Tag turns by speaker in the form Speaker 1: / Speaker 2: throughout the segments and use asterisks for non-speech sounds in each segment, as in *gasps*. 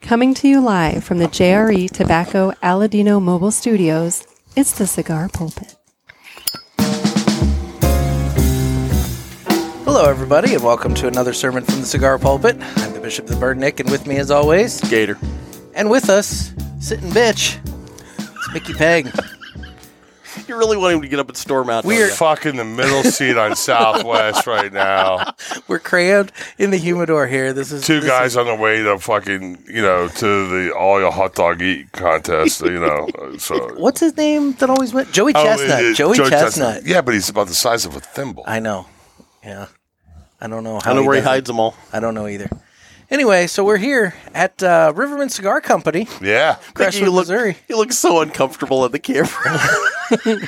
Speaker 1: Coming to you live from the JRE Tobacco Aladino Mobile Studios, it's the Cigar Pulpit.
Speaker 2: Hello, everybody, and welcome to another sermon from the Cigar Pulpit. I'm the Bishop of the Bird, Nick, and with me, as always,
Speaker 3: Gator.
Speaker 2: and with us, sitting bitch, it's Mickey
Speaker 3: *laughs*
Speaker 2: Peg.
Speaker 3: You really want him to get up and storm out.
Speaker 2: We're-
Speaker 3: don't
Speaker 4: fuck in the middle
Speaker 2: *laughs*
Speaker 4: seat on Southwest right now.
Speaker 2: We're crammed in the humidor here. This is
Speaker 4: Two
Speaker 2: this
Speaker 4: guys
Speaker 2: is-
Speaker 4: on the way to fucking, you know, to the all your hot dog eat contest,
Speaker 2: *laughs*
Speaker 4: you know. uh, So
Speaker 2: what's his name that always went? Joey
Speaker 4: Oh,
Speaker 2: Chestnut.
Speaker 4: it- it-
Speaker 2: Joey, Chestnut.
Speaker 4: Yeah, but he's about the size of a thimble.
Speaker 2: I know. Yeah. I don't know how.
Speaker 3: you? I know where Oh, he
Speaker 2: does it.
Speaker 3: hides them all.
Speaker 2: I don't know either. Anyway, so we're here at uh, Riverman Cigar Company,
Speaker 4: yeah.
Speaker 2: Crestwood,
Speaker 3: you look,
Speaker 2: Missouri.
Speaker 3: You look so uncomfortable on the camera.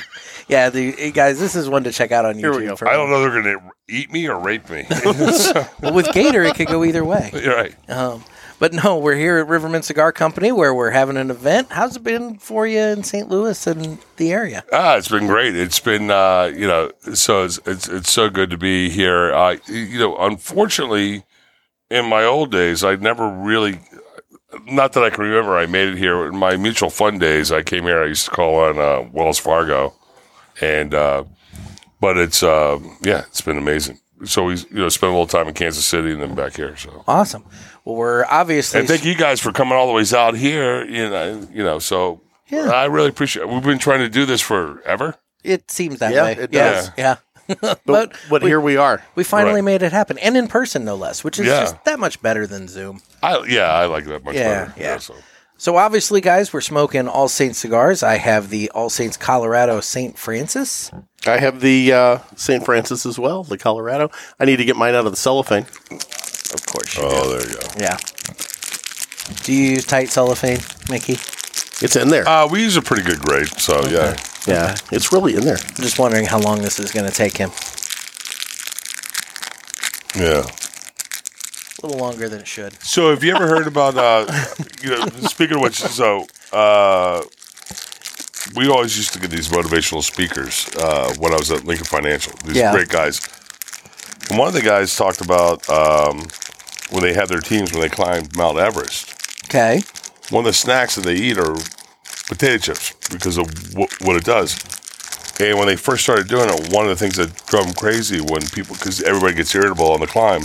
Speaker 2: Yeah, the, hey, guys, this is one to check out on YouTube.
Speaker 3: Here we go.
Speaker 2: for-
Speaker 4: I don't know they're going to eat me or rape
Speaker 2: *laughs*
Speaker 4: me. *laughs* So,
Speaker 2: Well, with Gator, it could go either way.
Speaker 4: you're right.
Speaker 2: Um, but no, we're here at Riverman Cigar Company where we're having an event. How's it been for you in St. Louis and the area?
Speaker 4: Ah, it's been great. It's been, uh, you know, so it's, it's it's so good to be here. I, you know, unfortunately, in my old days, I never really, not that I can remember, I made it here. In my mutual fund days, I came here. I used to call on uh, Wells Fargo, and uh, but it's uh, yeah, it's been amazing. So we, you know, spent a little time in Kansas City and then back here. So
Speaker 2: Awesome. Well, we're obviously.
Speaker 4: and thank you guys for coming all the ways out here. You know, you know, so.
Speaker 2: Yeah.
Speaker 4: I really appreciate. We've been trying to do this forever.
Speaker 2: It seems that
Speaker 3: Yeah,
Speaker 2: way.
Speaker 3: it
Speaker 2: Yes,
Speaker 4: does.
Speaker 2: Yeah. *laughs*
Speaker 3: But,
Speaker 2: but
Speaker 3: *laughs* but
Speaker 2: we,
Speaker 3: here we are.
Speaker 2: we finally
Speaker 4: Right.
Speaker 2: made it happen, and in person, no less, which is
Speaker 4: Yeah.
Speaker 2: just that much better than Zoom.
Speaker 4: I yeah, I like that much
Speaker 2: Yeah,
Speaker 4: better.
Speaker 2: yeah.
Speaker 4: so.
Speaker 2: So obviously, guys, we're smoking All Saints cigars. I have the All Saints Colorado St. Francis.
Speaker 3: I have the uh, St. Francis as well, the Colorado. I need to get mine out of the cellophane.
Speaker 2: Of course.
Speaker 4: Oh, there you go.
Speaker 2: Yeah. Do you use tight cellophane, Mickey?
Speaker 3: It's in there.
Speaker 4: Uh, we use a pretty good grade, so yeah.
Speaker 3: yeah, it's really in there.
Speaker 2: I'm just wondering how long this is going to take him.
Speaker 4: Yeah.
Speaker 2: A little longer than it should.
Speaker 4: So have you ever heard about uh *laughs* you know speaking of which so uh we always used to get these motivational speakers uh when I was at Lincoln Financial. These
Speaker 2: Yeah.
Speaker 4: great guys. And one of the guys talked about um when they had their teams when they climbed Mount Everest.
Speaker 2: Okay.
Speaker 4: One of the snacks that they eat are potato chips because of w- what it does. And when they first started doing it, one of the things that drove them crazy when people, because everybody gets irritable on the climb,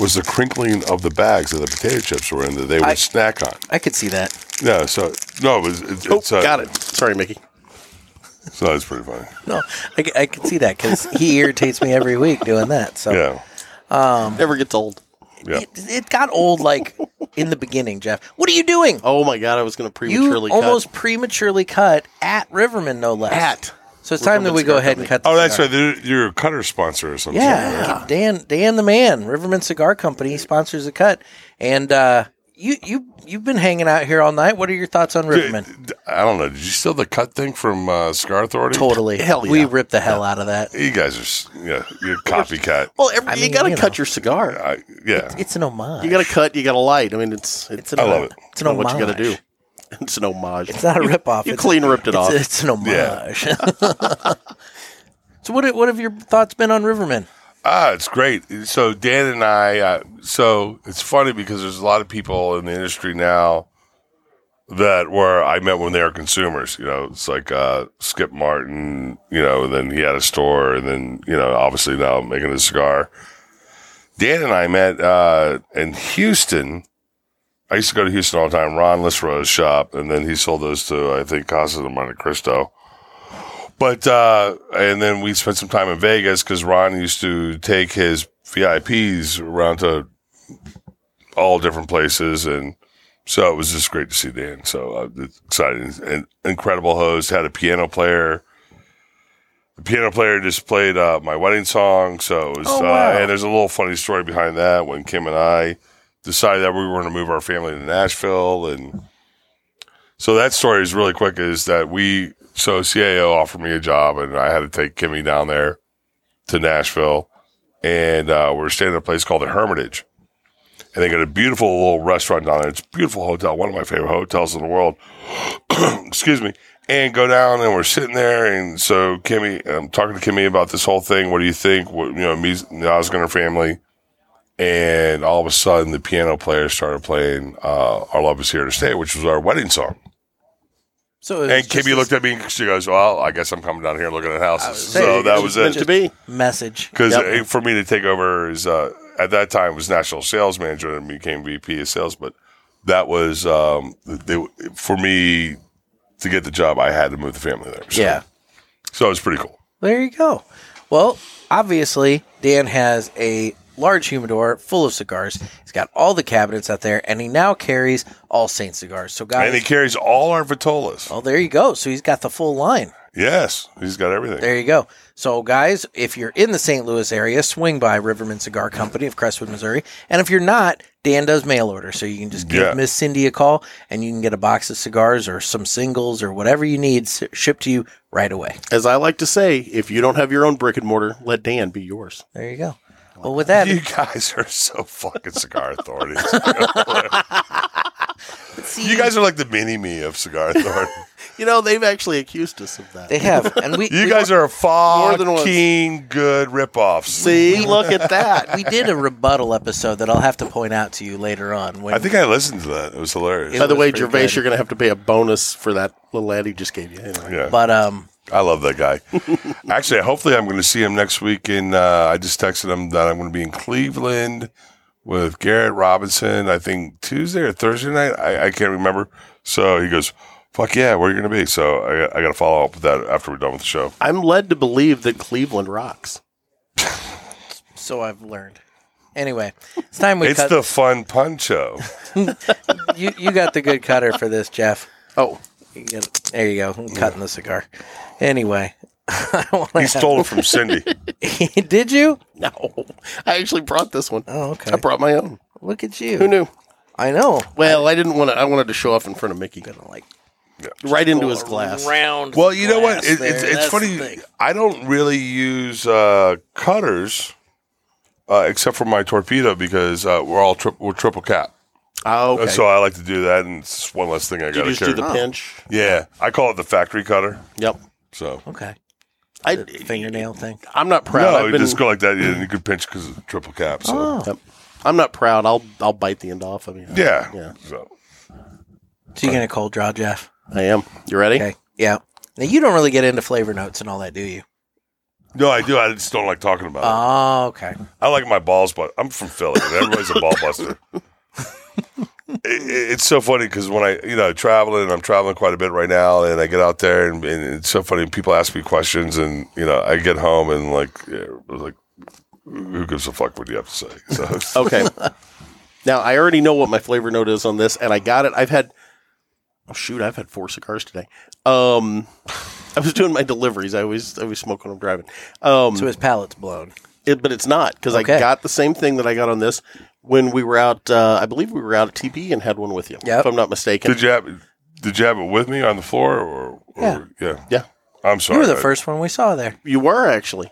Speaker 4: was the crinkling of the bags that the potato chips were in that they would
Speaker 2: I-
Speaker 4: snack on.
Speaker 2: I could see that.
Speaker 4: No, so no, it was. It,
Speaker 3: Oh,
Speaker 4: it's, uh,
Speaker 3: got it. Sorry, Mickey.
Speaker 4: So that's pretty funny.
Speaker 2: No, I, c- I could see that because he irritates me every week doing that. So
Speaker 4: Yeah,
Speaker 3: Never gets old.
Speaker 4: yeah.
Speaker 2: Oh. it, it got old like in the beginning, Jeff. What are you doing?
Speaker 3: Oh my God, I was going to
Speaker 2: you
Speaker 3: prematurely cut.
Speaker 2: almost prematurely cut at Riverman, no less.
Speaker 3: At.
Speaker 2: So it's time that we
Speaker 3: Riverman
Speaker 2: go
Speaker 3: Cigar
Speaker 2: ahead and cut. The
Speaker 4: Oh, that's
Speaker 2: cigar.
Speaker 4: right. They're, you're a cutter sponsor or something.
Speaker 2: Yeah, Dan, Dan the man, Riverman Cigar Company sponsors the cut, and uh, you you you've been hanging out here all night. What are your thoughts on Riverman?
Speaker 4: I don't know. Did you steal the cut thing from uh, Scar Authority?
Speaker 2: totally,
Speaker 3: hell yeah.
Speaker 2: we ripped the hell out of that.
Speaker 4: You guys are, s- yeah, you're copycat.
Speaker 3: Well, every,
Speaker 2: mean,
Speaker 3: you got to
Speaker 2: you
Speaker 3: cut
Speaker 2: know.
Speaker 3: your cigar.
Speaker 4: I, yeah,
Speaker 2: It's an homage.
Speaker 3: You got to cut. You got to light. I mean, it's it's.
Speaker 2: an
Speaker 4: I love it.
Speaker 2: It's an homage.
Speaker 3: what you got to do. It's an homage.
Speaker 2: It's not a ripoff.
Speaker 3: You
Speaker 2: It's-
Speaker 3: clean ripped it
Speaker 2: it's,
Speaker 3: off.
Speaker 2: It's an homage. *laughs* so what what have your thoughts been on Riverman?
Speaker 4: Ah, it's great. So Dan and I. Uh, so it's funny because there's a lot of people in the industry now that were I met when they were consumers. You know, it's like uh, Skip Martin. You know, then he had a store, and then you know, obviously now making a cigar. Dan and I met uh, in Houston. I used to go to Houston all the time. Ron Lisro's shop, and then he sold those to I think Casa de Monte Cristo. But uh, and then we spent some time in Vegas because Ron used to take his VIPs around to all different places, and so it was just great to see Dan. So uh, it's exciting, and incredible host had a piano player. The piano player just played uh, my wedding song, so it was,
Speaker 2: Oh,
Speaker 4: uh,
Speaker 2: wow.
Speaker 4: and there's a little funny story behind that when Kim and I decided that we were going to move our family to Nashville and. So that story is really quick is that we, so CAO offered me a job and I had to take Kimmy down there to Nashville. And uh, we were staying at a place called the Hermitage. And they got a beautiful little restaurant down there. It's a beautiful hotel, one of my favorite hotels in the world. *clears throat* Excuse me. And go down and we're sitting there. And so Kimmy, I'm talking to Kimmy about this whole thing. What do you think? What, you know, me, I was in her family. and all of a sudden the piano player started playing uh, "Our Love Is Here to Stay," which was our wedding song.
Speaker 2: So it was
Speaker 4: And
Speaker 2: just
Speaker 4: Kimmy
Speaker 2: this
Speaker 4: looked at me. and She goes, "Well, I guess I'm coming down here looking at houses."
Speaker 2: saying,
Speaker 4: So Oh, that was
Speaker 3: meant
Speaker 4: it.
Speaker 3: to be.
Speaker 2: message.
Speaker 4: Because
Speaker 3: Yep.
Speaker 4: for me to take over is uh, at that time was national sales manager and became VP of sales, but that was um, they, for me to get the job. I had to move the family there. So,
Speaker 2: Yeah.
Speaker 4: so it was pretty cool.
Speaker 2: There you go. Well, obviously, Dan has a large humidor full of cigars. He's got all the cabinets out there, and he now carries All Saints cigars. So, guys,
Speaker 4: And he carries all our vitolas.
Speaker 2: oh, there you go. So he's got the full line.
Speaker 4: Yes, he's got everything.
Speaker 2: There you go. So, guys, if you're in the St. Louis area, swing by Riverman Cigar Company of Crestwood, Missouri. And if you're not, Dan does mail order. So you can just give
Speaker 4: Yeah.
Speaker 2: Miss Cindy a call and you can get a box of cigars or some singles or whatever you need s- shipped to you right away.
Speaker 3: As I like to say, if you don't have your own brick and mortar, let Dan be yours.
Speaker 2: There you go. Well, with that,
Speaker 4: You guys are so
Speaker 2: *laughs*
Speaker 4: fucking cigar authorities. *laughs* you guys are like the mini me of cigar authority.
Speaker 2: *laughs*
Speaker 3: You know, they've actually accused us of that.
Speaker 2: they have. And we,
Speaker 4: *laughs* You
Speaker 2: we-
Speaker 4: guys are
Speaker 3: than once.
Speaker 4: fucking good ripoffs.
Speaker 3: See, look at that.
Speaker 2: we did a rebuttal episode that I'll have to point out to you later on. When
Speaker 4: I think I listened to that. It was hilarious.
Speaker 2: *laughs* It
Speaker 3: By the
Speaker 2: was
Speaker 3: way,
Speaker 2: pretty
Speaker 3: Gervais,
Speaker 2: good.
Speaker 3: you're going to have to pay a bonus for that little ad he just gave you. Anyway.
Speaker 4: yeah.
Speaker 2: but um,
Speaker 4: I love
Speaker 3: *laughs*
Speaker 4: that guy. Actually, hopefully, I'm going to see him next week. And uh, I just texted him that I'm going to be in Cleveland with Garrett Robinson. I think Tuesday or Thursday night. I, I can't remember. So he goes, "Fuck yeah, where are you going to be?" So I, I got to follow up with that after we're done with the show.
Speaker 3: I'm led to believe that Cleveland rocks.
Speaker 2: so I've learned. Anyway, it's time we
Speaker 4: it's
Speaker 2: cut.
Speaker 4: the
Speaker 3: *laughs*
Speaker 4: fun puncho.
Speaker 2: you, you got the good cutter for this, Jeff.
Speaker 3: Oh,
Speaker 2: You get- there you go. I'm cutting the cigar. Anyway, *laughs* I wanna
Speaker 4: He stole it from Cindy.
Speaker 3: *laughs*
Speaker 2: have- *laughs* did you?
Speaker 3: no. I actually brought this one.
Speaker 2: Oh, okay.
Speaker 3: I brought my own.
Speaker 2: Look at
Speaker 3: Who
Speaker 2: you.
Speaker 3: knew?
Speaker 2: I know.
Speaker 3: Well, I didn't want to. I wanted to show off in front of Mickey.
Speaker 2: Like
Speaker 3: Right into his glass.
Speaker 2: round.
Speaker 4: Well, you know what?
Speaker 2: glass
Speaker 4: It,
Speaker 2: there.
Speaker 4: it's it's
Speaker 2: That's
Speaker 4: funny.
Speaker 2: the thing.
Speaker 4: I don't really use uh, cutters uh, except for my torpedo because uh, we're all tri- we're triple cap.
Speaker 3: Oh, okay.
Speaker 4: So I like to do that, and it's one less thing I
Speaker 3: you
Speaker 4: got to
Speaker 3: just do
Speaker 4: carry.
Speaker 2: Oh.
Speaker 3: the pinch.
Speaker 4: yeah, I call it the factory cutter.
Speaker 3: Yep.
Speaker 4: So
Speaker 2: Okay.
Speaker 3: I,
Speaker 2: Fingernail thing.
Speaker 3: I'm not proud.
Speaker 4: no,
Speaker 3: I've
Speaker 4: you
Speaker 3: been,
Speaker 4: just go like that, and you could pinch because triple cap. So
Speaker 2: Oh.
Speaker 3: Yep. I'm not proud. I'll I'll bite the end off. I mean,
Speaker 4: yeah,
Speaker 3: Yeah.
Speaker 4: So,
Speaker 2: So you're gonna cold draw, Jeff?
Speaker 3: I am. You ready?
Speaker 2: Okay. Yeah. Now you don't really get into flavor notes and all that, do you?
Speaker 4: no, I do. I just don't like talking about it.
Speaker 2: Oh, okay.
Speaker 4: I like my balls, but I'm from Philly. and everybody's a ball buster. It- it- it's so funny because when I, you know, traveling, and I'm traveling quite a bit right now, and I get out there, and, and it's so funny. People ask me questions, and you know, I get home and like, yeah, like, who gives a fuck what you have to say? So,
Speaker 3: Okay. now I already know what my flavor note is on this, and I got it. I've had oh shoot, I've had four cigars today. Um, *laughs* I was doing my deliveries. I always I always smoke when I'm driving. Um,
Speaker 2: So his palate's blown.
Speaker 3: it- but it's not because
Speaker 2: Okay.
Speaker 3: I got the same thing that I got on this when we were out. Uh, I believe we were out at TP and had one with you.
Speaker 2: Yep.
Speaker 3: if I'm not mistaken.
Speaker 4: Did you have did you have it with me on the floor or, or
Speaker 2: Yeah.
Speaker 3: Yeah,
Speaker 4: I'm sorry.
Speaker 2: You were the
Speaker 4: I-
Speaker 2: first one we saw there.
Speaker 3: you were actually.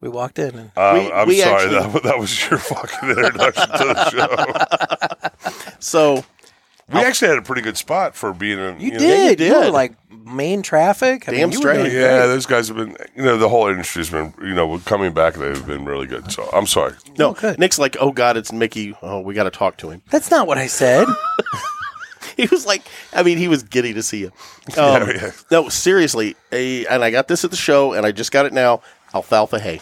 Speaker 2: We walked in and
Speaker 4: I'm,
Speaker 3: We-
Speaker 4: Um, I'm
Speaker 3: we
Speaker 4: sorry
Speaker 3: actually-
Speaker 4: that, that was your *laughs* fucking introduction to the
Speaker 2: *laughs*
Speaker 4: show.
Speaker 3: So
Speaker 4: We actually had a pretty good spot for being in.
Speaker 2: you
Speaker 4: know-
Speaker 2: did.
Speaker 3: you
Speaker 2: You were
Speaker 3: did.
Speaker 2: like main traffic. I
Speaker 3: Damn
Speaker 2: you were doing
Speaker 3: straight.
Speaker 4: *laughs* Yeah, those guys have been. You know, the whole industry's been. You know, coming back, they've been really good. So I'm sorry.
Speaker 3: no,
Speaker 2: good.
Speaker 3: Nick's like, oh god, it's Mickey. Oh, we got to talk to him.
Speaker 2: That's not what I
Speaker 3: *gasps*
Speaker 2: said.
Speaker 3: *laughs* he was like, I mean, he was giddy to see you. Um,
Speaker 4: *laughs* yeah.
Speaker 3: No, seriously, a, and I got this at the show, and I just got it now. Alfalfa hay.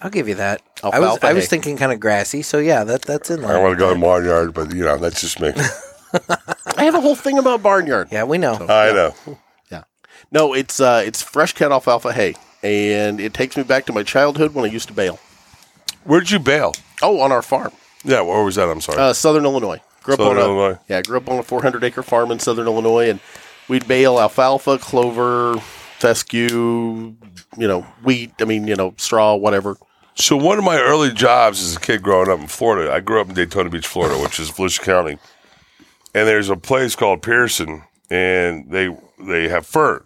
Speaker 2: I'll give you that.
Speaker 3: Alfalfa
Speaker 2: I was I was
Speaker 3: hay.
Speaker 2: thinking kind of grassy, so yeah, that that's in
Speaker 4: I don't
Speaker 2: there.
Speaker 4: want to go in my yard, but you know, that's just me.
Speaker 3: I have a whole thing about barnyard.
Speaker 2: Yeah, we know.
Speaker 4: I know.
Speaker 3: Yeah. No, it's uh, it's fresh cut alfalfa hay, and it takes me back to my childhood when I used to bail.
Speaker 4: Where'd you bail?
Speaker 3: Oh, on our farm,
Speaker 4: Yeah, where was that? I'm sorry.
Speaker 3: uh, Southern Illinois. Grew up
Speaker 4: Southern
Speaker 3: on a,
Speaker 4: Illinois.
Speaker 3: Yeah, grew up on a 400 acre farm in Southern Illinois, and we'd bail alfalfa, clover, fescue, you know, wheat. I mean, you know, straw, whatever.
Speaker 4: So one of my early jobs as a kid growing up in Florida, I grew up in Daytona Beach, Florida, which is Volusia County, and there's a place called Pearson, and they they have fern,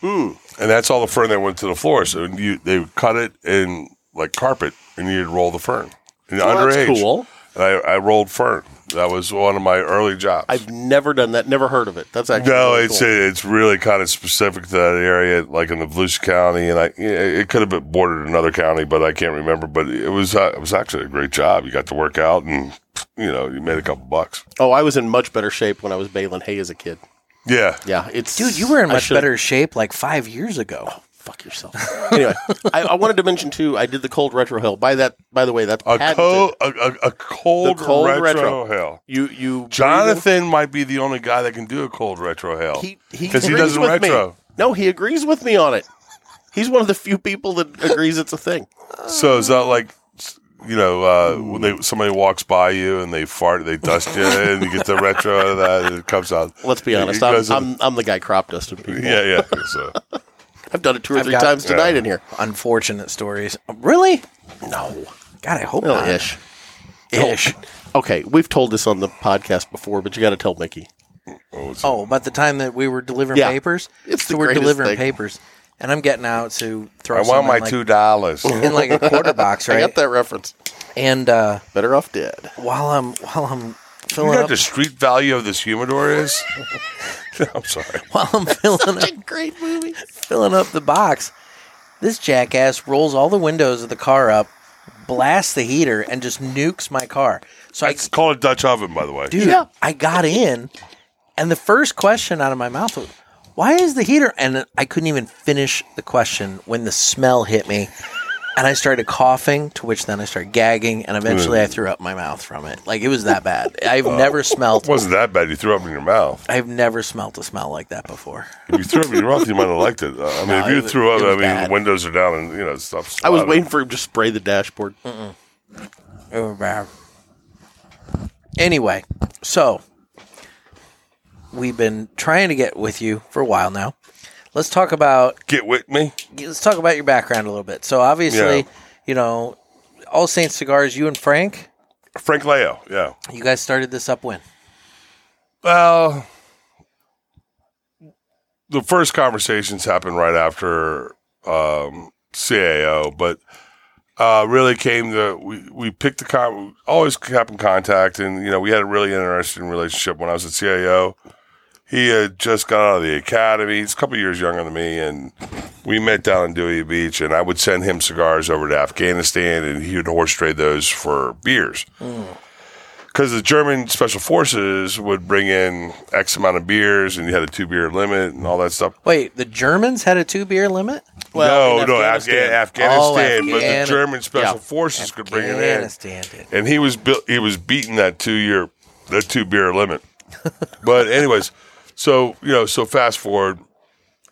Speaker 3: Hmm.
Speaker 4: and that's all the fern that went to the floor. So you they would cut it in like carpet, and you'd roll the fern. And
Speaker 3: Well,
Speaker 4: underage,
Speaker 3: that's cool.
Speaker 4: And I, I rolled fern. That was one of my early jobs.
Speaker 3: I've never done that. Never heard of it. That's actually
Speaker 4: no,
Speaker 3: really
Speaker 4: it's
Speaker 3: cool.
Speaker 4: it's really kind of specific to that area, like in the Volusia County, and I it could have been bordered another county, but I can't remember. But it was uh, it was actually a great job. You got to work out, and you know you made a couple bucks.
Speaker 3: Oh, I was in much better shape when I was baling hay as a kid.
Speaker 4: Yeah,
Speaker 3: Yeah, it's
Speaker 2: Dude, you were in
Speaker 3: I
Speaker 2: much
Speaker 3: should've-
Speaker 2: better shape like five years ago.
Speaker 3: Fuck yourself. anyway, I, I wanted to mention too. I did the cold retro hill. By that, by the way, that's
Speaker 4: a,
Speaker 3: patented.
Speaker 4: co- a, a, a cold,
Speaker 3: The cold
Speaker 4: retro,
Speaker 3: retro.
Speaker 4: hell.
Speaker 3: You you
Speaker 4: Jonathan might be the only guy that can do a cold retro hell
Speaker 3: He-
Speaker 4: because he,
Speaker 3: agrees
Speaker 4: doesn't
Speaker 3: with
Speaker 4: retro.
Speaker 3: Me. No, he agrees with me on it. He's one of the few people that agrees it's a thing.
Speaker 4: So is that like you know uh, when they somebody walks by you and they fart, they dust you, and you get the retro out of that, and it comes out.
Speaker 3: Let's be
Speaker 4: It-
Speaker 3: honest.
Speaker 4: it
Speaker 3: I'm,
Speaker 4: goes in-
Speaker 3: I'm, I'm the guy crop dusted people.
Speaker 4: yeah, yeah. So
Speaker 3: I've done it two or
Speaker 2: I've
Speaker 3: three
Speaker 2: got-
Speaker 3: times tonight in here.
Speaker 2: *laughs* Unfortunate stories. Really?
Speaker 3: No,
Speaker 2: God, I hope
Speaker 3: well,
Speaker 2: not.
Speaker 3: ish.
Speaker 2: Ish.
Speaker 3: Okay, we've told this on the podcast before, but you got to tell Mickey.
Speaker 2: Oh, about the time that we were delivering
Speaker 3: Yeah.
Speaker 2: papers.
Speaker 3: It's
Speaker 2: so
Speaker 3: the
Speaker 2: we're
Speaker 3: greatest
Speaker 2: delivering
Speaker 3: thing.
Speaker 2: papers, and I'm getting out to throw.
Speaker 4: I want
Speaker 2: some
Speaker 4: my
Speaker 2: in, like, *laughs*
Speaker 4: two dollars.
Speaker 2: in like a quarter box,
Speaker 3: *laughs* I
Speaker 2: right?
Speaker 3: got that reference.
Speaker 2: And uh,
Speaker 3: Better off dead.
Speaker 2: while I'm while I'm
Speaker 4: You
Speaker 2: filling
Speaker 4: know
Speaker 2: up
Speaker 4: what the street value of this humidor is? *laughs* I'm sorry.
Speaker 2: while
Speaker 3: *laughs*
Speaker 2: I'm filling up,
Speaker 3: Great movie.
Speaker 2: filling up the box, this jackass rolls all the windows of the car up, blasts the heater, and just nukes my car. So I
Speaker 4: It's called a Dutch oven, by the way.
Speaker 2: dude,
Speaker 3: Yeah.
Speaker 2: I got in, and the first question out of my mouth was, "Why is the heater?" And I couldn't even finish the question when the smell hit me, and I started coughing. To which then I started gagging, and eventually I threw up my mouth from it. Like it was that bad. I've never smelled.
Speaker 4: It wasn't that bad. You threw up in your mouth.
Speaker 2: I've never smelled a smell like that before.
Speaker 4: If you threw up in your mouth, you might have liked it. Uh, I mean, if
Speaker 2: it
Speaker 4: you
Speaker 2: was-
Speaker 4: threw up,
Speaker 2: it
Speaker 4: I
Speaker 2: was
Speaker 4: mean,
Speaker 2: bad.
Speaker 4: the windows are down and, you know, stuff.
Speaker 3: I was waiting for him to spray the dashboard.
Speaker 2: It was bad. Anyway, so we've been trying to get with you for a while now. Let's talk about
Speaker 4: Get with me.
Speaker 2: let's talk about your background a little bit. So obviously,
Speaker 4: Yeah.
Speaker 2: you know, All Saints Cigars, you and Frank,
Speaker 4: Frank Leo. Yeah.
Speaker 2: you guys started this up when?
Speaker 4: Well, the first conversations happened right after um, CAO, but uh, really came to we we picked the con- always kept in contact, and you know we had a really interesting relationship when I was at CAO. He had just got out of the academy. He's a couple years younger than me, and we met down in Dewey Beach. And I would send him cigars over to Afghanistan, and he would horse trade those for beers because the German special forces would bring in X amount of beers, and you had a two beer limit and all that stuff.
Speaker 2: Wait, the Germans had a two beer limit?
Speaker 3: Well,
Speaker 4: no,
Speaker 3: in
Speaker 4: no,
Speaker 3: Afghanistan.
Speaker 4: Afghanistan, Afghanistan,
Speaker 2: Oh,
Speaker 4: but
Speaker 2: Afghani-
Speaker 4: the German special
Speaker 3: yeah.
Speaker 4: forces could bring it in,
Speaker 2: Afghanistan did.
Speaker 4: and he was built. He was beating that two year, that two beer limit. but anyways, so you know, so fast forward,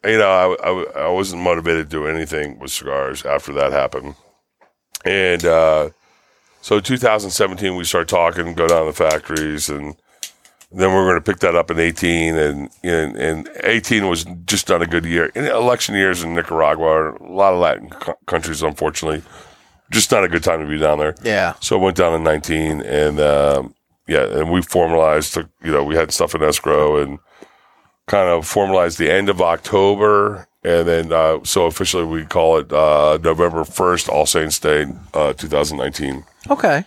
Speaker 4: you know, I, I, I wasn't motivated to do anything with cigars after that happened, and uh, so 2017 we start talking, go down to the factories, and then we we're going to pick that up in 18, and and, and 18 was just not a good year. And election years in Nicaragua, are a lot of Latin co- countries, unfortunately, just not a good time to be down there.
Speaker 3: Yeah.
Speaker 4: So I went down in 19 and, um, yeah, and we formalized, to, you know, we had stuff in escrow and kind of formalized the end of October. And then, uh, so officially we call it, uh, November 1st, All Saints Day, uh, 2019.
Speaker 2: Okay.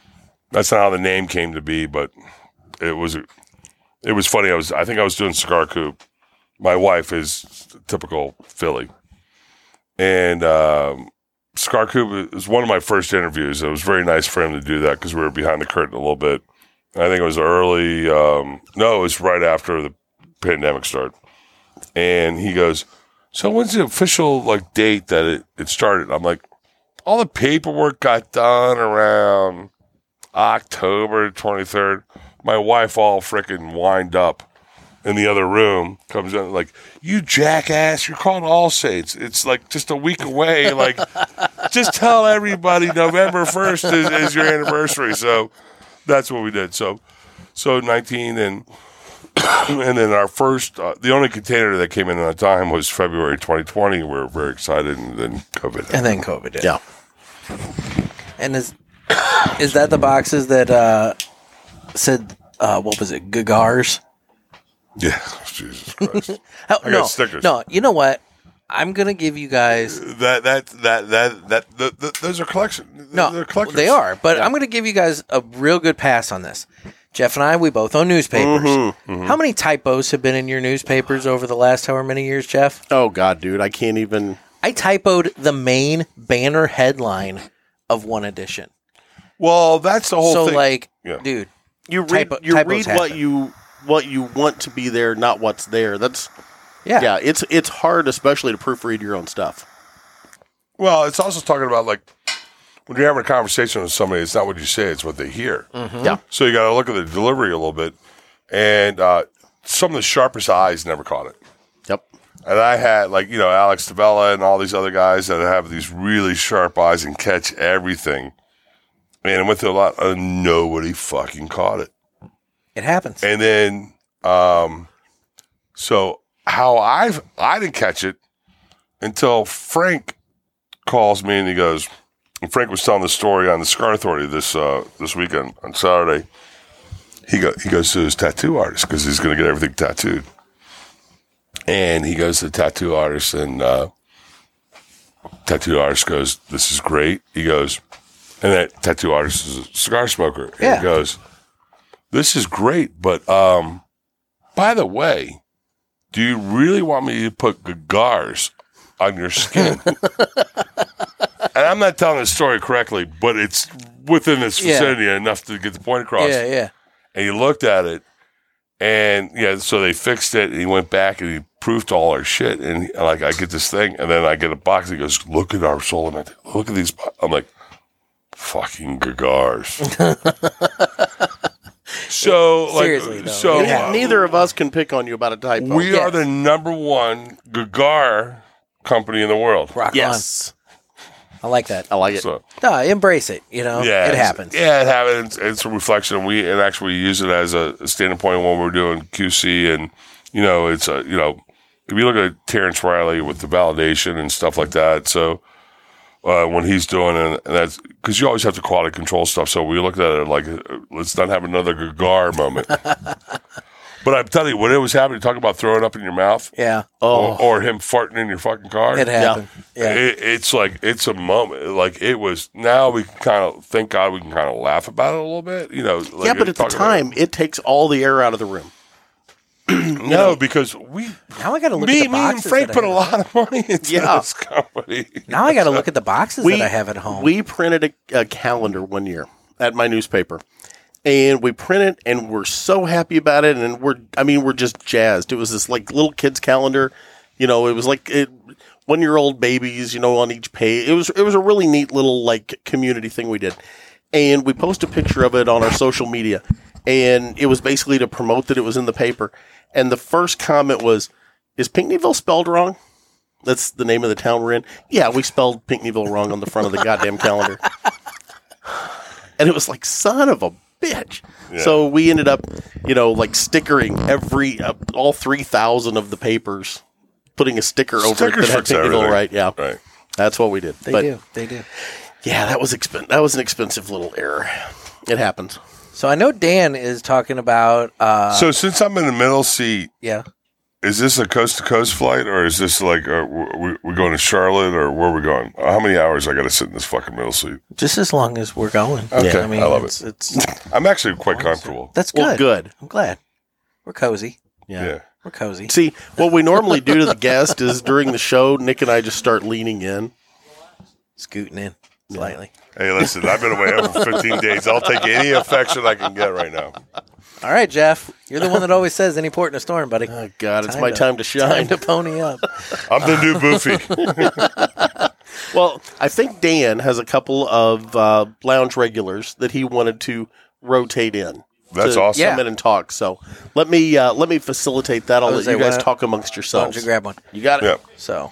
Speaker 4: That's not how the name came to be, but it was, it was funny. I was, I think I was doing cigar coop. My wife is typical Philly and um, Scar Cooper was one of my first interviews. It was very nice for him to do that because we were behind the curtain a little bit. I think it was early. Um, no, it was right after the pandemic started. And he goes, "So when's the official like date that it, it started?" I'm like, "All the paperwork got done around October 23rd." My wife all frickin' wind up in the other room comes in like, "You jackass! You're calling All Saints. It's like just a week away. Like, *laughs* just tell everybody November first is, is your anniversary." So that's what we did. So, so 19 and *coughs* and then our first, uh, the only container that came in at the time was February 2020. We were very excited, and then COVID.
Speaker 2: And then COVID did.
Speaker 3: Yeah.
Speaker 2: And is is that the boxes that uh said uh what was it? Gagars?
Speaker 4: yeah, *laughs* Jesus Christ.
Speaker 2: Oh,
Speaker 4: I got
Speaker 2: no.
Speaker 4: stickers.
Speaker 2: No, you know what? I'm going to give you guys
Speaker 4: that that that that that th th those are collection.
Speaker 2: No,
Speaker 4: they're collectors.
Speaker 2: they are. But I'm going to give you guys a real good pass on this. Jeff and I, we both own newspapers.
Speaker 4: Mm-hmm,
Speaker 2: How many typos have been in your newspapers over the last however many years, Jeff?
Speaker 3: Oh God, dude, I can't even.
Speaker 2: I typoed the main banner headline of one edition.
Speaker 4: Well, that's the whole
Speaker 2: so,
Speaker 4: thing.
Speaker 2: like,
Speaker 4: Yeah.
Speaker 2: dude,
Speaker 3: You read
Speaker 2: Typo-
Speaker 3: you
Speaker 2: typos
Speaker 3: read
Speaker 2: happen.
Speaker 3: what you what you want to be there, not what's there. That's
Speaker 2: yeah,
Speaker 3: yeah. It's it's hard, especially to proofread your own stuff.
Speaker 4: well, it's also talking about like when you're having a conversation with somebody, it's not what you say, it's what they hear.
Speaker 2: Mm-hmm.
Speaker 3: Yeah.
Speaker 4: So you got to look at the delivery a little bit. And uh, some of the sharpest eyes never caught it.
Speaker 3: Yep.
Speaker 4: And I had like you know Alex Tavella and all these other guys that have these really sharp eyes and catch everything. And I went through a lot, and nobody fucking caught it.
Speaker 2: it happens.
Speaker 4: And then, um, so how I've I didn't catch it until Frank calls me and he goes, and Frank was telling the story on the Scar Authority this uh, this weekend on Saturday. He go he goes to his tattoo artist because he's going to get everything tattooed, and he goes to the tattoo artist and uh, tattoo artist goes, "This is great." He goes, and that tattoo artist is a cigar smoker. And
Speaker 2: Yeah.
Speaker 4: He goes, "This is great, but um, by the way, do you really want me to put gagars on
Speaker 2: *laughs*
Speaker 4: your skin?" and I'm not telling the story correctly, but it's within this
Speaker 2: Yeah.
Speaker 4: vicinity enough to get the point across.
Speaker 2: Yeah, yeah.
Speaker 4: And he looked at it, and yeah, so they fixed it, and he went back and he proofed all our shit, and he- like I get this thing, and then I get a box. He goes, "Look at our soul," and I look at these. bo-" I'm like,
Speaker 2: *laughs*
Speaker 4: "Fucking gagars." so like,
Speaker 2: Seriously, though.
Speaker 4: so
Speaker 2: Yeah.
Speaker 4: uh,
Speaker 3: Neither of us can pick on you about a typo.
Speaker 4: we
Speaker 2: Yes.
Speaker 4: are the number one gagar company in the world.
Speaker 2: Rock
Speaker 3: yes,
Speaker 2: on. I like that.
Speaker 3: I like it.
Speaker 4: So
Speaker 2: No, embrace it. You know,
Speaker 4: yeah,
Speaker 2: it
Speaker 4: it's-
Speaker 2: happens.
Speaker 4: Oh. Yeah, it happens. It's a reflection. We and actually use it as a standing point when we're doing QC, and you know, it's a you know, if you look at Terrence Riley with the validation and stuff like that. So uh, when he's doing it, and that's because you always have to quality control stuff. So we looked at it like, uh, let's not have another Gagar
Speaker 2: *laughs*
Speaker 4: moment. but I'm telling you, when it was happening, talking about throwing up in your mouth.
Speaker 2: Yeah,
Speaker 4: Or, or him farting in your fucking car.
Speaker 2: it happened. Yeah.
Speaker 4: It, it's like it's a moment. Like it was. Now we can kind of thank God we can kind of laugh about it a little bit. You know. Like
Speaker 3: yeah, but at the
Speaker 4: talk about
Speaker 3: time, it takes all the air out of the room.
Speaker 4: it. no, because we
Speaker 2: Now I got to look
Speaker 4: me,
Speaker 2: at
Speaker 4: me
Speaker 2: the boxes.
Speaker 4: and Frank
Speaker 2: that I
Speaker 4: put a
Speaker 2: have.
Speaker 4: lot of money
Speaker 3: *laughs*
Speaker 4: into
Speaker 3: Yeah.
Speaker 4: this *laughs* company.
Speaker 2: Now I
Speaker 4: *laughs*
Speaker 2: got to look at the boxes that I have at home.
Speaker 3: We printed a, a calendar one year at my newspaper, and we printed, and we're so happy about it, and we're I mean we're just jazzed. It was this like little kids calendar, you know. It was like it, one year old babies, you know, on each page. It was it was a really neat little like community thing we did, and we posted a picture of it on our social media, and it was basically to promote that it was in the paper. And the first comment was, "Is Pinckneyville spelled wrong?" That's the name of the town we're in. Yeah, we spelled Pinckneyville wrong on the front of the goddamn
Speaker 4: *laughs*
Speaker 3: calendar. And it was like, son of a bitch. So we ended up, you know, like stickering every, uh, all 3,000 of the papers, putting a sticker over it
Speaker 4: Stickers
Speaker 3: that had
Speaker 4: fix
Speaker 3: Pinckneyville
Speaker 4: everything.
Speaker 3: right. Yeah.
Speaker 4: Right.
Speaker 3: That's what we did.
Speaker 2: they
Speaker 3: but
Speaker 2: do. They do.
Speaker 3: yeah, that was expen- That was an expensive little error. It happens.
Speaker 2: So I know Dan is talking about. uh
Speaker 4: so since I'm in the middle seat,
Speaker 2: Yeah.
Speaker 4: is this a coast to coast flight or is this like uh, we we going to Charlotte or where we going? Uh, How many hours I got to sit in this fucking middle seat?
Speaker 2: Just as long as we're going.
Speaker 4: Okay, I love
Speaker 2: it's,
Speaker 3: *laughs*
Speaker 2: It's
Speaker 4: I'm actually quite comfortable.
Speaker 2: that's good.
Speaker 3: Well, good.
Speaker 2: I'm glad. We're cozy.
Speaker 4: Yeah.
Speaker 2: We're cozy.
Speaker 3: See, what we normally do to the guest is during the show, Nick and I just start leaning in.
Speaker 2: Scooting in slightly.
Speaker 4: Hey, listen, I've been away for 15 days. I'll take any affection I can get right now.
Speaker 2: All right, Jeff. You're the one that always says any port in a storm, buddy.
Speaker 4: Uh,
Speaker 3: Oh, God, it's
Speaker 2: Time
Speaker 3: my
Speaker 2: to-
Speaker 3: time to
Speaker 2: Time
Speaker 3: shine.
Speaker 2: to pony
Speaker 4: *laughs*
Speaker 2: up.
Speaker 4: I'm the
Speaker 2: *laughs*
Speaker 4: new Boofy.
Speaker 3: Well, I think Dan has a couple of uh, lounge regulars that he wanted to rotate in.
Speaker 4: That's
Speaker 3: to
Speaker 4: awesome.
Speaker 3: Come in and talk. So let me uh, let me facilitate that. I'll
Speaker 2: Jose,
Speaker 3: let you
Speaker 2: why
Speaker 3: guys
Speaker 2: don't-
Speaker 3: talk amongst
Speaker 2: Why don't
Speaker 3: yourselves.
Speaker 2: you grab one?
Speaker 3: You got it.
Speaker 4: Yeah.
Speaker 2: So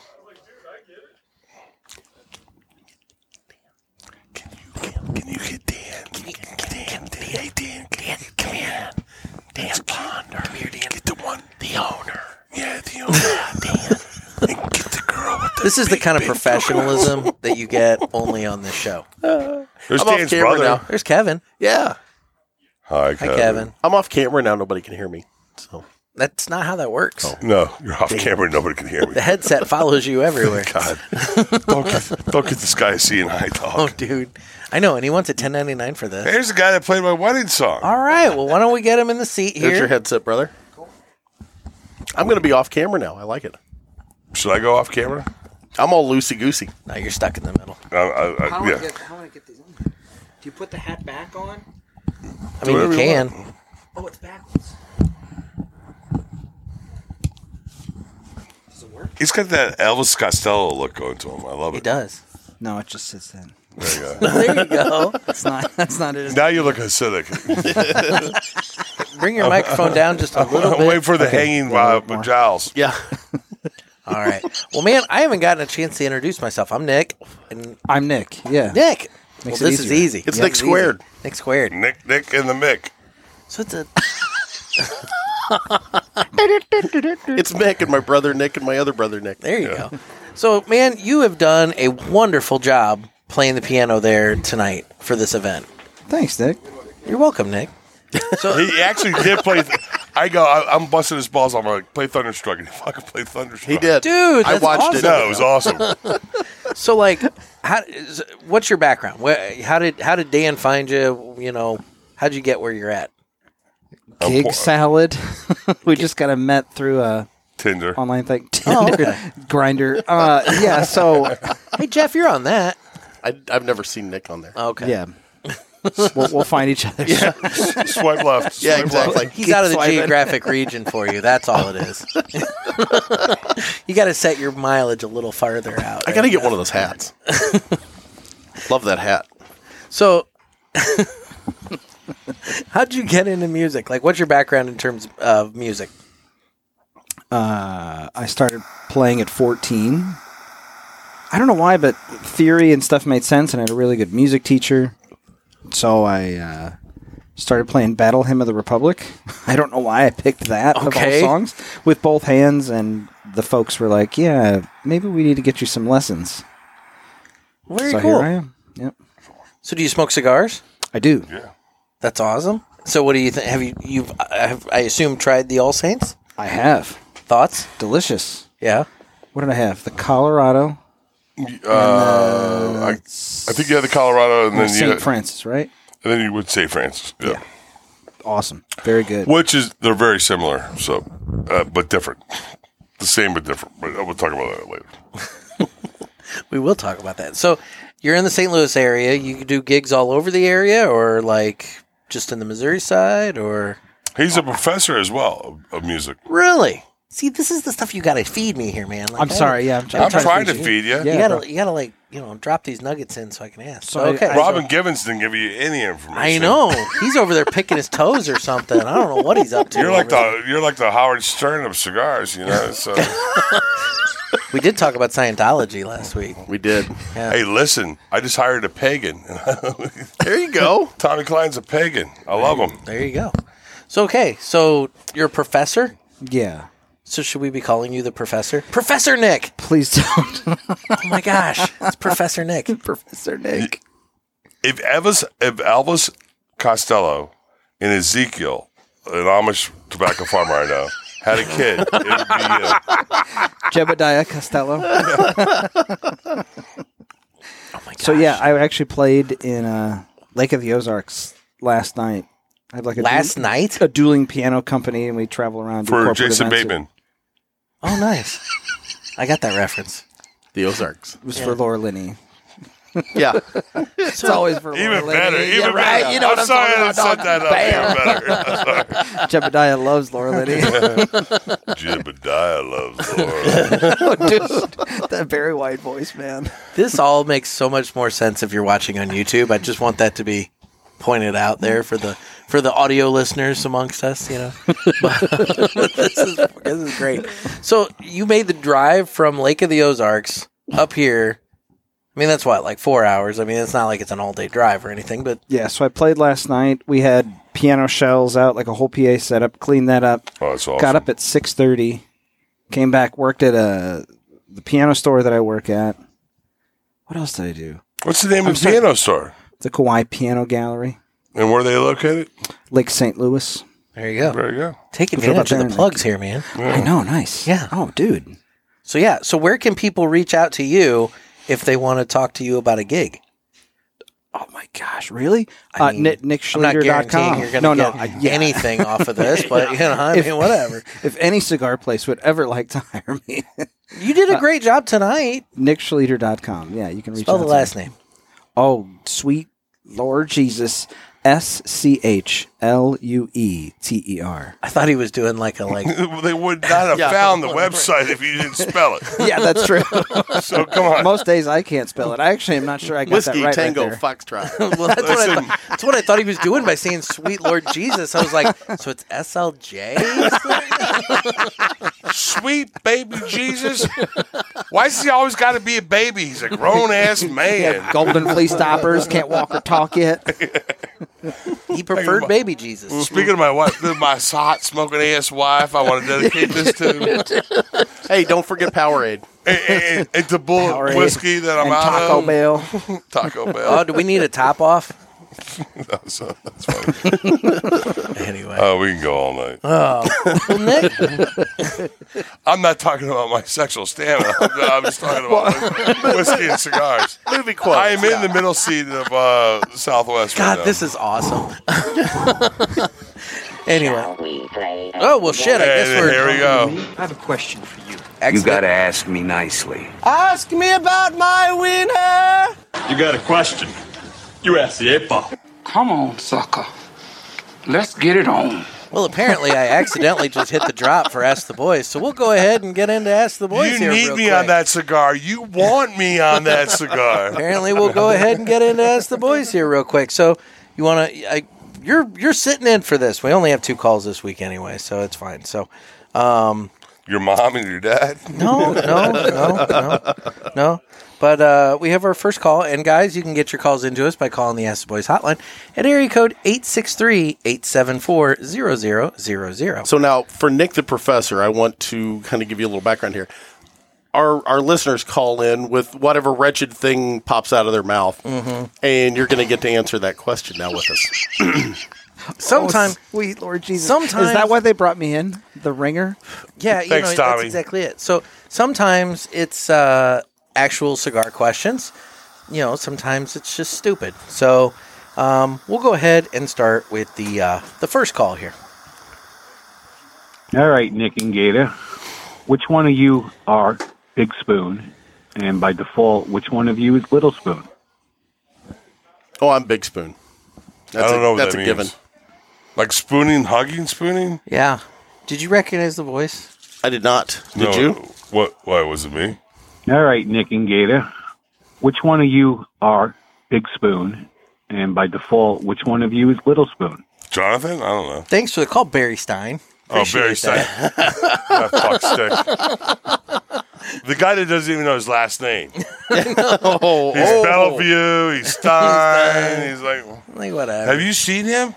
Speaker 3: Can you get Dan? Can you get Dan? Dan, Dan, Dan, come here. Dan Ponder. Come here, Dan. Get the one. The owner. *laughs* Yeah, the owner. *laughs* Dan. get the girl with the.
Speaker 2: this is the kind of professionalism that you get only on this
Speaker 4: *laughs*
Speaker 2: show.
Speaker 4: There's
Speaker 3: I'm off
Speaker 4: Dan's
Speaker 3: camera
Speaker 4: brother.
Speaker 3: now.
Speaker 2: There's Kevin.
Speaker 3: Yeah.
Speaker 4: Hi,
Speaker 2: Hi,
Speaker 4: Kevin.
Speaker 2: Kevin.
Speaker 3: I'm off camera now. Nobody can hear me. So
Speaker 2: That's not how that works.
Speaker 4: No, you're off camera. Nobody can hear
Speaker 2: *laughs*
Speaker 4: me.
Speaker 2: The headset follows you
Speaker 4: *laughs*
Speaker 2: everywhere.
Speaker 4: Oh, God, don't get, don't get this guy a seeing eye
Speaker 2: Oh,
Speaker 4: dog.
Speaker 2: dude. I know, and he wants a 10.99 for this.
Speaker 4: There's the guy that played my wedding song.
Speaker 2: All right. Well, why don't we get him in the seat
Speaker 3: There's
Speaker 2: here?
Speaker 3: your headset, brother. I'm going to be off camera now. I like it.
Speaker 4: Should I go off camera?
Speaker 3: I'm all loosey goosey.
Speaker 2: No, you're stuck in the middle.
Speaker 4: I, I, I,
Speaker 5: How do
Speaker 4: yeah.
Speaker 5: I get? How do I get these on? Do you put the hat back on?
Speaker 2: I mean,
Speaker 4: whatever
Speaker 2: you
Speaker 4: you
Speaker 2: can.
Speaker 5: Oh, it's backwards. Does it work?
Speaker 4: He's got that Elvis Costello look going to him. I love
Speaker 2: It
Speaker 4: it.
Speaker 2: does.
Speaker 5: No, it just sits in.
Speaker 4: There you go. *laughs*
Speaker 2: There you go.
Speaker 5: That's not. *laughs* That's not it.
Speaker 4: now you look acidic.
Speaker 2: Bring your microphone down just a little bit.
Speaker 4: *laughs* Wait for the hanging uh, jowls.
Speaker 5: *laughs*
Speaker 3: Yeah.
Speaker 2: All right. Well, man, I haven't gotten a chance to introduce myself. I'm Nick. And
Speaker 5: I'm Nick. Yeah.
Speaker 2: Nick.
Speaker 5: Makes
Speaker 2: well,
Speaker 5: it
Speaker 2: this is
Speaker 5: easier.
Speaker 2: easy.
Speaker 3: It's Nick
Speaker 2: easy.
Speaker 3: squared.
Speaker 2: Nick squared.
Speaker 4: Nick, Nick, and the Mick.
Speaker 2: So it's a
Speaker 3: It's Mick and my brother Nick and my other brother Nick.
Speaker 2: There you go. So, man, you have done a wonderful job playing the piano there tonight for this event.
Speaker 5: Thanks, Nick.
Speaker 2: You're welcome, Nick.
Speaker 4: He actually did play. Th- I go. I, I'm busting his balls. I'm like, play Thunderstruck, and he fucking played Thunderstruck.
Speaker 3: He did.
Speaker 2: Dude,
Speaker 3: I
Speaker 2: that's awesome.
Speaker 3: watched it.
Speaker 4: No, it was awesome.
Speaker 2: So, like, how, is, what's your background? Where, how did how did Dan find you? You know, how would you get where you're at?
Speaker 4: poor-
Speaker 5: Gig salad. *laughs* we just kind of met through a
Speaker 4: Tinder.
Speaker 5: online thing.
Speaker 2: Oh,
Speaker 5: Tinder,
Speaker 2: okay.
Speaker 5: *laughs* grinder. Uh, yeah. So
Speaker 2: Hey, Jeff, you're on that.
Speaker 3: I, I've never seen Nick on there.
Speaker 2: Okay.
Speaker 5: yeah, we'll, we'll find each other.
Speaker 4: Swipe left.
Speaker 3: yeah,
Speaker 4: swipe
Speaker 3: exactly.
Speaker 2: He's out of the
Speaker 5: Keep swiping.
Speaker 2: geographic region for you. That's all it *laughs* is. you got to set your mileage a little farther out.
Speaker 3: I got to get one of those
Speaker 5: *laughs*
Speaker 3: hats. Love that hat.
Speaker 2: So, how'd you get into music? Like, what's your background in terms of music?
Speaker 5: Uh, I started playing at 14. I don't know why, but theory and stuff made sense, and I had a really good music teacher. So I uh, started playing Battle Hymn of the Republic. *laughs* I don't know why I picked that
Speaker 2: Okay.
Speaker 5: of all songs with both hands, and the folks were like, "Yeah, maybe we need to get you some lessons."
Speaker 2: Very
Speaker 5: so
Speaker 2: cool.
Speaker 5: here I am. Yep,
Speaker 2: So, do you smoke cigars?
Speaker 5: I do.
Speaker 2: That's awesome. So, what do you think? Have you you've I have, I assume tried the All Saints?
Speaker 5: I have
Speaker 2: Thoughts?
Speaker 5: delicious.
Speaker 2: Yeah.
Speaker 5: What did I have? The Colorado
Speaker 4: Uh, I, I think you had the Colorado, and then you,
Speaker 5: St. Francis, right?
Speaker 4: and then you would say Francis. Yeah.
Speaker 5: Awesome. Very good.
Speaker 4: Which is they're very similar, so uh, but different. The same but different. But we'll talk about that later.
Speaker 2: We will talk about that. So, you're in the St. Louis area. You do gigs all over the area, or like just in the Missouri side, or
Speaker 4: He's a professor as well of, of music.
Speaker 2: really? See, this is the stuff you got to feed me here, man. Like,
Speaker 5: I'm
Speaker 2: I-
Speaker 5: sorry. Yeah, I'm,
Speaker 4: I'm trying to feed you.
Speaker 5: Yeah.
Speaker 2: You gotta, you gotta like, you know, drop these nuggets in so I can ask.
Speaker 5: So I-
Speaker 2: okay.
Speaker 5: I-
Speaker 4: Robin Givens didn't give you any information.
Speaker 2: I know he's over there picking his toes or something. I don't know what he's up to.
Speaker 4: You're like
Speaker 2: over there.
Speaker 4: the you're like the Howard Stern of cigars, you know. So
Speaker 2: *laughs* We did talk about Scientology last week.
Speaker 3: We
Speaker 5: *laughs*
Speaker 3: did.
Speaker 4: hey, listen, I just hired a pagan. *laughs*
Speaker 3: There you go.
Speaker 4: Tommy Klein's a pagan. I love him.
Speaker 2: There you go. So okay, so you're a professor.
Speaker 5: Yeah.
Speaker 2: So should we be calling you the professor, Professor Nick?
Speaker 5: Please *laughs* don't,
Speaker 2: Oh my gosh, it's Professor Nick.
Speaker 5: *laughs* Professor Nick.
Speaker 4: If Elvis if Elvis Costello and Ezekiel, an Amish tobacco farmer I know, had a kid, it would be uh,
Speaker 5: *laughs*
Speaker 4: you.
Speaker 5: Jebediah *laughs* Costello.
Speaker 2: Oh my gosh.
Speaker 5: So yeah, I actually played in uh, Lake of the Ozarks last night. I have like a
Speaker 2: last
Speaker 5: du-
Speaker 2: night.
Speaker 5: a dueling piano company, and we travel around do
Speaker 4: for
Speaker 5: corporate
Speaker 4: Jason
Speaker 5: events.
Speaker 4: Bateman.
Speaker 2: Oh nice. I got that reference.
Speaker 3: The Ozarks.
Speaker 5: It was for Laura Linney.
Speaker 3: Yeah.
Speaker 5: It's always for
Speaker 4: Even
Speaker 5: Laura
Speaker 4: better,
Speaker 5: Linney.
Speaker 4: even
Speaker 5: Yeah,
Speaker 4: better.
Speaker 5: right. You know
Speaker 4: I'm
Speaker 5: what
Speaker 4: sorry
Speaker 5: I'm talking
Speaker 4: I set
Speaker 5: about.
Speaker 4: that up. Even better.
Speaker 5: *laughs* Jebediah loves Laura *laughs* Linney. *laughs*
Speaker 4: Jebediah loves Laura.
Speaker 5: oh, dude, that very wide voice, man.
Speaker 2: This all makes so much more sense if you're watching on YouTube. I just want that to be pointed out there for the for the audio listeners amongst us. You know, But *laughs* this is this is great. So you made the drive from Lake of the Ozarks up here. I mean, that's what like four hours. I mean, it's not like it's an all day drive or anything, but
Speaker 5: Yeah, so I played last night. We had piano shells out, like a whole PA setup. Cleaned that up.
Speaker 4: Oh, that's awesome.
Speaker 5: Got up at six thirty, came back, worked at a the piano store that I work at. What else did I do?
Speaker 4: What's the name of the
Speaker 5: sorry.
Speaker 4: piano store?
Speaker 5: The Kauai Piano Gallery,
Speaker 4: And where are they located?
Speaker 5: Lake St. Louis.
Speaker 2: There you go.
Speaker 4: There you go.
Speaker 2: Take
Speaker 5: about
Speaker 2: advantage of
Speaker 5: there,
Speaker 2: the
Speaker 5: Nick?
Speaker 2: plugs here, man.
Speaker 5: I know. Nice.
Speaker 2: Yeah.
Speaker 5: Oh, dude.
Speaker 2: So yeah, so where can people reach out to you if they want to talk to you about a gig?
Speaker 5: Oh my gosh. Really?
Speaker 2: I
Speaker 5: uh,
Speaker 2: mean,
Speaker 5: Nick,
Speaker 2: I'm not guaranteeing
Speaker 5: nickschlager.com.
Speaker 2: you're going
Speaker 5: No,
Speaker 2: to
Speaker 5: no.
Speaker 2: get
Speaker 5: I- yeah.
Speaker 2: anything off of this, but you know, I
Speaker 5: If-
Speaker 2: mean, whatever.
Speaker 5: *laughs* If any cigar place would ever like to *laughs* hire me,
Speaker 2: You did a great job tonight.
Speaker 5: nickschleter.com. Yeah, Uh, you can reach
Speaker 2: Spell
Speaker 5: out
Speaker 2: the
Speaker 5: to
Speaker 2: last
Speaker 5: me.
Speaker 2: name.
Speaker 5: Oh, sweet Lord Jesus. S C H L U E T E R. *laughs*
Speaker 2: I thought he was doing like a like.
Speaker 4: *laughs*
Speaker 2: *laughs*
Speaker 4: they would not have
Speaker 3: Yeah.
Speaker 4: found the website if you didn't spell
Speaker 5: *laughs*
Speaker 4: it.
Speaker 5: Yeah, that's true.
Speaker 4: So come on.
Speaker 5: Most days I can't spell it. I actually am not sure I got
Speaker 3: Whiskey
Speaker 5: that right. right
Speaker 3: Tango
Speaker 5: there. *laughs*
Speaker 3: Foxtrot.
Speaker 2: Well, that's what, I
Speaker 4: Listen.
Speaker 2: thought, that's what I thought he was doing by saying "Sweet Lord Jesus." I was
Speaker 5: *laughs*
Speaker 2: like, so it's SLJ.
Speaker 4: Sweet baby Jesus. Why does he always got to be a baby? He's a
Speaker 2: *laughs*
Speaker 4: grown ass man.
Speaker 5: Golden fleece stoppers can't walk or talk yet.
Speaker 2: He preferred baby
Speaker 5: *laughs*
Speaker 2: Jesus.
Speaker 4: Speaking of my wife, my hot smoking ass wife, I want to dedicate
Speaker 2: *laughs*
Speaker 4: this to.
Speaker 3: hey, don't forget Powerade.
Speaker 4: And- and- It's a bullet
Speaker 5: Powerade
Speaker 4: whiskey that I'm
Speaker 5: and
Speaker 4: out
Speaker 5: Taco
Speaker 4: of.
Speaker 5: Bell.
Speaker 4: Taco
Speaker 2: *laughs*
Speaker 4: Bell.
Speaker 2: Oh, do we need a top off?
Speaker 4: So that's funny.
Speaker 2: Anyway,
Speaker 5: Uh,
Speaker 4: Oh, we can go all night.
Speaker 2: Oh. well, Nick,
Speaker 4: *laughs* I'm not talking about my sexual stamina. I'm just talking about whiskey
Speaker 2: *laughs*
Speaker 4: and cigars.
Speaker 3: Movie quotes.
Speaker 4: I am in the middle seat of uh, Southwest. right now.
Speaker 2: God, this is
Speaker 5: *laughs*
Speaker 2: awesome. *laughs* anyway,
Speaker 6: we play a
Speaker 2: oh well, shit. I guess
Speaker 4: And
Speaker 2: we're
Speaker 4: here we go.
Speaker 7: I have a question for you.
Speaker 8: You gotta ask me nicely.
Speaker 9: Ask me about my winner.
Speaker 10: You got a question? You ask the eight ball.
Speaker 9: Come on, sucker. Let's get it on.
Speaker 2: Well, apparently I accidentally just hit the drop for Ask the Boys, so we'll go ahead and get into Ask the Boys.
Speaker 4: You
Speaker 2: here
Speaker 4: need
Speaker 2: real
Speaker 4: me
Speaker 2: quick.
Speaker 4: on that cigar. You want me on that cigar.
Speaker 2: Apparently, we'll go ahead and get into Ask the Boys here real quick. So, you want to? You're you're sitting in for this. We only have two calls this week anyway, so it's fine. So,
Speaker 4: *laughs* Your mom and your dad.
Speaker 2: no, no, no, no, no. But uh, we have our first call. And guys, you can get your calls into us by calling the Ask the Boys hotline at area code 863 874 0000.
Speaker 3: So now for Nick the Professor, I want to kind of give you a little background here. Our our listeners call in with whatever wretched thing pops out of their mouth,
Speaker 5: Mm-hmm.
Speaker 3: and you're going to get to answer that question now with us.
Speaker 2: Sometimes,
Speaker 5: Sweet Lord Jesus.
Speaker 2: Sometimes-
Speaker 5: Is that why they brought me in? The ringer?
Speaker 2: Yeah, you
Speaker 4: Thanks,
Speaker 2: know,
Speaker 4: Tommy.
Speaker 2: that's exactly it. So sometimes it's uh, actual cigar questions. You know, sometimes it's just stupid. So um, we'll go ahead and start with the uh, the first call here.
Speaker 10: All right, Nick and Gator. Which one of you are Big Spoon? And by default, which one of you is Little Spoon?
Speaker 3: Oh, I'm Big Spoon. That's
Speaker 4: I don't
Speaker 3: a,
Speaker 4: know what
Speaker 3: that's
Speaker 4: that
Speaker 3: a
Speaker 4: means.
Speaker 3: given.
Speaker 4: Like spooning, hugging, spooning.
Speaker 2: Yeah, did you recognize the voice?
Speaker 3: I did not. Did
Speaker 4: No,
Speaker 3: you?
Speaker 4: What? Why was it me?
Speaker 10: All right, Nick and Gator. Which one of you are Big Spoon? And by default, which one of you is Little Spoon?
Speaker 4: Jonathan? I don't know.
Speaker 2: Thanks for the call, Barry Stein. Appreciate
Speaker 4: oh, Barry Stein.
Speaker 2: that.
Speaker 3: *laughs*
Speaker 4: that fuck stick. The guy that doesn't even know his last name.
Speaker 3: *laughs*
Speaker 4: He's
Speaker 3: Oh, oh. *laughs*
Speaker 4: Bellevue. He's Stein. he's like,
Speaker 2: Like whatever.
Speaker 4: have you seen him?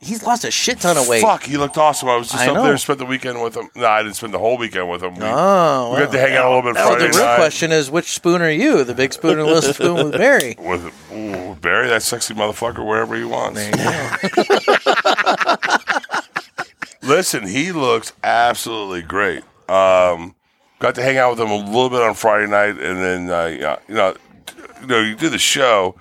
Speaker 2: He's lost a shit ton of weight.
Speaker 4: Fuck, he looked awesome. I was just
Speaker 2: I
Speaker 4: up
Speaker 2: know.
Speaker 4: there and spent the weekend with him. No, I didn't spend the whole weekend with him. We,
Speaker 2: Oh,
Speaker 4: we got to
Speaker 2: wow.
Speaker 4: hang out a little bit
Speaker 2: That was
Speaker 4: Friday
Speaker 2: the real
Speaker 4: night
Speaker 2: question: Is which spoon are you, the big spoon or the little spoon with Barry?
Speaker 4: with ooh, Barry, that sexy motherfucker, wherever he wants. *laughs* Listen, he looks absolutely great. Um, got to hang out with him a little bit on Friday night, and then uh, yeah, you know, you know, you do the show,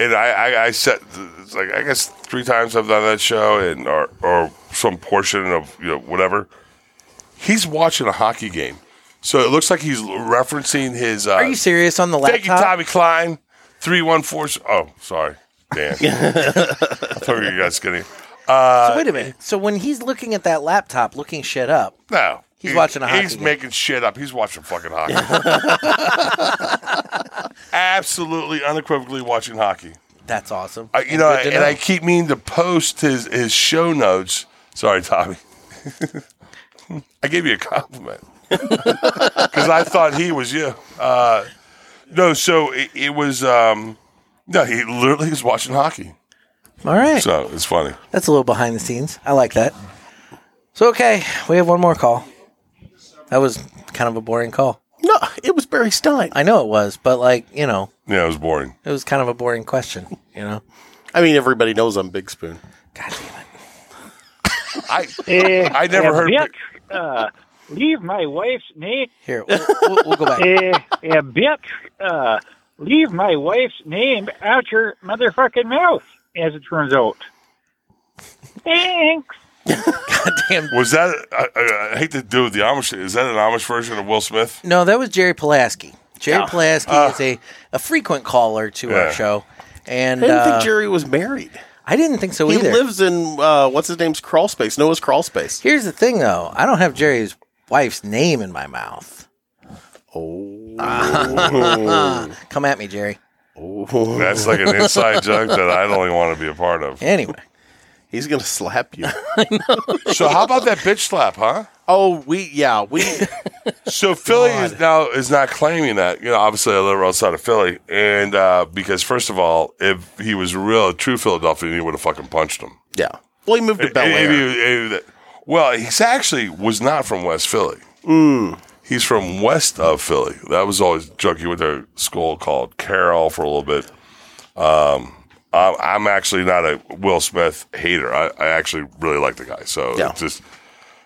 Speaker 4: and I, I, I set it's like I guess three times I've done that show, and or or some portion of you know whatever. He's watching a hockey game, so it looks like he's referencing his. Uh,
Speaker 2: Are you serious on the laptop?
Speaker 4: Thank you, Tommy Klein. Three one four. Oh, sorry,
Speaker 2: *laughs*
Speaker 4: Dan. I thought you guys skinny.
Speaker 2: So wait a minute. So when he's looking at that laptop, looking shit up,
Speaker 4: No,
Speaker 2: He's watching a hockey
Speaker 4: He's
Speaker 2: game.
Speaker 4: making shit up. He's watching fucking hockey. *laughs* Absolutely, unequivocally watching hockey.
Speaker 2: that's awesome.
Speaker 4: I, you
Speaker 2: And
Speaker 4: know,
Speaker 2: good to
Speaker 4: and I keep meaning to post his his show notes. Sorry, Tommy. *laughs* I gave you a compliment *laughs* because I thought he was you. Uh, no, so it, it was. Um, no, he literally is watching hockey.
Speaker 2: All right.
Speaker 4: So it's funny.
Speaker 2: That's a little behind the scenes. I like that. So, okay, we have one more call. That was kind of a boring call.
Speaker 3: No, it was Barry Stein.
Speaker 2: I know it was, but like, you know,
Speaker 4: Yeah, it was boring.
Speaker 2: it was kind of a boring question, you know?
Speaker 3: I mean, everybody knows I'm Big Spoon.
Speaker 2: God damn it.
Speaker 4: I
Speaker 6: Eh,
Speaker 4: I never
Speaker 6: a
Speaker 4: heard-
Speaker 6: Bitch, uh, leave my wife's name.
Speaker 2: Here, we'll, we'll, we'll go
Speaker 3: *laughs*
Speaker 2: back.
Speaker 6: Eh, a bitch, uh, leave my wife's name out your motherfucking mouth, as it turns out. Thanks.
Speaker 2: Damn.
Speaker 4: was that. I, I, I hate to do the Amish. Is that an Amish version of Will Smith?
Speaker 2: No, that was Jerry Pulaski. Jerry
Speaker 3: Ah.
Speaker 2: Pulaski is a, a frequent caller to
Speaker 4: Yeah.
Speaker 2: our show, and
Speaker 3: I didn't
Speaker 2: uh,
Speaker 3: think Jerry was married.
Speaker 2: I didn't think so
Speaker 3: He
Speaker 2: either.
Speaker 3: lives in uh, what's his name's crawl space. Noah's crawl space.
Speaker 2: Here's the thing, though. I don't have Jerry's wife's name in my mouth. Oh. *laughs* Come at me, Jerry.
Speaker 4: That's like an inside joke that I don't even want to be a part of.
Speaker 2: Anyway,
Speaker 3: He's gonna slap
Speaker 2: *laughs*
Speaker 3: you.
Speaker 4: So how about that bitch slap, huh?
Speaker 3: oh, we yeah
Speaker 2: *laughs*
Speaker 3: we.
Speaker 4: So Philly is now is not claiming that. You know, obviously I live outside of Philly, and uh, because first of all, if he was real a true Philadelphian, he would have fucking punched him.
Speaker 3: Yeah. Well, he moved to Bel
Speaker 4: If
Speaker 3: Air.
Speaker 4: he- if he- well, he's actually was not from West Philly.
Speaker 3: Mm.
Speaker 4: He's from west of Philly. That was always a joke. He went to a school called Carroll for a little bit. Um, I- I'm actually not a Will Smith hater. I, I actually really like the guy. So
Speaker 3: Yeah.
Speaker 4: it's just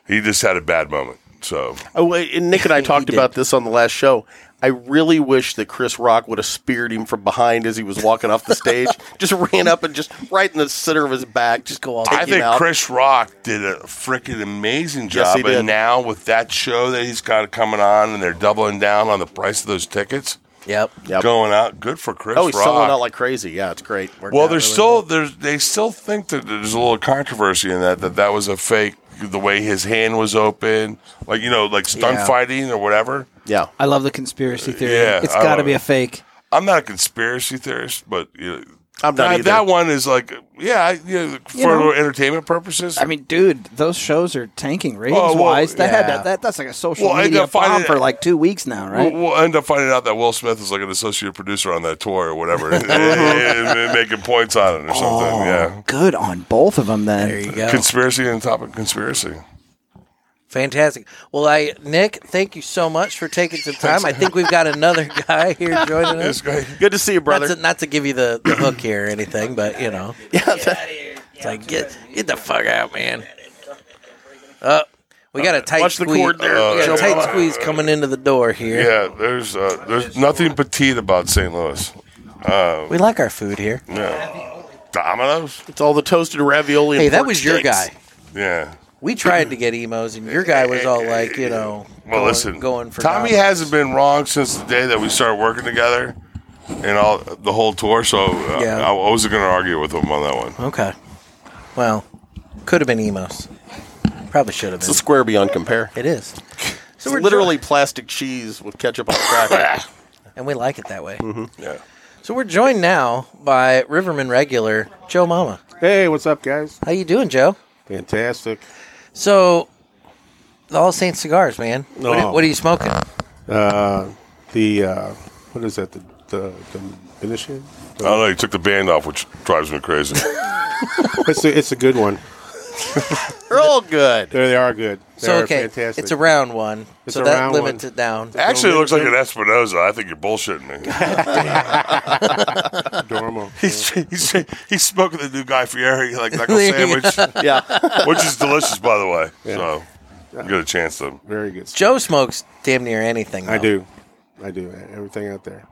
Speaker 4: he just had a bad moment. So
Speaker 3: Oh, wait, and Nick
Speaker 2: *laughs*
Speaker 3: and I talked
Speaker 2: did.
Speaker 3: about this on the last show. I really wish that Chris Rock would have speared him from behind as he was walking off
Speaker 2: *laughs*
Speaker 3: the stage. Just ran up and just right in the center of his back. Just
Speaker 2: go all-
Speaker 3: take
Speaker 4: I
Speaker 3: him
Speaker 4: think
Speaker 3: out.
Speaker 4: Chris Rock did a freaking amazing
Speaker 3: Yes,
Speaker 4: job.
Speaker 3: he did.
Speaker 4: and now with that show that he's got coming on, and they're doubling down on the price of those tickets
Speaker 2: yep.
Speaker 3: Yep.
Speaker 4: going out. Good for Chris
Speaker 3: Oh, he's
Speaker 4: Rock.
Speaker 3: selling out like crazy. Yeah, it's great. Worked
Speaker 4: Well,
Speaker 3: out
Speaker 4: there's
Speaker 3: really
Speaker 4: still there's they still think that there's a little controversy in that that that was a fake. The way his hand was open, like you know, like stunt
Speaker 2: Yeah.
Speaker 4: fighting or whatever.
Speaker 3: well.
Speaker 5: I love the conspiracy theory.
Speaker 4: Yeah,
Speaker 5: it's
Speaker 4: I
Speaker 5: got to
Speaker 4: love
Speaker 5: be
Speaker 4: it.
Speaker 5: a fake.
Speaker 4: I'm not a conspiracy theorist, but you know,
Speaker 3: I'm not
Speaker 4: that,
Speaker 3: either.
Speaker 4: that one is like, yeah, I- you know, for
Speaker 5: know.
Speaker 4: entertainment purposes.
Speaker 5: I mean, dude, those shows are tanking ratings
Speaker 4: well,
Speaker 5: wise. That had
Speaker 2: yeah.
Speaker 5: that, that that's like a social
Speaker 4: Well, I
Speaker 5: media
Speaker 4: gotta find
Speaker 5: bomb
Speaker 4: it-
Speaker 5: for like two weeks now, right?
Speaker 4: We'll, we'll end up finding out that Will Smith is like an associate producer on that tour or whatever, and, and- and making points on it or something. yeah,
Speaker 5: Good on both of them then.
Speaker 2: There you go.
Speaker 4: conspiracy and topic conspiracy.
Speaker 2: Fantastic. Well, I Nick, thank you so much for taking some time. I think we've got another *laughs* guy here joining us.
Speaker 4: This guy,
Speaker 3: good. Good to see you,
Speaker 2: Not
Speaker 3: brother.
Speaker 2: to, not to give you the, the hook here or anything, but you know,
Speaker 3: *laughs* yeah, that-
Speaker 2: it's like get get the fuck out, man. Uh, we got a tight
Speaker 3: Watch the
Speaker 2: squeeze.
Speaker 3: cord there.
Speaker 2: we got
Speaker 4: Uh,
Speaker 2: a tight squeeze coming into the door here.
Speaker 4: yeah. There's uh, there's nothing petite about St. Louis.
Speaker 2: We like our food here.
Speaker 4: Yeah, Domino's.
Speaker 3: it's all the toasted ravioli. and
Speaker 2: Hey, that
Speaker 3: pork
Speaker 2: was your
Speaker 3: steaks.
Speaker 2: guy.
Speaker 4: Yeah.
Speaker 2: We tried to get emos, and your guy was all like, you know,
Speaker 4: Well,
Speaker 2: going,
Speaker 4: listen,
Speaker 2: going for
Speaker 4: Tommy
Speaker 2: Domino's.
Speaker 4: hasn't been wrong since the day that we started working together and all the whole tour. So uh,
Speaker 2: Yeah.
Speaker 4: I wasn't going to argue with him on that one.
Speaker 2: Okay. Well, could have been emos. Probably should have
Speaker 3: It's a
Speaker 2: been.
Speaker 3: square beyond compare.
Speaker 2: It is.
Speaker 3: It's literally plastic cheese with ketchup on cracker.
Speaker 2: jo- and we like it that way.
Speaker 7: Mm-hmm.
Speaker 4: Yeah.
Speaker 2: So we're joined now by Riverman regular Joe Mama.
Speaker 7: Hey, what's up, guys?
Speaker 2: How you doing, Joe?
Speaker 7: Fantastic.
Speaker 2: So, the All Saints cigars, man. What,
Speaker 7: Oh.
Speaker 2: what are you smoking?
Speaker 7: Uh, the uh, what is that? The the, the Venetian?
Speaker 4: I don't know. He took the band off, which drives me *laughs* crazy.
Speaker 7: It's a, it's a good one.
Speaker 3: They're all good.
Speaker 7: They they are good. They
Speaker 2: So
Speaker 7: are
Speaker 2: okay,
Speaker 7: fantastic.
Speaker 2: it's a round one,
Speaker 7: It's
Speaker 2: so
Speaker 7: a
Speaker 2: that
Speaker 7: round
Speaker 2: limits
Speaker 7: one.
Speaker 2: it down.
Speaker 4: Actually, it looks like an Espinosa. I think you're bullshitting me.
Speaker 7: Dormo.
Speaker 4: *laughs* he's, he's, he's smoking the new Guy Fieri, like knuckle *laughs* sandwich,
Speaker 3: Yeah.
Speaker 4: which is delicious, by the way. So you get a chance to.
Speaker 7: Very good. stuff.
Speaker 2: Joe smokes damn near anything.
Speaker 7: I
Speaker 2: though.
Speaker 7: do. I do. Everything out there.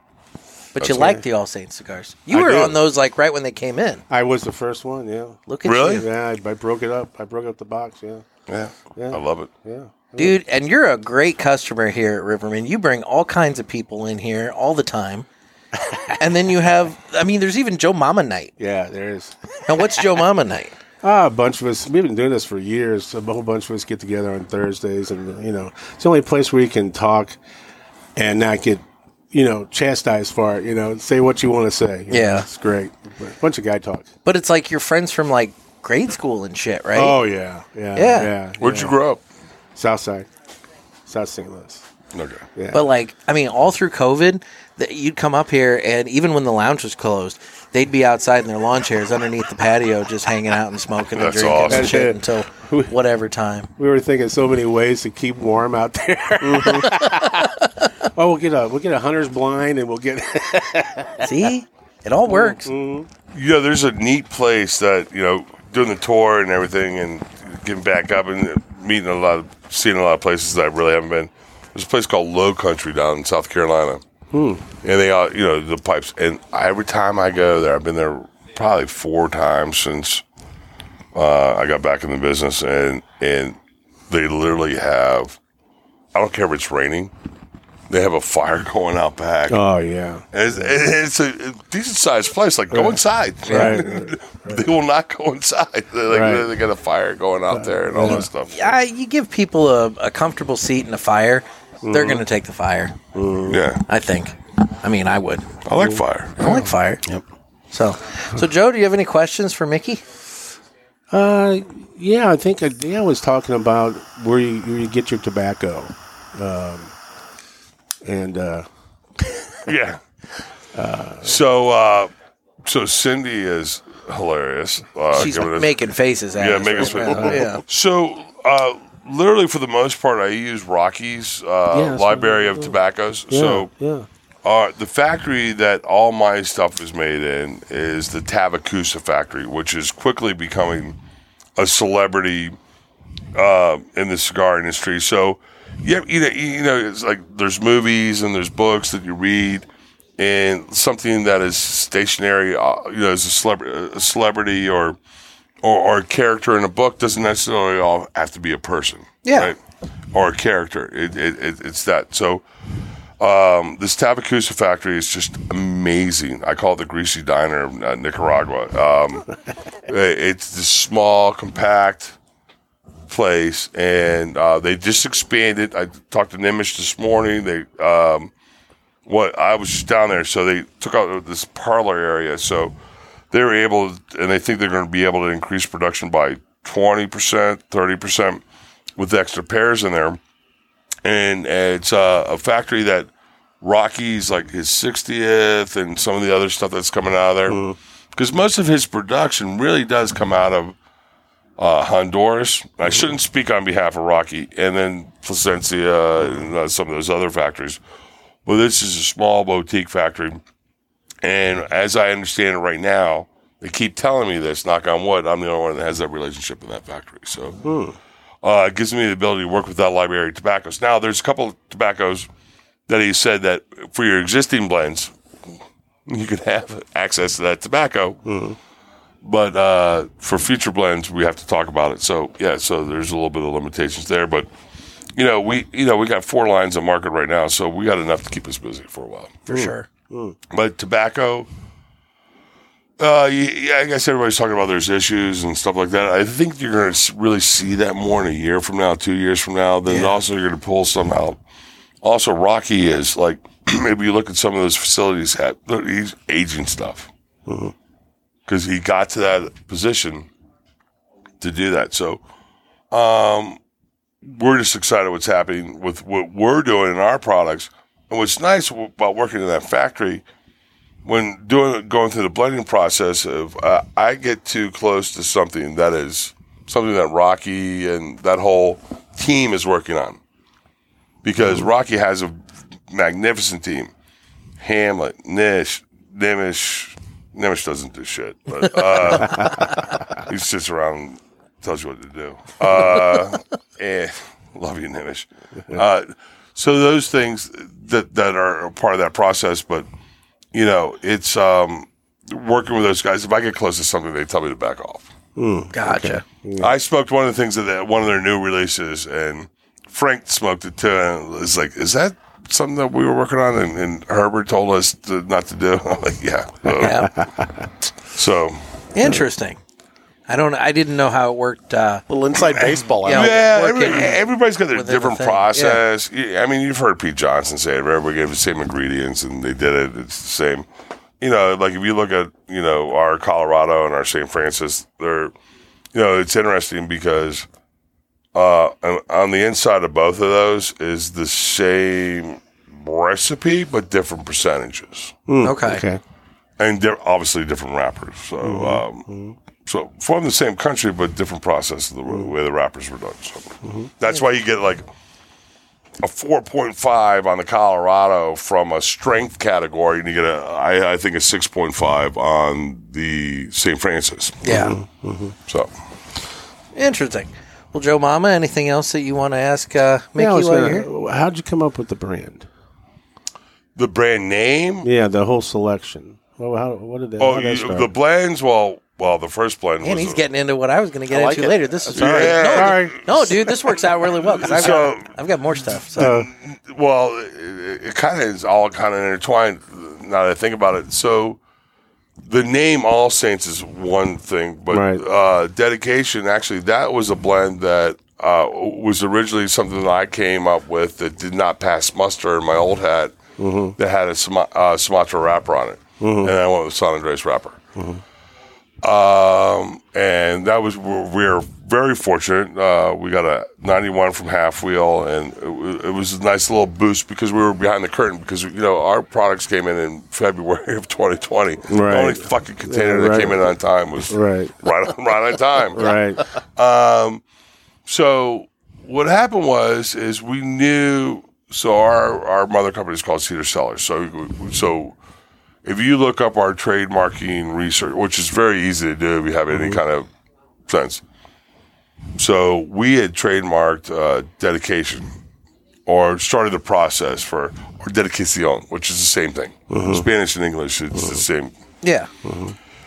Speaker 2: but you like the All Saints cigars. You
Speaker 7: I
Speaker 2: were
Speaker 7: do.
Speaker 2: on those like right when they came in.
Speaker 7: I was the first one, yeah.
Speaker 2: Look at
Speaker 4: Really?
Speaker 2: you.
Speaker 7: Yeah, I, I broke it up. I broke up the box, yeah.
Speaker 4: Yeah.
Speaker 7: Yeah.
Speaker 4: I love it.
Speaker 7: Yeah.
Speaker 2: Dude, and you're a great customer here at Riverman. You bring all kinds of people in here all
Speaker 7: *laughs*
Speaker 2: the time. and then you have, I mean, there's even Joe Mama Night.
Speaker 7: Yeah, there is.
Speaker 2: Now, what's Joe Mama Night?
Speaker 7: Ah, a bunch of us. We've been doing this for years. A whole bunch of us get together on Thursdays, and you know, it's the only place where you can talk and not get, you know, chastised for it. You know, say what you want to say. you know.
Speaker 2: Yeah.
Speaker 7: it's great. But bunch of guy talk.
Speaker 2: But it's like your friends from like grade school and shit, right?
Speaker 7: Oh yeah, yeah,
Speaker 2: Yeah.
Speaker 7: yeah. yeah
Speaker 4: Where'd you grow up?
Speaker 7: Southside, South St. Louis.
Speaker 4: Okay.
Speaker 7: Yeah,
Speaker 2: But like, I mean, all through COVID, that you'd come up here, and even when the lounge was closed, they'd be outside in their lawn chairs underneath the patio, just hanging out and smoking and
Speaker 4: That's
Speaker 2: drinking
Speaker 4: awesome.
Speaker 2: and shit until whatever time.
Speaker 7: we were thinking so many ways to keep warm out there.
Speaker 2: Mm-hmm.
Speaker 7: *laughs* oh, we'll get a we'll get a hunter's blind, and we'll
Speaker 2: *laughs*
Speaker 7: get
Speaker 2: See, it all works.
Speaker 4: you know, there's a neat place that you know doing the tour and everything, and getting back up and meeting a lot, of, seeing a lot of places that I really haven't been. There's a place called Low Country down in South Carolina, and they all, you know, the pipes. And every time I go there, I've been there probably four times since uh, I got back in the business, and and they literally have, I don't care if it's raining, they have a fire *laughs* going out back.
Speaker 7: Oh yeah.
Speaker 4: And It's, it's a decent sized place. Like, go inside.
Speaker 7: *laughs* Right,
Speaker 4: *laughs* they will not go inside. *laughs* They're like,
Speaker 7: Right.
Speaker 4: They got a fire going out there and all that stuff.
Speaker 2: Yeah, you give people a, a comfortable seat and a fire, they're going to take the fire.
Speaker 4: Yeah.
Speaker 2: I think. I mean, I would.
Speaker 4: I like fire.
Speaker 2: I like fire. Yep. So, so Joe, do you have any questions for Mickey?
Speaker 7: Uh, yeah, I think uh, Dan was talking about where you, where you get your tobacco, um, and uh,
Speaker 4: *laughs* Yeah. so, uh, so Cindy is hilarious. Uh,
Speaker 2: She's
Speaker 4: giving us-
Speaker 2: making faces at
Speaker 4: yeah,
Speaker 2: us
Speaker 4: making
Speaker 2: right
Speaker 4: *laughs*
Speaker 2: now. Yeah.
Speaker 4: So, uh, literally for the most part, I use Rocky's
Speaker 7: Yeah,
Speaker 4: uh,
Speaker 7: that's
Speaker 4: Library of Tobaccos.
Speaker 7: yeah,
Speaker 4: So,
Speaker 7: yeah,
Speaker 4: Uh, the factory that all my stuff is made in is the Tabacusa factory, which is quickly becoming a celebrity uh, in the cigar industry. So, yeah, you know, you know, it's like there's movies and there's books that you read, and something that is stationary, uh, you know, is a, celebra- a celebrity or, or or a character in a book doesn't necessarily all have to be a person,
Speaker 2: Yeah.
Speaker 4: or a character. It, it, it, it's that so um, this Tabacusa factory is just amazing. I call it the greasy diner of uh, Nicaragua. Um, it- it's this small, compact place, and uh, they just expanded. I talked to Nimish this morning. They um, what I was just down there, so they took out this parlor area. So they were able, and they think they're going to be able to increase production by twenty percent, thirty percent, with extra pairs in there and it's uh, a factory that Rocky's like his 60th and some of the other stuff that's coming out of there. Because most of his production really does come out of uh, Honduras. I shouldn't speak on behalf of Rocky and then Placencia and uh, some of those other factories. Well, this is a small boutique factory. And as I understand it right now, they keep telling me this, knock on wood, I'm the only one that has that relationship in that factory. So uh, it gives me the ability to work with that library of tobaccos. Now, there's a couple of tobaccos that he said that for your existing blends, you could have access to that tobacco. But uh, for future blends, we have to talk about it. So yeah, so there's a little bit of limitations there, but you know we you know we got four lines on market right now, so we got enough to keep us busy for a while for sure. But tobacco, uh, you, yeah, I guess everybody's talking about there's issues and stuff like that. I think you're going to really see that more in a year from now, two years from now. Then also you're going to pull some out. Also, Rocky is like *clears throat* maybe you look at some of those facilities have he's aging stuff because he got to that position to do that. So, um, we're just excited what's happening with what we're doing in our products. And what's nice about working in that factory when doing going through the blending process if uh, I get too close to something that is something that Rocky and that whole team is working on because Rocky has a magnificent team Hamlet Nish Nimish Nimish doesn't do shit but uh, he sits around and tells you what to do uh, eh, love you Nimish uh, so those things that that are a part of that process but you know, it's um, working with those guys. If I get close to something, they tell me to back off.
Speaker 2: Gotcha.
Speaker 4: I smoked one of the things that they, one of their new releases, and Frank smoked it too. And it's like, is that something that we were working on? And, and Herbert told us to, not to do. *laughs* I'm like, yeah.
Speaker 7: *laughs*
Speaker 2: Yeah.
Speaker 4: So
Speaker 2: Interesting. I don't. I didn't know how it worked. Uh,
Speaker 3: little inside baseball.
Speaker 2: Yeah.
Speaker 3: Yeah.
Speaker 4: yeah,
Speaker 2: working
Speaker 4: every- everybody's got their
Speaker 2: within the
Speaker 4: different
Speaker 2: thing, yeah.
Speaker 4: process. Yeah, I mean, you've heard Pete Johnson say it. right? Everybody gave the same ingredients and they did it. It's the same. You know, like if you look at you know our Colorado and our St. Francis, they're you know it's interesting because uh, on- on the inside of both of those is the same recipe but different percentages
Speaker 2: okay.
Speaker 7: Hmm, okay,
Speaker 4: and they're obviously different rappers. So,
Speaker 2: Mm-hmm.
Speaker 4: um, so from the same country, but different process of the
Speaker 2: Mm-hmm.
Speaker 4: way- way the rappers were done. So that's why you get like a four point five on the Colorado from a strength category, and you get a I, I think a six point five on the St. Francis.
Speaker 7: Hmm.
Speaker 2: Yeah.
Speaker 4: So
Speaker 2: Interesting. Well, Joe Mama, anything else that you want to ask uh, Mickey
Speaker 7: Yeah, I was
Speaker 2: while you're
Speaker 7: gonna-
Speaker 2: here?
Speaker 7: How'd you come up with the brand?
Speaker 4: The brand name?
Speaker 7: Yeah, the whole selection. Well, how, what did they?
Speaker 4: Oh,
Speaker 7: how'd that
Speaker 4: you,
Speaker 7: start?
Speaker 4: the blends. Well, well, the first blend
Speaker 2: And
Speaker 4: was
Speaker 2: he's getting into what I was going to get
Speaker 4: I like
Speaker 2: into
Speaker 4: it.
Speaker 2: later. This is
Speaker 4: Yeah.
Speaker 2: already No,
Speaker 4: Sorry.
Speaker 2: th- no, dude, this works out really well because I've,
Speaker 4: So-
Speaker 2: got, I've got more stuff. So
Speaker 7: Oh.
Speaker 4: Uh, well, it, it kind of is all kind of intertwined now that I think about it. So the name All Saints is one thing, but
Speaker 7: Right.
Speaker 4: uh, dedication actually that was a blend that uh, was originally something that I came up with that did not pass muster in my old hat that had a Suma- uh, Sumatra wrapper on it, and I went with San Andres wrapper. Um, and that was we we're very fortunate. Uh, we got a 91 from Half Wheel, and it, wa- it was a nice little boost because we were behind the curtain because you know our products came in in February of 2020.
Speaker 7: Right.
Speaker 4: The only fucking container
Speaker 7: Yeah,
Speaker 4: that
Speaker 7: right.
Speaker 4: came in on time was
Speaker 7: Right.
Speaker 4: right on right on time.
Speaker 7: *laughs* right.
Speaker 4: So what happened was is we knew. So our our mother company is called Cedar Cellars. So so if you look up our trademarking research, which is very easy to do if you have any kind of sense. So we had trademarked uh, dedication or started the process for or dedicación, which is the same thing. Spanish and English, it's the same
Speaker 2: yeah,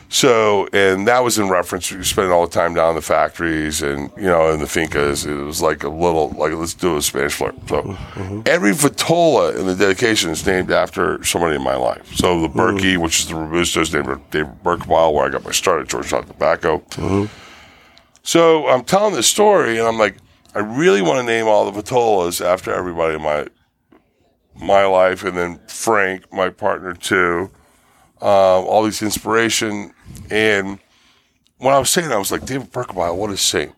Speaker 4: so, and that was in reference. We spent all the time down in the factories and, you know, in the fincas. It was like a little, like, let's do a Spanish flirt. So, every vitola in the dedication is named after somebody in my life. So, the Berkey, which is the Robusto, is named after David Berkebile, where I got my start at Georgetown Tobacco. So, I'm telling this story, and I'm like, I really want to name all the vitolas after everybody in my my life, and then Frank, my partner, too um, all these inspiration. And when I was saying, that, I was like, David Berkebile, what a saint.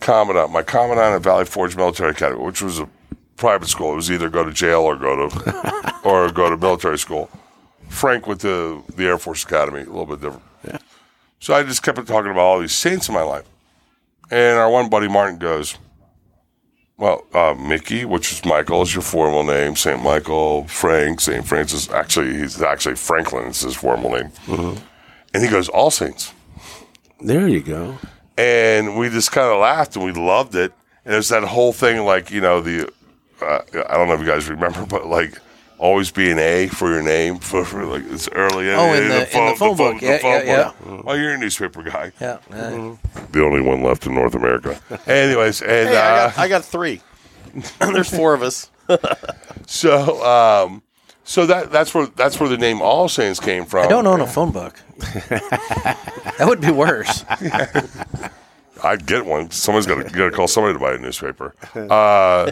Speaker 4: Commandant, my commandant at Valley Forge Military Academy, which was a private school. It was either go to jail or go to or go to military school. Frank went to the Air Force Academy, a little bit different. So I just kept on talking about all these saints in my life. And our one buddy Martin goes, well, uh, Mickey, which is Michael, is your formal name. Saint Michael, Frank, Saint Francis. Actually, he's actually Franklin is his formal name.
Speaker 2: Mm-hmm.
Speaker 4: And he goes All Saints,
Speaker 7: There you go.
Speaker 4: and we just kind of laughed and we loved it. And it was that whole thing, like you know, the uh, I don't know if you guys remember, but like always be an A for your name for, for like it's early.
Speaker 2: Oh, in the- in the phone book. Yeah, yeah,
Speaker 4: Well, Oh, you're a newspaper guy,
Speaker 2: yeah. Uh,
Speaker 7: Mm-hmm.
Speaker 4: the only one left in
Speaker 2: *laughs*
Speaker 4: North America. Anyways, and
Speaker 3: Hey, I,
Speaker 4: uh,
Speaker 3: got, I got three. *clears throat* There's four of us.
Speaker 4: So, um, so that that's where that's where the name All Saints came from.
Speaker 2: I don't own a
Speaker 7: *laughs*
Speaker 2: phone book. that would be worse.
Speaker 4: I'd get one. Somebody's got to got to call somebody to buy a newspaper. Uh,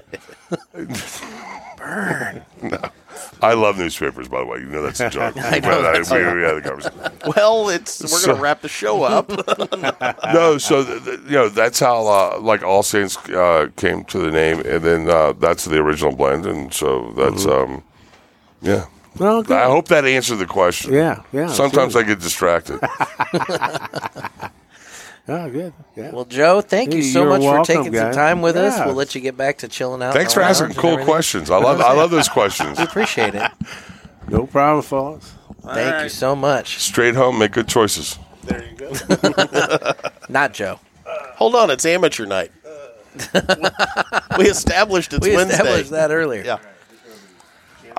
Speaker 4: Burn. No. I love newspapers, by the way. You know that's a joke. I
Speaker 2: know, that's
Speaker 4: we, we had a conversation.
Speaker 3: Well, it's we're
Speaker 4: So-
Speaker 3: gonna wrap the show up.
Speaker 4: no, so th- th- you know that's how uh, like All Saints uh, came to the name, and then uh, that's the original blend, and so that's um, yeah.
Speaker 7: Well,
Speaker 4: I
Speaker 7: good.
Speaker 4: hope that answered the question.
Speaker 7: Yeah, yeah.
Speaker 4: Sometimes I get distracted.
Speaker 7: Oh, good. Yeah.
Speaker 2: Well, Joe, thank you
Speaker 7: Hey,
Speaker 2: so
Speaker 7: you're
Speaker 2: much
Speaker 7: welcome,
Speaker 2: for taking some
Speaker 7: guys.
Speaker 2: time with us.
Speaker 7: Yeah.
Speaker 2: We'll let you get back to chilling out.
Speaker 4: Thanks
Speaker 2: in
Speaker 4: for
Speaker 2: the
Speaker 4: asking
Speaker 2: lounge and
Speaker 4: cool
Speaker 2: everything.
Speaker 4: questions. I love I love
Speaker 2: *laughs*
Speaker 4: those questions.
Speaker 2: We appreciate
Speaker 3: *laughs*
Speaker 2: it.
Speaker 7: no problem, fellas.
Speaker 2: Thank you so much.
Speaker 4: Straight home, make good choices.
Speaker 2: Not Joe.
Speaker 3: Hold on, it's amateur night. we established it's
Speaker 2: We
Speaker 3: Wednesday.
Speaker 2: established that earlier.
Speaker 3: Yeah.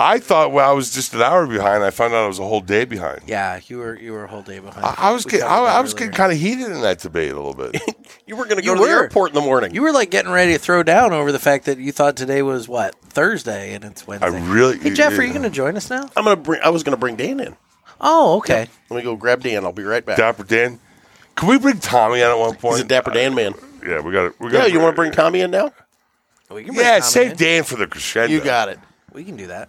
Speaker 4: I thought well, I was just an hour behind. I found out I was a whole day behind.
Speaker 2: Yeah, you were you were a whole day behind.
Speaker 4: I, I was
Speaker 2: We
Speaker 4: getting, I,
Speaker 2: talked about
Speaker 4: I was
Speaker 2: earlier.
Speaker 4: getting kind of heated in that debate a
Speaker 2: *laughs*
Speaker 4: little bit.
Speaker 3: You were going to
Speaker 2: You
Speaker 3: go to the
Speaker 2: were.
Speaker 3: airport in the morning.
Speaker 2: You were like getting ready to throw down over the fact that you thought today was what Thursday and it's
Speaker 4: I
Speaker 2: Wednesday.
Speaker 4: really.
Speaker 2: hey Jeff, are you going to join us now?
Speaker 3: I'm going to bring. I was going to bring Dan in.
Speaker 2: Oh, okay.
Speaker 3: Let me go grab Dan. I'll be right back.
Speaker 4: Dapper Dan? Can we bring Tommy in at one
Speaker 3: He's
Speaker 4: point?
Speaker 3: a dapper Dan man.
Speaker 4: yeah, we got it. We
Speaker 3: Yeah,
Speaker 4: got
Speaker 3: Uh, you want to bring Tommy in now?
Speaker 2: We can bring
Speaker 4: Yeah,
Speaker 2: Tommy
Speaker 4: save
Speaker 2: in.
Speaker 4: Dan for the crescendo.
Speaker 3: You got it.
Speaker 2: We can do that.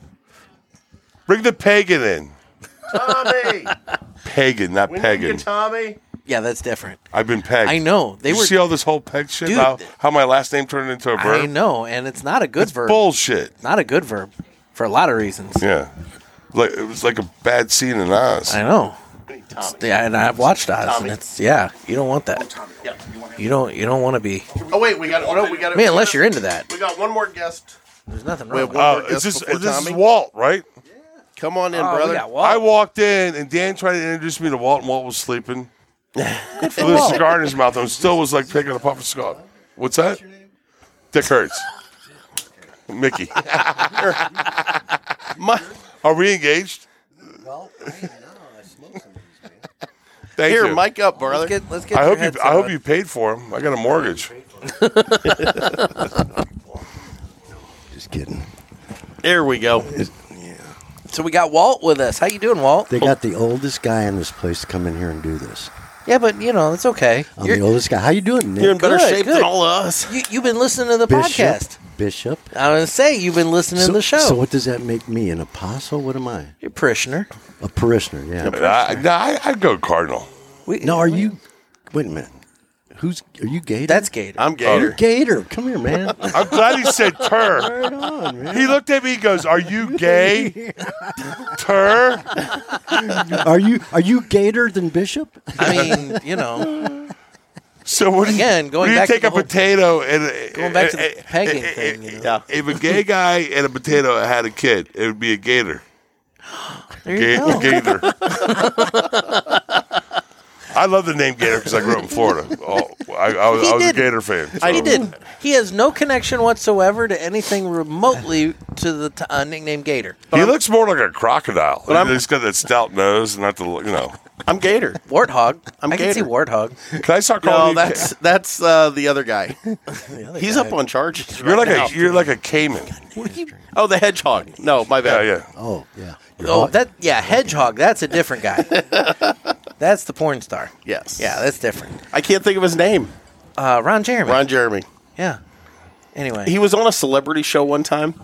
Speaker 4: Bring the pagan in.
Speaker 3: Tommy,
Speaker 4: Pagan, not pagan.
Speaker 3: Tommy.
Speaker 2: Yeah, that's different.
Speaker 4: I've been pegged.
Speaker 2: I know. They
Speaker 4: Did you
Speaker 2: were-
Speaker 4: see all this whole peg shit.
Speaker 2: Dude.
Speaker 4: how, how my last name turned into a verb.
Speaker 2: I know, and it's not a good
Speaker 4: It's
Speaker 2: verb.
Speaker 4: bullshit.
Speaker 2: Not a good verb for a lot of reasons.
Speaker 4: Yeah. Like it was like a bad scene in Oz.
Speaker 2: I know. It's- Yeah, and I've watched Oz, and it's yeah, you don't want that. You don't. You don't want to be.
Speaker 3: Oh wait, we got. Oh, no, we got.
Speaker 2: I mean, unless you're into that.
Speaker 3: We got one more guest.
Speaker 2: There's nothing wrong.
Speaker 3: We have
Speaker 2: With
Speaker 3: one
Speaker 4: Uh,
Speaker 3: more
Speaker 4: is
Speaker 3: guest
Speaker 4: this
Speaker 3: before
Speaker 4: is this
Speaker 3: Tommy.
Speaker 4: Walt, right?
Speaker 3: Come on in,
Speaker 2: Oh, we
Speaker 3: brother.
Speaker 2: got Walt.
Speaker 4: I walked in and Dan tried to introduce me to Walt and Walt was sleeping. With a cigar in his mouth and still was like picking a puff of cigar. What's that? Dick Hurts. Mickey. My- are we engaged? Thank
Speaker 3: Here,
Speaker 4: you.
Speaker 3: mic up, brother.
Speaker 2: Let's get, let's get
Speaker 4: I
Speaker 2: your
Speaker 4: hope you.
Speaker 2: headset
Speaker 4: I hope
Speaker 2: on.
Speaker 4: you paid for him. I got a mortgage.
Speaker 5: Just kidding.
Speaker 3: There we go.
Speaker 2: So we got Walt with us. How you doing, Walt?
Speaker 5: They got the oldest guy in this place to come in here and do this.
Speaker 2: yeah, but you know it's okay.
Speaker 5: I'm
Speaker 2: You're-
Speaker 5: the oldest guy. How you doing, Nick?
Speaker 3: You're in better
Speaker 2: Good,
Speaker 3: shape
Speaker 2: good.
Speaker 3: than all of us.
Speaker 2: you, you've been listening to the podcast.
Speaker 5: Bishop.
Speaker 2: I was gonna say you've been listening to the show.
Speaker 5: So what does that make me? An apostle? What am I?
Speaker 2: You're parishioner.
Speaker 5: A parishioner? Yeah.
Speaker 4: I, no, I, I'd go Cardinal.
Speaker 2: We,
Speaker 5: No, are you? Wait a minute. Who's are you Gator?
Speaker 2: That's Gator.
Speaker 3: I'm
Speaker 5: You're
Speaker 3: Gator.
Speaker 5: Gator. Come
Speaker 2: *laughs*
Speaker 5: here, man.
Speaker 4: Oh. I'm glad he said tur.
Speaker 5: right on, man.
Speaker 4: He looked at me. He goes, "Are you gay, tur?"
Speaker 5: Are you are you Gator than Bishop?
Speaker 2: I mean, you know,
Speaker 4: So what do you-
Speaker 2: Again, going
Speaker 4: what do you
Speaker 2: back to
Speaker 4: take
Speaker 2: the
Speaker 4: a
Speaker 2: whole-
Speaker 4: potato and
Speaker 2: going back to
Speaker 4: and-
Speaker 2: the pegging
Speaker 4: and-
Speaker 2: thing, you know.
Speaker 4: Yeah. If a gay guy and a potato had a kid, it would be a gator.
Speaker 2: *gasps* there you
Speaker 4: Ga-
Speaker 2: go.
Speaker 4: Gator. I love the name Gator because I grew up in Florida. Oh, I, I, was,
Speaker 2: He
Speaker 4: I was a
Speaker 2: did. Oh,
Speaker 4: Gator fan.
Speaker 2: He
Speaker 4: so-
Speaker 2: did. He has no connection whatsoever to anything remotely to the t- uh, nickname Gator.
Speaker 4: He looks more like a crocodile.
Speaker 3: I'm-
Speaker 4: He's got that stout nose, and not the you know.
Speaker 3: I'm Gator.
Speaker 2: Warthog.
Speaker 3: I'm
Speaker 2: I can see
Speaker 3: Gator.
Speaker 2: Warthog.
Speaker 4: Can I start
Speaker 3: *laughs*
Speaker 4: calling
Speaker 3: No,
Speaker 4: you?
Speaker 3: that's that's uh, the
Speaker 2: *laughs*
Speaker 3: other guy. He's up on charges.
Speaker 4: you're
Speaker 3: right
Speaker 4: like
Speaker 3: now.
Speaker 4: a you're like a caiman.
Speaker 3: oh the hedgehog. No, my
Speaker 4: Yeah,
Speaker 3: bad.
Speaker 4: yeah.
Speaker 5: Oh yeah. You're
Speaker 2: Oh,
Speaker 5: hot.
Speaker 2: that yeah, Hedgehog. That's a different guy. that's the porn star.
Speaker 3: Yes.
Speaker 2: Yeah, that's different.
Speaker 3: I can't think of his name.
Speaker 2: Uh, Ron Jeremy.
Speaker 3: Ron Jeremy.
Speaker 2: Yeah. Anyway,
Speaker 3: He was on a celebrity show one time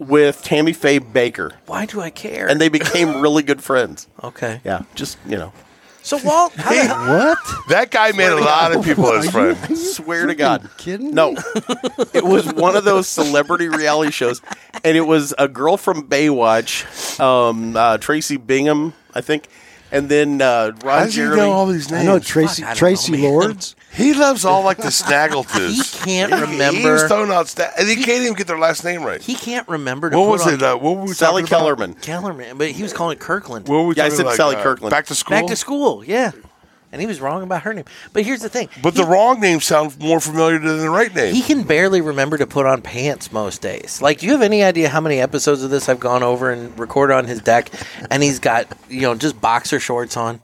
Speaker 3: with Tammy Faye Baker,
Speaker 2: why do I care?
Speaker 3: and they *laughs* became really good friends.
Speaker 2: okay.
Speaker 3: Yeah, just you know,
Speaker 2: So Walt, how the hell-
Speaker 5: what?
Speaker 4: That guy made a lot of people his friend.
Speaker 3: swear to God,
Speaker 5: kidding me?
Speaker 3: No, *laughs* it was one of those celebrity reality shows, and it was a girl from Baywatch, um, uh, Tracy Bingham, I think, and then uh, Ron
Speaker 4: How does he
Speaker 3: Jeremy.
Speaker 4: know all these
Speaker 5: I
Speaker 4: names?
Speaker 5: know Tracy
Speaker 2: Fuck, I don't
Speaker 5: Tracy
Speaker 2: know, man.
Speaker 5: Lords.
Speaker 4: He loves all like the
Speaker 2: he
Speaker 4: snaggletooths.
Speaker 2: can't
Speaker 4: He was
Speaker 2: remember.
Speaker 4: throwing out sta- and he can't even get their last name right.
Speaker 2: He can't remember. To
Speaker 4: What
Speaker 2: put
Speaker 4: was
Speaker 2: on
Speaker 4: it? Uh, what were we
Speaker 3: Sally
Speaker 4: talking about?
Speaker 3: Kellerman.
Speaker 2: Kellerman, but he was calling it Kirkland.
Speaker 4: What were we
Speaker 3: Yeah, I
Speaker 4: talking
Speaker 3: said
Speaker 4: about?
Speaker 3: Sally
Speaker 4: Uh,
Speaker 3: Kirkland.
Speaker 4: Back to school.
Speaker 2: Back to school. Yeah. And he was wrong about her name. But here's the thing.
Speaker 4: But the wrong name sounds more familiar than the right name.
Speaker 2: He can barely remember to put on pants most days. Like, do you have any idea how many episodes of this I've gone over and recorded on his deck and he's got, you know, just boxer shorts on?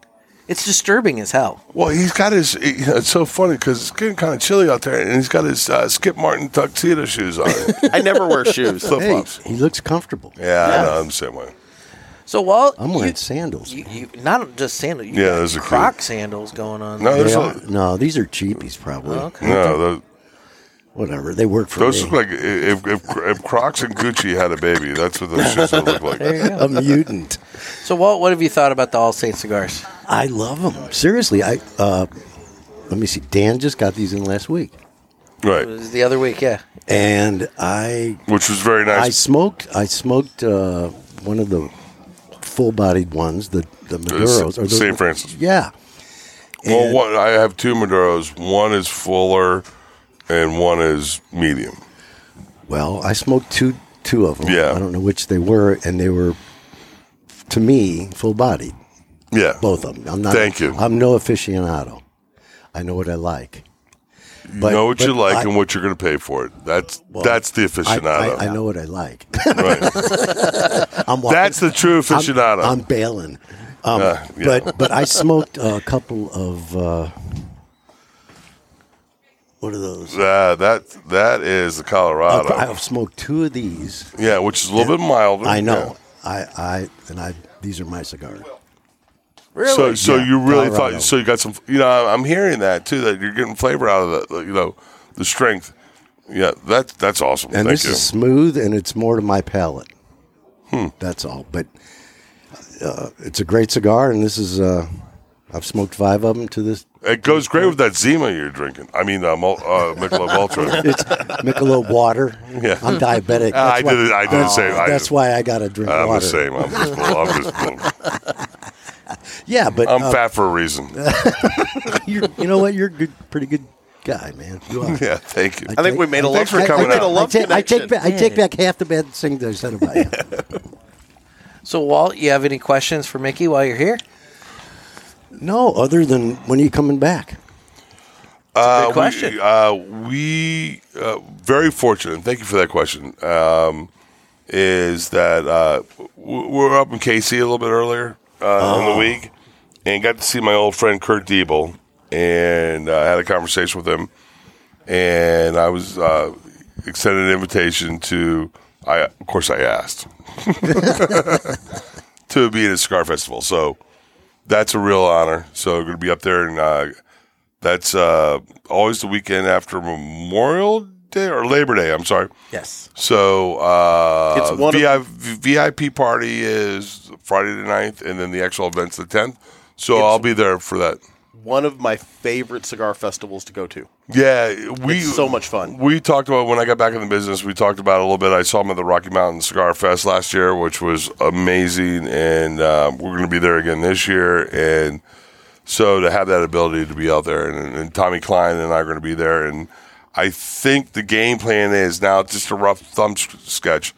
Speaker 2: It's disturbing as hell.
Speaker 4: well, he's got his. you know, it's so funny because it's getting kind of chilly out there, and he's got his uh, Skip Martin tuxedo shoes on. Flip
Speaker 3: I never wear
Speaker 4: *laughs*
Speaker 3: shoes.
Speaker 5: Hey,
Speaker 4: flops.
Speaker 5: he looks comfortable.
Speaker 4: Yeah, I know. I'm the same way.
Speaker 2: So, Walt,
Speaker 5: I'm wearing
Speaker 2: you-
Speaker 5: sandals.
Speaker 2: You, you, not just sandals. You
Speaker 4: Yeah,
Speaker 2: got
Speaker 4: those are
Speaker 2: Croc
Speaker 4: cute.
Speaker 2: sandals going on. Oh,
Speaker 4: No,
Speaker 5: They
Speaker 4: there's
Speaker 5: are-
Speaker 4: no,
Speaker 5: no, these are cheapies probably.
Speaker 4: no those,
Speaker 5: Whatever. They work for
Speaker 4: those
Speaker 5: me.
Speaker 4: look like if, if, if Crocs and Gucci had a baby, that's what those shoes would look like.
Speaker 5: *laughs* a mutant.
Speaker 2: So, Walt, what have you thought about the All Saints cigars?
Speaker 5: I love them. Seriously, I uh, let me see. Dan just got these in last week,
Speaker 4: Right,
Speaker 2: It was the other week, yeah.
Speaker 5: and I
Speaker 4: which was very
Speaker 5: I
Speaker 4: nice.
Speaker 5: smoked I smoked uh, one of the full-bodied ones, the the Maduros or the,
Speaker 4: St. Francis.
Speaker 5: Yeah,
Speaker 4: Well,
Speaker 5: And-
Speaker 4: one, I have two Maduros. One is fuller, and one is medium.
Speaker 5: Well, I smoked two two of them.
Speaker 4: Yeah.
Speaker 5: I don't know which they were, and they were to me full-bodied,
Speaker 4: Yeah,
Speaker 5: both of them. I'm not.
Speaker 4: Thank you.
Speaker 5: I'm no aficionado. I know what I like. But,
Speaker 4: know what
Speaker 5: but
Speaker 4: you like
Speaker 5: I-
Speaker 4: and what you're going to pay for it. That's
Speaker 5: well,
Speaker 4: that's the
Speaker 5: I-
Speaker 4: aficionado.
Speaker 5: I, I know what I like. *laughs*
Speaker 4: Right.
Speaker 5: I'm walking
Speaker 4: that's the true
Speaker 5: I'm-
Speaker 4: aficionado.
Speaker 5: I'm, bailing. Um,
Speaker 4: Uh, yeah.
Speaker 5: But but I smoked a couple of uh, what are those?
Speaker 4: Uh, that that is the Colorado.
Speaker 5: Uh, I've smoked two of these.
Speaker 4: yeah, which is a little bit milder.
Speaker 5: I know. I I and I these are my cigars.
Speaker 4: Yeah. So so
Speaker 5: Yeah,
Speaker 4: you really
Speaker 5: Colorado.
Speaker 4: thought so you got some. You know, I'm hearing that too. That you're getting flavor out of the you know the strength. Yeah, that that's awesome.
Speaker 5: And
Speaker 4: Thank
Speaker 5: this
Speaker 4: you. Hmm.
Speaker 5: is smooth, and it's more to my palate. That's all. But uh, it's a great cigar, and this is. Uh, I've smoked five of them to this.
Speaker 4: it goes great with that Zima you're drinking. I mean, uh, Mul- uh, Michelob Ultra.
Speaker 5: *laughs*
Speaker 4: *laughs*
Speaker 5: It's Michelob water.
Speaker 4: Yeah.
Speaker 5: I'm diabetic.
Speaker 4: Ah, I
Speaker 5: That's why-
Speaker 4: did it- I did the
Speaker 5: that's-
Speaker 4: same. I-
Speaker 5: That's why I got to drink
Speaker 4: I'm the
Speaker 5: water.
Speaker 4: same. I'm just, I'm, just,
Speaker 5: Yeah, but
Speaker 4: I'm *laughs*
Speaker 5: uh,
Speaker 4: fat for a
Speaker 5: *laughs*
Speaker 4: reason.
Speaker 5: you're, you know what? You're a good, pretty good guy, man. You are.
Speaker 4: Yeah, thank you.
Speaker 3: I think we made a love.
Speaker 4: Thanks for coming
Speaker 3: we made a
Speaker 4: out. Hmm.
Speaker 5: I
Speaker 3: love
Speaker 5: take, I
Speaker 3: connection.
Speaker 5: take back, I take back half the bad things I said
Speaker 4: *laughs*
Speaker 5: about you.
Speaker 2: So, Walt, you have any questions for Mickey while you're here?
Speaker 5: No, other than when are you coming back?
Speaker 4: Uh,
Speaker 2: good question.
Speaker 4: We, uh, we uh, very fortunate. Thank you for that question. Um, is that uh, w- we were up in KC a little bit earlier uh, in the week and got to see my old friend Kurt Diebel and uh, had a conversation with him. And I was uh, extended an invitation to. I of course I asked *laughs* to be at a cigar festival. So that's a real honor. So going to be up there, and uh, that's uh, always the weekend after Memorial Day or Labor Day. I'm sorry.
Speaker 2: Yes.
Speaker 4: So uh,
Speaker 3: It's one of-
Speaker 4: VI VIP party is Friday the 9th, and then the actual event's the tenth. So I'll be there for that.
Speaker 3: One of my favorite cigar festivals to go to.
Speaker 4: Yeah, we
Speaker 3: It's so much fun.
Speaker 4: We talked about when I got back in the business. We talked about it a little bit. I saw him at the Rocky Mountain Cigar Fest last year, which was amazing, and uh, we're going to be there again this year. And so to have that ability to be out there, and, and Tommy Klein and I are going to be there, and I think the game plan is now just a rough thumb s- sketch.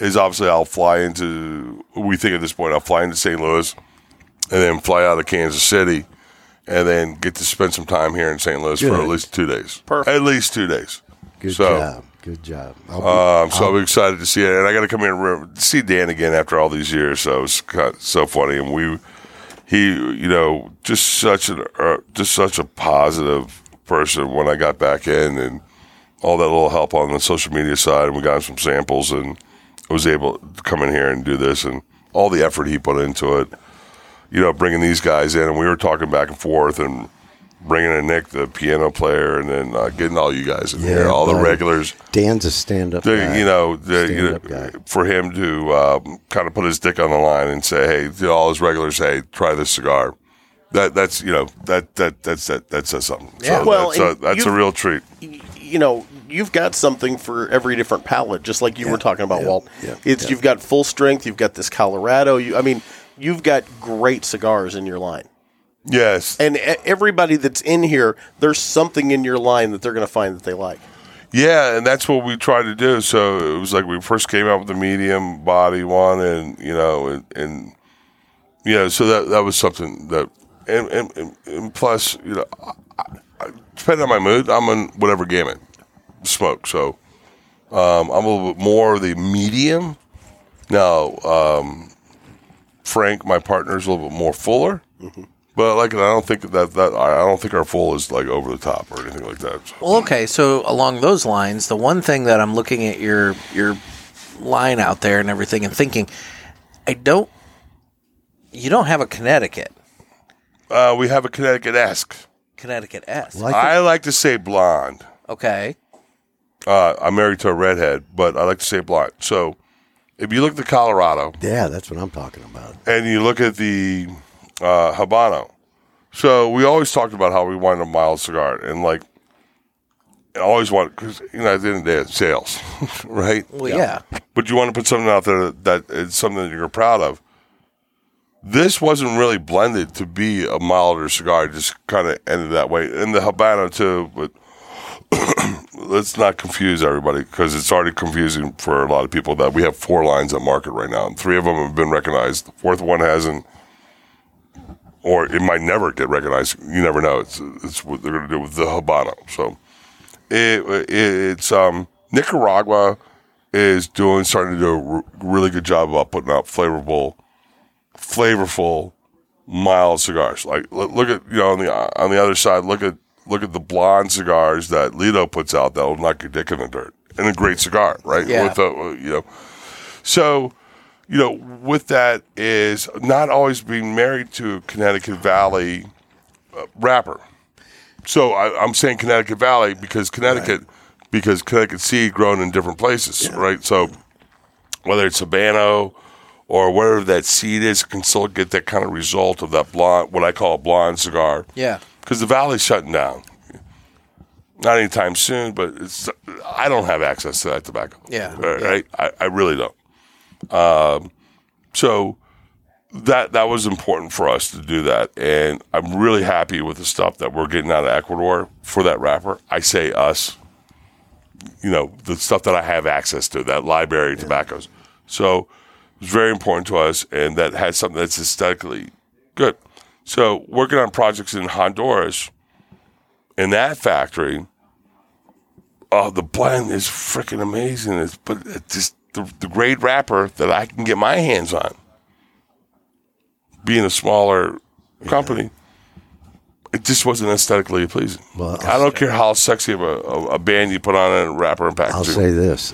Speaker 4: Is obviously I'll fly into we think at this point I'll fly into St. Louis, and then fly out of Kansas City, and then get to spend some time here in St. Louis for
Speaker 11: Good.
Speaker 4: at least two days.
Speaker 3: Perfect.
Speaker 4: At least two days.
Speaker 11: Good
Speaker 4: so,
Speaker 11: job. Good job. I'll be-
Speaker 4: Um, so I'm excited to see it, and I got to come here and re- see Dan again after all these years. So it's kind of so funny, and we, he, you know, just such an, uh, just such a positive person when I got back in, and all that little help on the social media side, and we got him some samples, and I was able to come in here and do this, and all the effort he put into it, you know, bringing these guys in, and we were talking back and forth, and bringing in Nick, the piano player, and then uh, getting all you guys in here, all the
Speaker 11: buddy.
Speaker 4: regulars.
Speaker 11: Dan's a stand-up.
Speaker 4: The-
Speaker 11: guy.
Speaker 4: you know, the, you
Speaker 11: Stand-up
Speaker 4: know uh,
Speaker 11: guy.
Speaker 4: for him to um, kind of put his dick on the line and say, "Hey, to all his regulars, hey, try this cigar." That that's you know that that that's that that says something.
Speaker 3: Yeah.
Speaker 4: so
Speaker 3: Well,
Speaker 4: that's, a,
Speaker 3: and
Speaker 4: that's a
Speaker 3: you've-
Speaker 4: real treat.
Speaker 3: you know, you've got something for every different palate, just like you were talking about, Walt. it's you've got full strength, you've got this Colorado. You, I mean, you've got great cigars in your line,
Speaker 4: Yes,
Speaker 3: and e- everybody that's in here, there's something in your line that they're going to find that they like.
Speaker 4: Yeah, and that's what we tried to do. So it was like we first came out with the medium body one, and you know, and, and you know, so that that was something that, and and, and, and plus, you know, I, I, depending on my mood, I'm in whatever gamut smoke. So um, I'm a little bit more of the medium. Now, um, Frank, my partner's a little bit more fuller. But like, I don't think that that I I don't think our full is like over the top or anything like that. So-
Speaker 2: Well, okay. So along those lines, the one thing that I'm looking at your your line out there and everything, and thinking, I don't. You don't have a Connecticut
Speaker 4: Uh, we have a Connecticut esque.
Speaker 2: Connecticut S.
Speaker 11: Like
Speaker 4: I like to say blonde.
Speaker 2: Okay.
Speaker 4: Uh, I'm married to a redhead, but I like to say blonde. So if you look at the Colorado
Speaker 11: yeah, that's what I'm talking about.
Speaker 4: and you look at the uh, Habano, so we always talked about how we wanted a mild cigar and like, I always want, because, you know, at the end of the day, it's sales, *laughs* right?
Speaker 2: Well, yeah.
Speaker 4: but you want to put something out there that is something that you're proud of. This wasn't really blended to be a milder cigar; it just kind of ended that way. And the Habano too, but *clears throat* let's not confuse everybody because it's already confusing for a lot of people that we have four lines at market right now, and three of them have been recognized. The fourth one hasn't, or it might never get recognized. You never know. It's it's what they're going to do with the Habano. So it, it it's um Nicaragua is doing starting to do a r- really good job about putting out flavorful, flavorful, mild cigars. Like l- look at you know on the on the other side, look at look at the blonde cigars that Lido puts out that'll knock your dick in the dirt, and a great cigar, right?
Speaker 2: Yeah.
Speaker 4: With a, you know, so you know with that is not always being married to a Connecticut Valley uh, rapper. So I, I'm saying Connecticut Valley because Connecticut, because Connecticut seed grown in different places, right? So whether it's Habano or wherever that seed is, can still get that kind of result of that blonde, what I call a blonde cigar.
Speaker 2: Yeah.
Speaker 4: Because the valley's shutting down. Not anytime soon, but it's I don't have access to that tobacco.
Speaker 2: Yeah.
Speaker 4: Uh, Right? I, I really don't. Um, so that that was important for us to do that. And I'm really happy with the stuff that we're getting out of Ecuador for that wrapper. I say us, you know, the stuff that I have access to, that library of tobaccos. So it's very important to us, and that has something that's aesthetically good. So working on projects in Honduras in that factory, oh, the blend is freaking amazing. It's but it's just the, the great wrapper that I can get my hands on. Being a smaller company, it just wasn't aesthetically pleasing. I don't care how sexy of a, a, a band you put on a wrapper and packaging.
Speaker 11: I'll say this: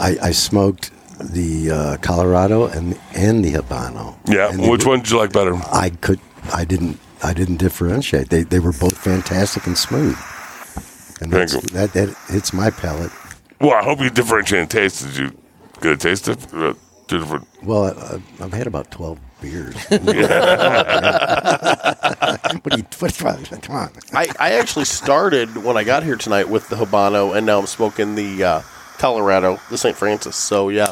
Speaker 11: I, I smoked the uh, Colorado and and the Habano.
Speaker 4: yeah,
Speaker 11: and they
Speaker 4: which
Speaker 11: were-
Speaker 4: one did you like better?
Speaker 11: I could, I didn't, I didn't differentiate. They they were both fantastic and smooth. And
Speaker 4: Thank
Speaker 11: that's, that that hits my palate.
Speaker 4: Well, I hope you differentiate in taste. Did you get a taste of uh, two different?
Speaker 11: Well, I, I've had about twelve
Speaker 4: *laughs*
Speaker 11: beers. *laughs* what do you? What, come on.
Speaker 3: I, I actually started when I got here tonight with the Habano, and now I'm smoking the uh, Colorado, the St. Francis. So yeah,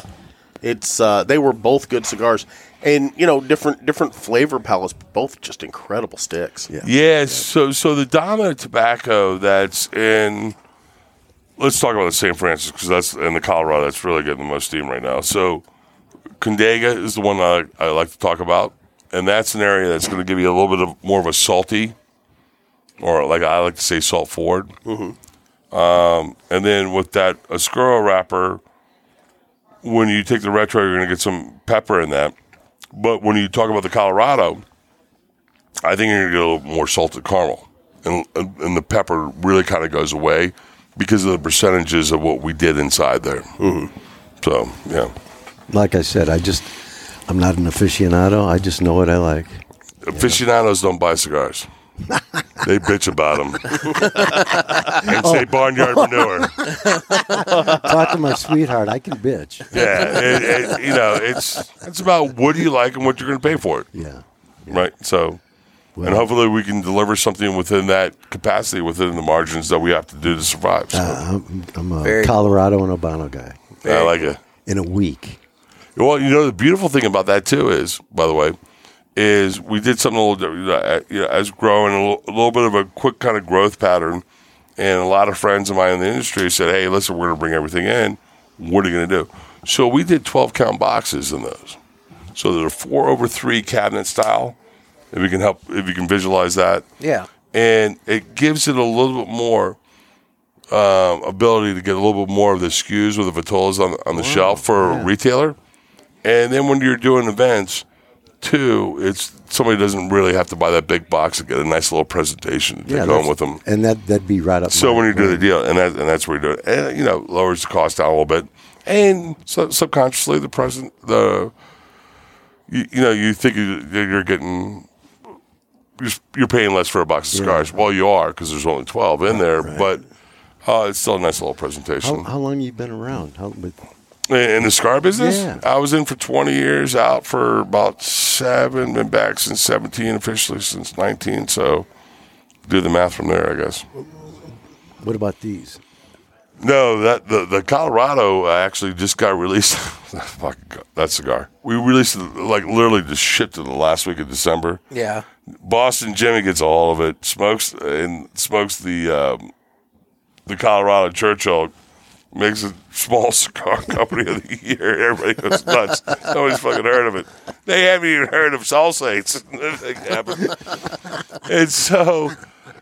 Speaker 3: it's uh, they were both good cigars, and you know different different flavor palettes, but both just incredible sticks.
Speaker 4: Yeah. so so the dominant tobacco that's in. Let's talk about the St. Francis because that's in the Colorado. That's really getting the most steam right now. So, Condega is the one I, I like to talk about, and that's an area that's going to give you a little bit of more of a salty, or like I like to say, salt forward. Um, and then with that Oscuro wrapper, when you take the retro, you're going to get some pepper in that. But when you talk about the Colorado, I think you're going to get a little more salted caramel, and and the pepper really kind of goes away because of the percentages of what we did inside there. Mm-hmm. So yeah,
Speaker 11: Like I said, I just, I'm not an aficionado. I just know what I like.
Speaker 4: aficionados don't buy cigars. they bitch about them and say
Speaker 11: Oh.
Speaker 4: barnyard manure.
Speaker 11: Talk to
Speaker 4: *laughs*
Speaker 11: my sweetheart. I can bitch.
Speaker 4: Yeah, it, it, you know, it's it's about what do you like and what you're going to pay for it.
Speaker 11: Yeah,
Speaker 4: right. So, and
Speaker 11: Well-
Speaker 4: hopefully we can deliver something within that capacity, within the margins that we have to do to survive. So,
Speaker 11: Uh, I'm, I'm a
Speaker 4: Very-
Speaker 11: Colorado and Habano guy.
Speaker 4: I like it.
Speaker 11: In a week.
Speaker 4: Well, you know the beautiful thing about that too is, by the way, is we did something a little different. You know, uh, you know, I was growing a little, a little bit of a quick kind of growth pattern, and a lot of friends of mine in the industry said, "Hey, listen, we're going to bring everything in. What are you going to do?" So we did twelve count boxes in those. So they're four over three cabinet style. If you can help, if you can visualize that,
Speaker 2: Yeah.
Speaker 4: and it gives it a little bit more um, ability to get a little bit more of the SKUs or the vitolas on, on the shelf for a retailer. And then when you're doing events, too, it's somebody doesn't really have to buy that big box and get a nice little presentation to take home
Speaker 11: that's-
Speaker 4: with them.
Speaker 11: And that that'd be right up.
Speaker 4: So
Speaker 11: my-
Speaker 4: when you do the deal, and that, and that's where you do it, and you know lowers the cost down a little bit, and sub- subconsciously the present the you, you know you think you- you're getting you're, s- you're paying less for a box of cigars. Well, you are because there's only twelve in there, but uh, it's still a nice little presentation.
Speaker 11: how, how long you been around? How, with,
Speaker 4: In in the cigar business,
Speaker 11: Yeah.
Speaker 4: I was in for 20 years, out for about seven, been back since 17, officially since 19. So do the math from there, I guess.
Speaker 11: what about these?
Speaker 4: No, that the, the Colorado uh, actually just got released. *laughs* Fuck that cigar. We released it, like literally just shipped it the last week of December.
Speaker 2: Yeah.
Speaker 4: Boston Jimmy gets all of it. Smokes and smokes the um, the Colorado Churchill. Makes a small *laughs* cigar company of the year. Everybody goes nuts. Nobody's fucking heard of it. They haven't even heard of Salsates. *laughs* Nothing happened. and so,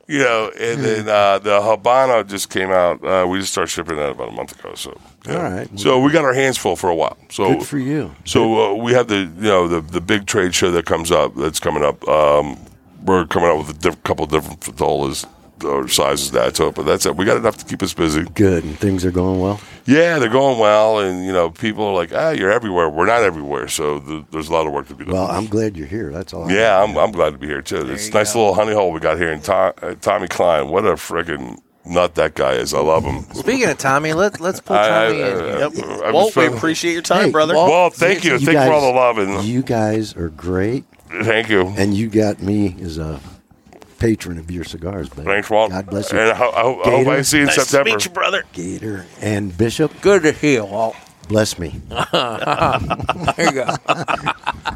Speaker 4: you know, and then uh, the Habano just came out. Uh, we just started shipping that about a month ago. So, yeah.
Speaker 11: All right.
Speaker 4: So we got our hands full for a while. So
Speaker 11: Good for you.
Speaker 4: so uh, we have the you know the the big trade show that comes up that's coming up. Um, we're coming out with a diff- couple of different fatolas or sizes that so, but that's it. We got enough to keep us busy.
Speaker 11: Good and things are going well.
Speaker 4: Yeah, they're going well, and you know people are like, ah, you're everywhere. We're not everywhere, so th- there's a lot of work to be done.
Speaker 11: Well, I'm glad you're here. That's all. I-
Speaker 4: yeah, I'm, I'm glad to be here too. it's a nice little honey hole we got here, and Tom, uh, Tommy Klein, what a freaking nut that guy is. I love him.
Speaker 2: Speaking of Tommy, let, let's pull
Speaker 4: *laughs* I- uh,
Speaker 2: Tommy
Speaker 4: I-
Speaker 2: in.
Speaker 4: I-
Speaker 2: here.
Speaker 4: Yep. I'm
Speaker 3: Walt,
Speaker 4: just
Speaker 3: we
Speaker 4: trying to-
Speaker 3: appreciate your time,
Speaker 11: Hey,
Speaker 3: brother.
Speaker 11: Walt,
Speaker 4: Well, thank you. Thank you for all the love and-
Speaker 11: You guys are great,
Speaker 4: Thank you.
Speaker 11: and you got me as a patron of your cigars, buddy.
Speaker 4: Thanks, Walt.
Speaker 11: God bless you.
Speaker 4: And I, ho- I ho- I hope I
Speaker 11: Gator.
Speaker 4: see you in
Speaker 3: Nice
Speaker 4: September.
Speaker 3: to meet you, brother.
Speaker 11: Gator and Bishop,
Speaker 2: Good to hear, Walt.
Speaker 11: bless me.
Speaker 2: there you go.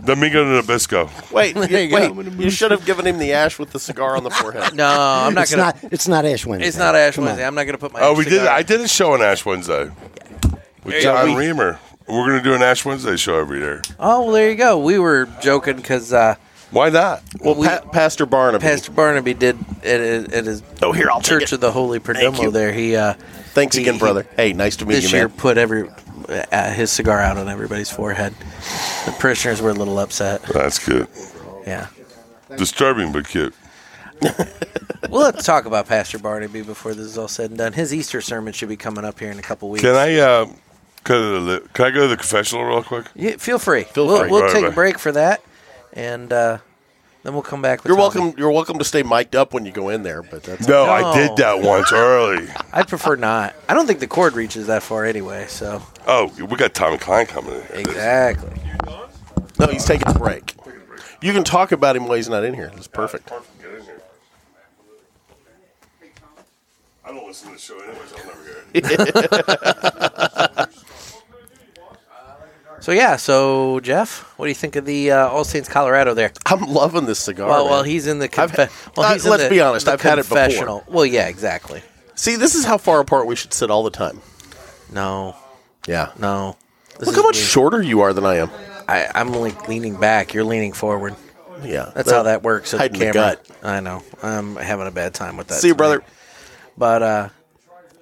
Speaker 4: Domingo Nabisco.
Speaker 3: Wait,
Speaker 2: *laughs*
Speaker 3: you,
Speaker 2: There you
Speaker 3: wait!
Speaker 2: go.
Speaker 3: You should have given him the ash with the cigar
Speaker 2: *laughs*
Speaker 3: on the forehead.
Speaker 2: No, I'm not
Speaker 11: it's
Speaker 2: gonna.
Speaker 11: not. It's not Ash Wednesday.
Speaker 2: it's not Ash
Speaker 11: Come on.
Speaker 2: Wednesday. I'm not gonna put my.
Speaker 4: Oh, we did.
Speaker 2: cigar-
Speaker 4: I did a show on Ash Wednesday with John Reamer. We're going to do an Ash Wednesday show every year.
Speaker 2: Oh, well, there you go. We were joking because uh,
Speaker 4: Why not?
Speaker 3: Well, Pa- Pastor Barnaby.
Speaker 2: Pastor Barnaby did at, at at his
Speaker 3: oh here I'll take
Speaker 2: Church
Speaker 3: it.
Speaker 2: of the Holy
Speaker 3: Thank you.
Speaker 2: Perdomo. There he. Uh,
Speaker 3: Thanks
Speaker 2: he-
Speaker 3: again,
Speaker 2: he-
Speaker 3: brother. Hey, nice to meet
Speaker 2: this
Speaker 3: you,
Speaker 2: year
Speaker 3: man.
Speaker 2: put every uh, his cigar out on everybody's forehead. The parishioners were a little upset.
Speaker 4: That's cute.
Speaker 2: Yeah.
Speaker 4: Disturbing but cute.
Speaker 2: We'll have to talk about Pastor Barnaby before this is all said and done. His Easter sermon should be coming up here in a couple weeks.
Speaker 4: Can I uh, go to the Can I go to the confessional real quick?
Speaker 2: Yeah, feel free.
Speaker 4: Feel
Speaker 2: we'll
Speaker 4: free.
Speaker 2: we'll
Speaker 4: Right,
Speaker 2: take
Speaker 4: right.
Speaker 2: a break for that, and uh, then we'll come back. With
Speaker 3: You're
Speaker 2: Tommy.
Speaker 3: welcome. You're welcome to stay mic'd up when you go in there, but that's
Speaker 4: No, I did that once early.
Speaker 2: I prefer not. I don't think the cord reaches that far anyway. So
Speaker 4: Oh, we got Tommy Klein coming in.
Speaker 2: exactly.
Speaker 3: *laughs* No, he's taking a break. You can talk about him while he's not in here. That's perfect.
Speaker 4: I don't listen to the show anyways. I'll never hear
Speaker 11: *laughs*
Speaker 2: so yeah. So Jeff, what do you think of the uh, All Saints Colorado there?
Speaker 3: I'm loving this cigar.
Speaker 2: Well, well,
Speaker 3: man.
Speaker 2: he's in the
Speaker 3: I've
Speaker 2: confe-
Speaker 3: had-
Speaker 2: well,
Speaker 3: uh,
Speaker 2: he's in
Speaker 3: let's
Speaker 2: the-
Speaker 3: be honest.
Speaker 2: the
Speaker 3: I've had it before.
Speaker 2: confessional. Well, yeah, exactly.
Speaker 3: See, this is how far apart we should sit all the time.
Speaker 2: No.
Speaker 3: Yeah.
Speaker 2: No. This
Speaker 3: Look
Speaker 2: is
Speaker 3: how much
Speaker 2: weird.
Speaker 3: shorter you are than I am.
Speaker 2: I, I'm like leaning back. You're leaning forward.
Speaker 3: Yeah,
Speaker 2: That's how that works. At the
Speaker 3: hiding the
Speaker 2: camera.
Speaker 3: gut.
Speaker 2: I know. I'm having a bad time with that.
Speaker 3: See you,
Speaker 2: tonight.
Speaker 3: brother.
Speaker 2: But uh,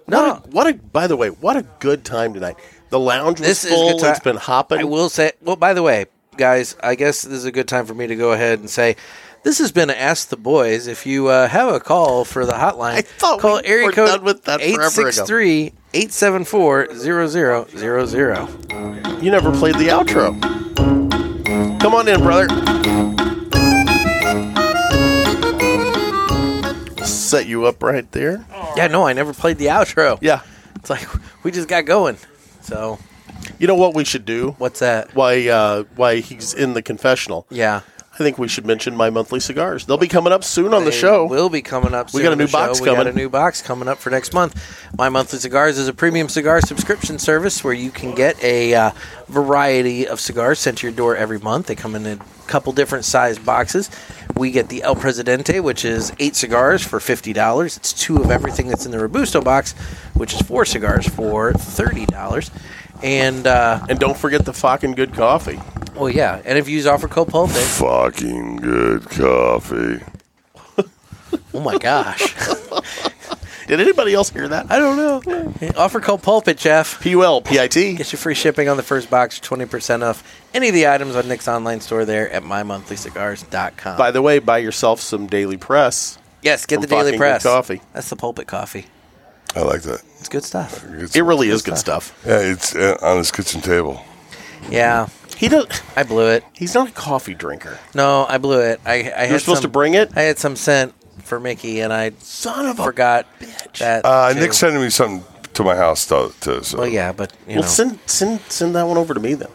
Speaker 3: No, what a, By the way, what a good time tonight. The lounge was
Speaker 2: this is
Speaker 3: full.
Speaker 2: good time.
Speaker 3: It's been hopping.
Speaker 2: I will say. Well, by the way, guys, I guess this is a good time for me to go ahead and say. This has been Ask the Boys. If you uh, have a call for the hotline, I
Speaker 3: thought
Speaker 2: call
Speaker 3: we were done with that forever ago.
Speaker 2: 863 874 0000.
Speaker 3: You never played the outro. Come on in, brother. Set you up right there.
Speaker 2: Yeah, no, I never played the outro.
Speaker 3: Yeah.
Speaker 2: It's like we just got going. So,
Speaker 3: You know what we should do?
Speaker 2: What's that?
Speaker 3: Why? Uh, why he's in the confessional?
Speaker 2: yeah.
Speaker 3: I think we should mention my monthly cigars. They'll be coming up soon on the
Speaker 2: They
Speaker 3: show.
Speaker 2: Will be coming up.
Speaker 3: We
Speaker 2: soon
Speaker 3: got a
Speaker 2: on
Speaker 3: new
Speaker 2: the show.
Speaker 3: box
Speaker 2: we
Speaker 3: coming.
Speaker 2: got a new box coming up for next month. My Monthly Cigars is a premium cigar subscription service where you can get a uh, variety of cigars sent to your door every month. They come in a couple different size boxes. We get the El Presidente, which is eight cigars for fifty dollars. It's two of everything that's in the Robusto box, which is four cigars for thirty dollars. And uh,
Speaker 3: and don't forget the fucking good coffee.
Speaker 2: well, yeah. And if you use offer code Pulp, they-
Speaker 4: Fucking good coffee.
Speaker 2: oh my
Speaker 3: *laughs*
Speaker 2: gosh,
Speaker 3: Did anybody else hear that?
Speaker 2: I don't know. Offer code Pulpit, Jeff.
Speaker 3: P U L P I T.
Speaker 2: Get your free shipping on the first box, 20% off any of the items on Nick's online store there at mymonthlycigars.com.
Speaker 3: By the way, buy yourself some Daily Press.
Speaker 2: yes, get
Speaker 3: from
Speaker 2: the Daily
Speaker 3: Fucking Good
Speaker 2: Press.
Speaker 3: Coffee.
Speaker 2: That's the pulpit coffee.
Speaker 4: I like that.
Speaker 2: It's good stuff.
Speaker 4: It's-
Speaker 3: It really is good stuff.
Speaker 4: Yeah, it's uh, on his kitchen table.
Speaker 2: Yeah,
Speaker 3: He does.
Speaker 2: I blew it.
Speaker 3: He's not a coffee drinker.
Speaker 2: No, I blew it. I, I had
Speaker 3: You're supposed to
Speaker 2: some-
Speaker 3: bring it.
Speaker 2: I had some scent for Mickey, and I
Speaker 3: Son of a.
Speaker 2: forgot that.
Speaker 4: Uh,
Speaker 2: too.
Speaker 4: Nick's sending me something to my house though. Too, so.
Speaker 2: Well, yeah, but you
Speaker 3: Well,
Speaker 2: know,
Speaker 3: send send send that one over to me then.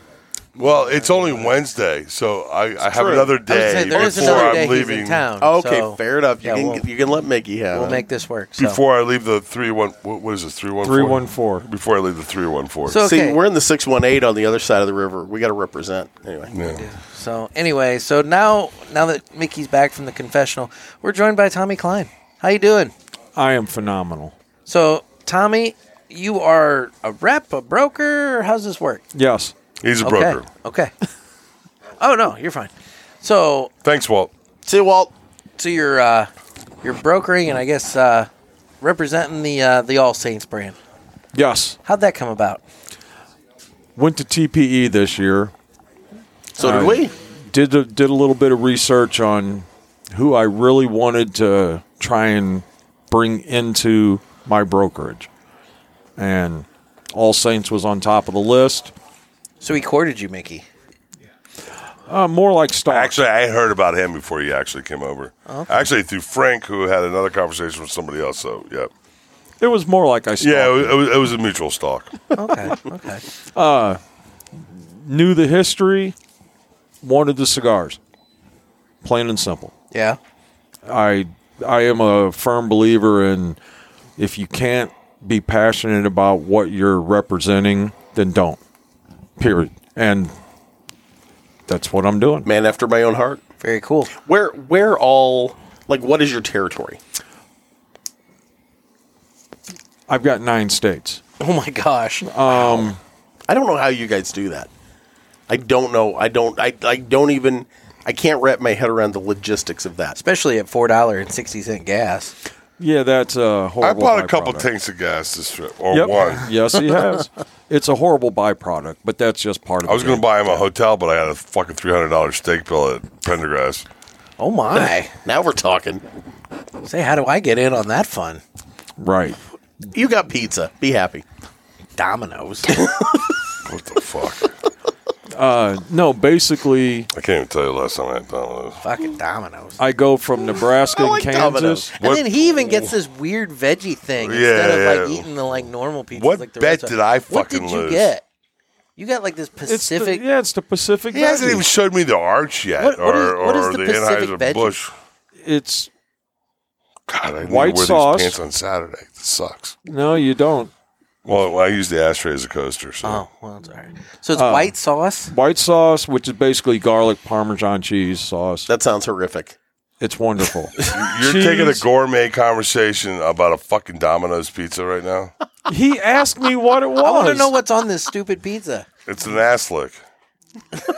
Speaker 4: Well, it's only Wednesday, so I, I have
Speaker 3: true.
Speaker 4: another
Speaker 2: I would
Speaker 4: day
Speaker 2: say there is
Speaker 4: before
Speaker 2: another
Speaker 4: I'm
Speaker 2: day he's
Speaker 4: leaving.
Speaker 2: in town.
Speaker 3: Okay,
Speaker 2: so
Speaker 3: fair enough. You
Speaker 2: yeah,
Speaker 3: can
Speaker 2: we'll-
Speaker 3: you can let Mickey have
Speaker 2: We'll
Speaker 3: it.
Speaker 2: make this work. So.
Speaker 4: Before I leave the three one, what, what is it? Three one
Speaker 5: Three one four.
Speaker 4: Before I leave the three one four.
Speaker 2: So- okay.
Speaker 3: See, we're in the six one eight on the other side of the river. We got to represent anyway.
Speaker 4: yeah.
Speaker 2: So anyway, so now now that Mickey's back from the confessional, we're joined by Tommy Klein. How you doing?
Speaker 12: I am phenomenal.
Speaker 2: So, Tommy, you are a rep, a broker. How's this work?
Speaker 12: Yes.
Speaker 4: he's a
Speaker 2: okay.
Speaker 4: broker.
Speaker 2: Okay. *laughs* oh no, you're fine. So,
Speaker 4: Thanks, Walt.
Speaker 3: See, Walt.
Speaker 2: so you're uh, you're brokering, and I guess uh, representing the uh, the All Saints brand.
Speaker 12: Yes.
Speaker 2: How'd that come about?
Speaker 12: Went to TPE this year.
Speaker 3: So did
Speaker 12: Uh,
Speaker 3: we.
Speaker 12: Did a, did a little bit of research on who I really wanted to try and bring into my brokerage, and All Saints was on top of the list.
Speaker 2: So he courted you, Mickey.
Speaker 12: Uh, more like stocks.
Speaker 4: Actually, I heard about him before he actually came over. Actually, through Frank, who had another conversation with somebody else. So, yeah,
Speaker 12: it was more like I stalked.
Speaker 4: yeah, it was, it was, it was a mutual stalk.
Speaker 2: Okay. okay.
Speaker 12: knew the history, wanted the cigars. Plain and simple.
Speaker 2: Yeah.
Speaker 12: I I am a firm believer in if you can't be passionate about what you're representing, then don't. Period. And that's what I'm doing.
Speaker 3: Man after my own heart.
Speaker 2: Very cool.
Speaker 3: Where where all like what is your territory?
Speaker 12: I've got nine states.
Speaker 2: Oh my gosh.
Speaker 3: I don't know how you guys do that. I don't know. I don't. I I don't even. I can't wrap my head around the logistics of that,
Speaker 2: especially at four dollar and sixty cent gas.
Speaker 12: Yeah, that's a
Speaker 4: I
Speaker 12: horrible.
Speaker 4: bought a couple
Speaker 12: byproduct.
Speaker 4: tanks of gas this trip, or
Speaker 12: Yep.
Speaker 4: one.
Speaker 12: yes,
Speaker 4: *laughs*
Speaker 12: he has. It's a horrible byproduct, but that's just part of.
Speaker 4: I was
Speaker 12: the
Speaker 4: going
Speaker 12: game.
Speaker 4: to buy him a hotel, but I had a fucking three hundred dollars steak bill at Pendergrass.
Speaker 2: Oh my!
Speaker 3: now we're talking.
Speaker 2: *laughs* Say, how do I get in on that fun?
Speaker 12: Right.
Speaker 3: You got pizza. Be happy.
Speaker 2: Dominoes.
Speaker 4: what the fuck?
Speaker 12: Uh, no, basically,
Speaker 4: I can't even tell you the last time I had Domino's.
Speaker 2: Fucking Dominoes.
Speaker 12: I go from Nebraska and Kansas.
Speaker 2: And then he even gets
Speaker 4: Oh.
Speaker 2: this weird veggie thing instead
Speaker 12: Yeah,
Speaker 2: of like
Speaker 12: yeah.
Speaker 2: eating the like normal pizza.
Speaker 4: What
Speaker 2: like the
Speaker 4: bet
Speaker 2: rest of-
Speaker 4: did I
Speaker 2: What
Speaker 4: fucking
Speaker 2: did you
Speaker 4: lose?
Speaker 2: get? You got like this Pacific.
Speaker 12: yeah, it's the Pacific.
Speaker 4: He hasn't
Speaker 12: veggie.
Speaker 4: even showed me the arch yet,
Speaker 2: What- what
Speaker 4: or,
Speaker 2: is- what is
Speaker 4: or
Speaker 2: the
Speaker 4: the,
Speaker 2: Pacific
Speaker 4: Anheuser
Speaker 2: veggie?
Speaker 4: Busch.
Speaker 12: It's
Speaker 4: God, I need to
Speaker 12: White
Speaker 4: wear
Speaker 12: sauce.
Speaker 4: These pants on Saturday. This sucks.
Speaker 12: No, you don't.
Speaker 4: Well, I use the ashtray as a coaster. So.
Speaker 2: Oh, well, it's all right. So it's
Speaker 4: Oh.
Speaker 12: Uh,
Speaker 2: white sauce.
Speaker 12: White sauce, which is basically garlic parmesan cheese sauce.
Speaker 3: That sounds horrific.
Speaker 12: It's
Speaker 4: *laughs*
Speaker 12: wonderful.
Speaker 4: You're taking a
Speaker 12: Cheese.
Speaker 4: gourmet conversation about a fucking Domino's pizza right
Speaker 2: *laughs*
Speaker 4: now.
Speaker 12: He asked me what it was.
Speaker 2: I want to know what's on this stupid pizza.
Speaker 4: It's an ass lick.
Speaker 2: *laughs*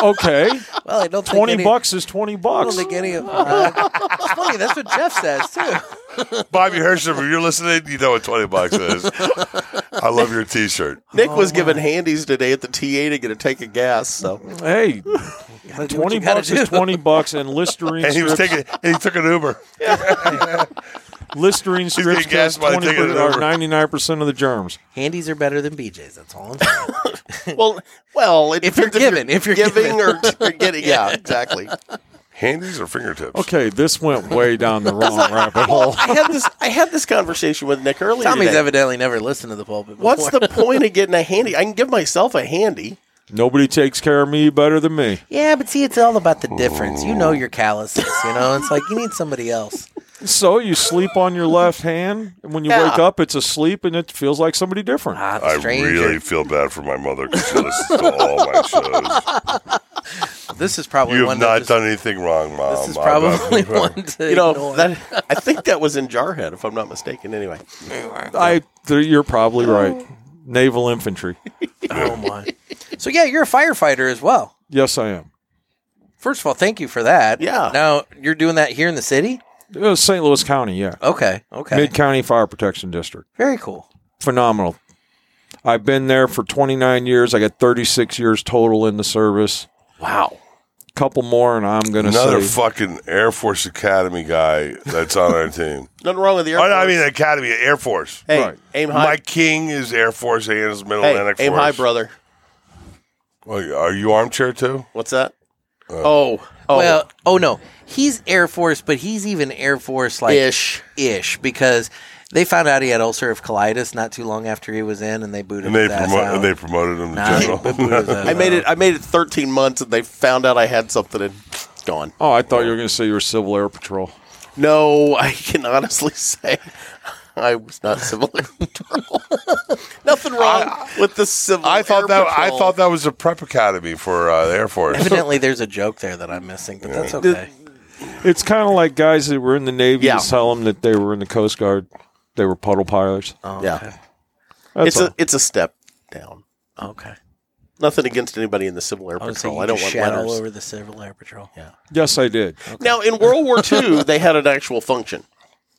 Speaker 12: Okay.
Speaker 2: Well, I don't think
Speaker 12: 20
Speaker 2: any-
Speaker 12: bucks is 20
Speaker 2: I don't
Speaker 12: bucks.
Speaker 2: think any of. uh, it's funny. That's what Jeff says too.
Speaker 4: Bobby Hershey, if you're listening, you know what 20 bucks is. I love your t shirt.
Speaker 2: Oh,
Speaker 3: Nick was given handies today at the TA to get a tank of gas.
Speaker 2: *laughs*
Speaker 3: So
Speaker 12: Hey,
Speaker 2: what
Speaker 12: 20
Speaker 2: you gotta
Speaker 12: bucks is
Speaker 2: do.
Speaker 12: 20
Speaker 4: *laughs*
Speaker 12: bucks and Listerine
Speaker 4: And he was
Speaker 12: strips-
Speaker 4: taking, and he took an Uber.
Speaker 12: Listerine
Speaker 4: getting
Speaker 12: strips
Speaker 4: gas
Speaker 12: gas
Speaker 4: by
Speaker 12: 20
Speaker 4: taking it
Speaker 12: per- or
Speaker 4: over.
Speaker 12: 99% of the germs.
Speaker 2: Handies are better than BJ's. That's all I'm saying.
Speaker 3: well, well, it
Speaker 2: If you're
Speaker 3: depends if
Speaker 2: giving, if you're
Speaker 3: giving,
Speaker 2: giving.
Speaker 3: or, or
Speaker 2: *laughs*
Speaker 3: getting, yeah, exactly.
Speaker 4: Handies or fingertips?
Speaker 12: Okay, this went way down the wrong *laughs* rabbit hole.
Speaker 3: I had this. I had this conversation with Nick earlier.
Speaker 2: Tommy's
Speaker 3: today.
Speaker 2: evidently never listened to the pulpit. Before.
Speaker 3: What's the point of getting a handy? I can give myself a handy.
Speaker 12: Nobody takes care of me better than me.
Speaker 2: Yeah, but see, it's all about the difference. You
Speaker 4: Oh.
Speaker 2: know your calluses. You know, it's like you need somebody else.
Speaker 12: So you sleep on your left hand, and when you
Speaker 2: Yeah.
Speaker 12: wake up, it's asleep, and it feels like somebody different.
Speaker 2: Ah,
Speaker 4: I
Speaker 2: the stranger.
Speaker 4: really feel bad for my mother because she
Speaker 2: *laughs*
Speaker 4: listens to all my shows.
Speaker 2: This is probably
Speaker 4: You have
Speaker 2: one
Speaker 4: not
Speaker 2: that just-
Speaker 4: done anything wrong, Mom.
Speaker 2: This is
Speaker 4: I- I-
Speaker 2: probably *laughs* one to
Speaker 3: You know,
Speaker 2: ignore.
Speaker 3: that, I think that was in Jarhead, if I'm not mistaken. Anyway,
Speaker 12: I, th- you're probably right. Naval infantry.
Speaker 2: oh my. So yeah, you're a firefighter as well.
Speaker 12: Yes, I am.
Speaker 2: First of all, thank you for that.
Speaker 3: Yeah.
Speaker 2: Now you're doing that here in the city.
Speaker 12: It was St. Uh, Louis County, yeah.
Speaker 2: Okay. Okay.
Speaker 12: Mid County Fire Protection District.
Speaker 2: Very cool.
Speaker 12: Phenomenal. I've been there for 29 years. I got 36 years total in the service.
Speaker 3: wow.
Speaker 12: Couple more, and I'm going
Speaker 4: *laughs*
Speaker 12: to
Speaker 4: Another
Speaker 12: say
Speaker 4: fucking Air Force Academy guy that's on
Speaker 2: *laughs*
Speaker 4: our team. Oh,
Speaker 3: Nothing wrong with the Air
Speaker 4: I, I
Speaker 3: Force.
Speaker 4: mean, Academy, Air Force.
Speaker 3: hey,
Speaker 12: right.
Speaker 3: aim high.
Speaker 4: My king is Air Force and is Middle
Speaker 3: hey,
Speaker 4: Atlantic
Speaker 3: aim
Speaker 4: Force.
Speaker 3: high, brother.
Speaker 4: Well, are you armchair too?
Speaker 3: What's that?
Speaker 4: Uh,
Speaker 3: oh, oh,
Speaker 2: Well, oh no, he's Air Force, but he's even Air Force like
Speaker 3: ish.
Speaker 2: ish, because they found out he had ulcerative colitis not too long after he was in, and they booted
Speaker 4: And they,
Speaker 2: his ass
Speaker 4: promo-
Speaker 2: out.
Speaker 4: and they promoted him to
Speaker 2: Nah,
Speaker 4: general.
Speaker 2: they booted
Speaker 4: *laughs*
Speaker 2: his ass
Speaker 3: I made
Speaker 2: out.
Speaker 3: it. I made it 13 months, and they found out I had something and gone.
Speaker 12: Oh, I thought you were going to say you were Civil Air Patrol.
Speaker 3: No, I can honestly say I was not civil. Air Patrol. *laughs* Nothing wrong with the civil.
Speaker 4: I
Speaker 3: Air
Speaker 4: thought that I
Speaker 3: Patrol.
Speaker 4: thought that was a prep academy for uh, the Air Force.
Speaker 2: Evidently, there's a joke there that I'm missing, but that's
Speaker 3: The-
Speaker 2: okay.
Speaker 12: It's kind of like guys that were in the Navy
Speaker 3: Yeah.
Speaker 12: that tell them that they were in the Coast Guard. They were puddle pilots.
Speaker 2: Oh,
Speaker 3: Yeah.
Speaker 2: okay.
Speaker 12: That's
Speaker 3: it's
Speaker 12: all.
Speaker 3: a it's a step down.
Speaker 2: Okay.
Speaker 3: Nothing against anybody in the Civil Air
Speaker 2: I would say
Speaker 3: Patrol.
Speaker 2: you
Speaker 3: I don't
Speaker 2: just
Speaker 3: want
Speaker 2: shout
Speaker 3: letters.
Speaker 2: all over the Civil Air Patrol. Yeah.
Speaker 12: yes, I did.
Speaker 3: Now in
Speaker 2: *laughs*
Speaker 3: World War II, they had an actual function.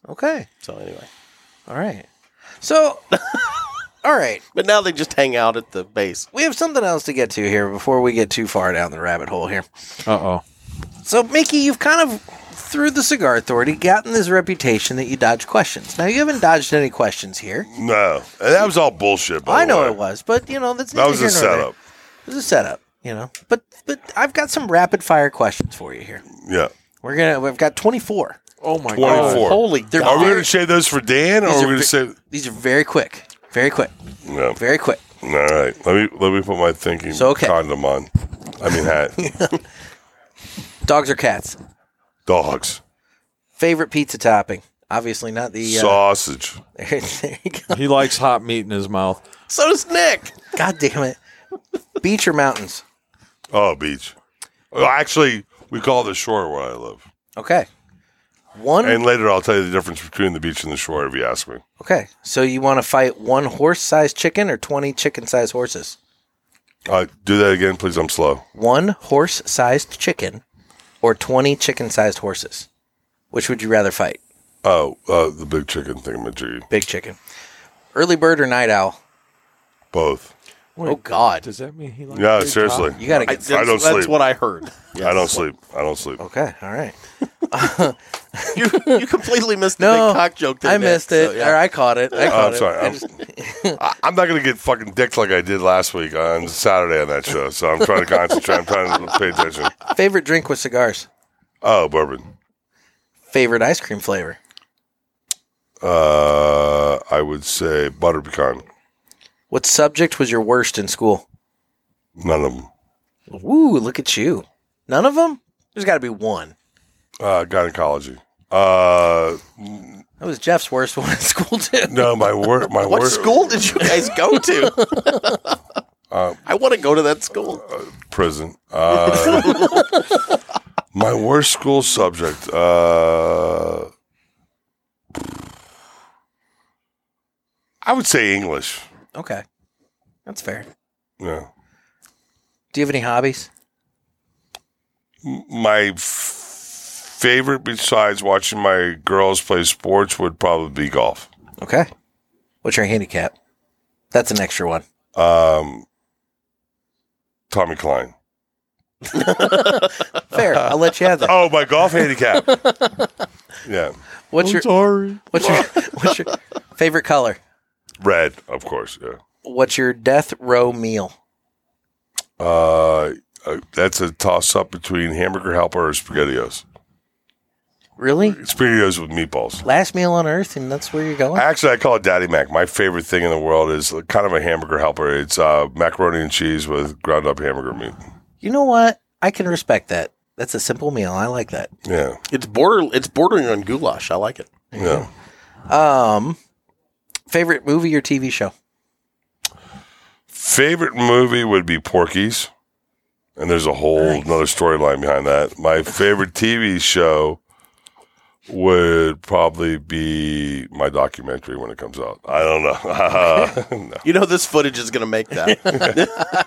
Speaker 2: Okay.
Speaker 3: So anyway,
Speaker 2: All right. So, *laughs* all right.
Speaker 3: but now they just hang out at the base.
Speaker 2: We have something else to get to here before we get too far down the rabbit hole here.
Speaker 12: Uh oh.
Speaker 2: So, Mickey, you've kind of, through the Cigar Authority, gotten this reputation that you dodge questions. Now, you haven't dodged any questions here.
Speaker 4: no, and that was all bullshit. By
Speaker 2: I
Speaker 4: the
Speaker 2: know
Speaker 4: way.
Speaker 2: it was, but, you know, that's
Speaker 4: That
Speaker 2: neither
Speaker 4: was
Speaker 2: here
Speaker 4: a
Speaker 2: nor there.
Speaker 4: setup.
Speaker 2: It was a setup, you know. But, but I've got some rapid fire questions for you here.
Speaker 4: Yeah,
Speaker 2: We're gonna. We've got twenty four.
Speaker 12: Oh my
Speaker 4: twenty
Speaker 12: god.
Speaker 4: four.
Speaker 3: Holy
Speaker 2: They're
Speaker 4: Are we
Speaker 2: very-
Speaker 4: going to save those for Dan, or
Speaker 2: These
Speaker 4: are we
Speaker 2: are
Speaker 4: going
Speaker 2: ve-
Speaker 4: to save?
Speaker 2: These are very quick. Very quick.
Speaker 4: No.
Speaker 2: Very quick.
Speaker 4: All right. Let me let me put my thinking
Speaker 2: So, okay.
Speaker 4: condom on. I mean hat.
Speaker 2: *laughs* Dogs or cats?
Speaker 4: Dogs.
Speaker 2: Favorite pizza topping? Obviously not the uh,
Speaker 4: Sausage.
Speaker 2: *laughs* there you go.
Speaker 12: He likes hot meat in his mouth.
Speaker 3: So does Nick.
Speaker 2: God damn it. Beach or mountains?
Speaker 4: Oh, beach. Well, actually, we call the shore where I live.
Speaker 2: Okay. One.
Speaker 4: And later, I'll tell you the difference between the beach and the shore if you ask me.
Speaker 2: okay. So you want to fight one horse-sized chicken or twenty chicken-sized horses?
Speaker 4: Uh, do that again, please. I'm slow.
Speaker 2: One horse sized chicken or 20 chicken sized horses? Which would you rather fight?
Speaker 4: Oh, uh, the big chicken thingamajig.
Speaker 2: Big chicken. Early bird or night owl?
Speaker 4: Both.
Speaker 2: oh, God. Does
Speaker 12: that mean he
Speaker 4: likes Yeah, big seriously. cock?
Speaker 2: You got to
Speaker 4: I-
Speaker 2: get
Speaker 4: that's- I don't that's sleep. what I heard. I don't
Speaker 2: Yes.
Speaker 4: sleep. I don't sleep.
Speaker 2: Okay. All right.
Speaker 3: you, you completely missed the
Speaker 2: No,
Speaker 3: big cock joke. that
Speaker 2: I
Speaker 3: he made,
Speaker 2: missed it.
Speaker 3: so, yeah.
Speaker 2: Or I caught it. I
Speaker 4: Oh,
Speaker 2: caught
Speaker 4: I'm
Speaker 2: it.
Speaker 4: sorry.
Speaker 2: I
Speaker 4: I'm, *laughs* I- I'm not going to get fucking dicked like I did last week on Saturday on that show. So I'm trying to concentrate. I'm trying to pay attention.
Speaker 2: just- favorite drink with cigars?
Speaker 4: Oh, bourbon.
Speaker 2: Favorite ice cream flavor?
Speaker 4: Uh, I would say butter pecan.
Speaker 2: What subject was your worst in school?
Speaker 4: None of them.
Speaker 2: Ooh, look at you. None of them? There's got to be one.
Speaker 4: Uh, gynecology. Uh,
Speaker 2: That was Jeff's worst *laughs* one in school, too.
Speaker 4: no, my work. My
Speaker 3: What
Speaker 4: work.
Speaker 3: school did you guys go to?
Speaker 4: Uh,
Speaker 3: I want to go to that school.
Speaker 4: prison. Uh, my worst school subject. Uh, I would say English.
Speaker 2: Okay. That's fair.
Speaker 4: Yeah.
Speaker 2: Do you have any hobbies?
Speaker 4: M- My f- favorite, besides watching my girls play sports, would probably be golf.
Speaker 2: Okay. What's your handicap? That's an extra one.
Speaker 4: Um, Tommy Klein.
Speaker 2: Fair. I'll let you have that.
Speaker 4: Oh, my golf handicap. Yeah.
Speaker 2: What's
Speaker 4: I'm
Speaker 2: your
Speaker 4: sorry.
Speaker 2: What's your *laughs* What's your favorite color?
Speaker 4: Red, of course. Yeah.
Speaker 2: What's your death row meal?
Speaker 4: Uh, uh, that's a toss up between hamburger helper or spaghettios.
Speaker 2: Really?
Speaker 4: Spaghettios with meatballs.
Speaker 2: Last meal on earth, and that's where you're going.
Speaker 4: Actually, I call it Daddy Mac. My favorite thing in the world is kind of a hamburger helper. It's uh, macaroni and cheese with ground up hamburger meat.
Speaker 2: You know what? I can respect that. That's a simple meal. I like that.
Speaker 4: Yeah.
Speaker 3: It's border. It's bordering on goulash. I like it.
Speaker 4: Yeah.
Speaker 2: Um, favorite movie or TV show?
Speaker 4: Favorite movie would be Porky's. And there's a whole another storyline behind that. My favorite TV show would probably be my documentary when it comes out. I don't *laughs* know. No.
Speaker 3: You know this footage is going to make
Speaker 4: *laughs*
Speaker 3: that.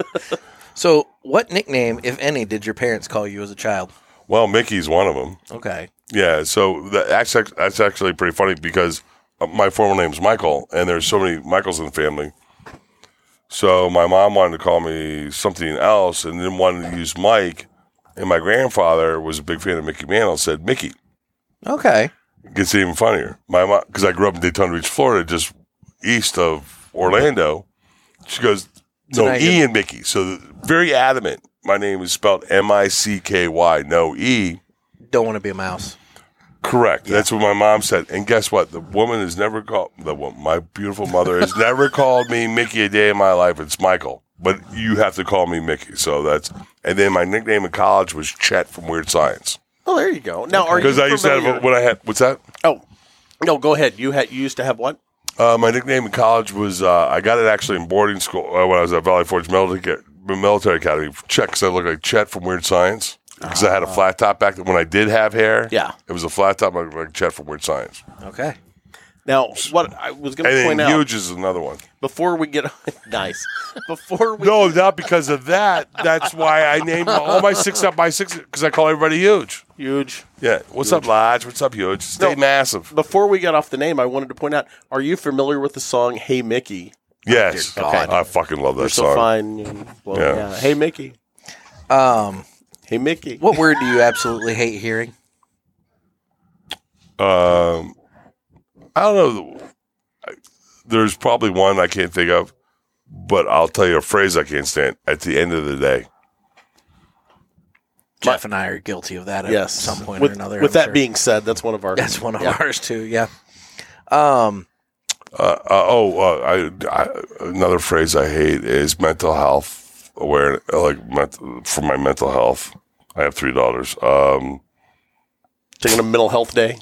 Speaker 2: So, what nickname, if any, did your parents call you as a child?
Speaker 4: Well, Mickey's one of them.
Speaker 2: Okay.
Speaker 4: Yeah, so that, that's act- that's actually pretty funny because uh, my former name's Michael, and there's so many Michaels in the family. So my mom wanted to call me something else, and then wanted to use Mike. And my grandfather was a big fan of Mickey Mantle, said Mickey.
Speaker 2: Okay.
Speaker 4: Gets even funnier. My mom, because I grew up in Daytona Beach, Florida, just east of Orlando. She goes,
Speaker 2: So
Speaker 4: no
Speaker 2: now
Speaker 4: E
Speaker 2: you're-
Speaker 4: in Mickey. So th- very adamant. My name is spelled M I C K Y, no E.
Speaker 2: Don't want to be a mouse.
Speaker 4: Correct. That's what my mom said. And guess what? The woman has never called the wo- my beautiful mother
Speaker 3: *laughs*
Speaker 4: has never called me Mickey a day in my life. It's Michael, but you have to call me Mickey. So that's and then my nickname in college was Chet from Weird Science
Speaker 3: well, Oh, there you go. Now, are you
Speaker 4: because I used to have a,
Speaker 3: familiar-
Speaker 4: when I had what's that?
Speaker 3: Oh, no. Go ahead. You had. You used to have what?
Speaker 4: Uh, my nickname in college was uh, I got it actually in boarding school uh, when I was at Valley Forge Military, Military Academy. Chet, because I looked like Chet from Weird Science. Because I had a flat top back then when I did have hair.
Speaker 3: Ah. Yeah.
Speaker 4: it was a flat top. I looked like Chet from Weird Science.
Speaker 2: Okay.
Speaker 3: Now, what I was going
Speaker 4: and
Speaker 3: to
Speaker 4: then
Speaker 3: point out
Speaker 4: huge is another one.
Speaker 3: before we get *laughs* nice before we
Speaker 4: No, not because of that. That's why I named all my six up by six because I call everybody huge.
Speaker 3: huge
Speaker 4: Yeah. What's up, Lodge? What's up, huge? Stay
Speaker 3: No.
Speaker 4: massive.
Speaker 3: before we got off the name, I wanted to point out: Are you familiar with the song "Hey Mickey"?
Speaker 4: Yes.
Speaker 3: Dear God.
Speaker 4: I fucking love that
Speaker 3: You're
Speaker 4: song.
Speaker 3: so fine. you blow-
Speaker 4: Yeah.
Speaker 3: yeah. Hey Mickey.
Speaker 2: Um,
Speaker 3: Hey Mickey.
Speaker 2: what word do you absolutely hate hearing?
Speaker 4: Um, I don't know. I- There's probably one I can't think of, but I'll tell you a phrase I can't stand. At the end of the day,
Speaker 2: Jeff and I are guilty of that at
Speaker 3: Yes.
Speaker 2: some point
Speaker 3: with,
Speaker 2: or another.
Speaker 3: With
Speaker 2: I'm
Speaker 3: that
Speaker 2: sure.
Speaker 3: being said, that's one of our.
Speaker 2: that's one of
Speaker 3: Yeah.
Speaker 2: ours too. Yeah. Um,
Speaker 4: uh, uh, oh, uh, I, I, another phrase I hate is mental health awareness. Like ment- for my mental health, I have three daughters. Um,
Speaker 3: Taking a mental health day.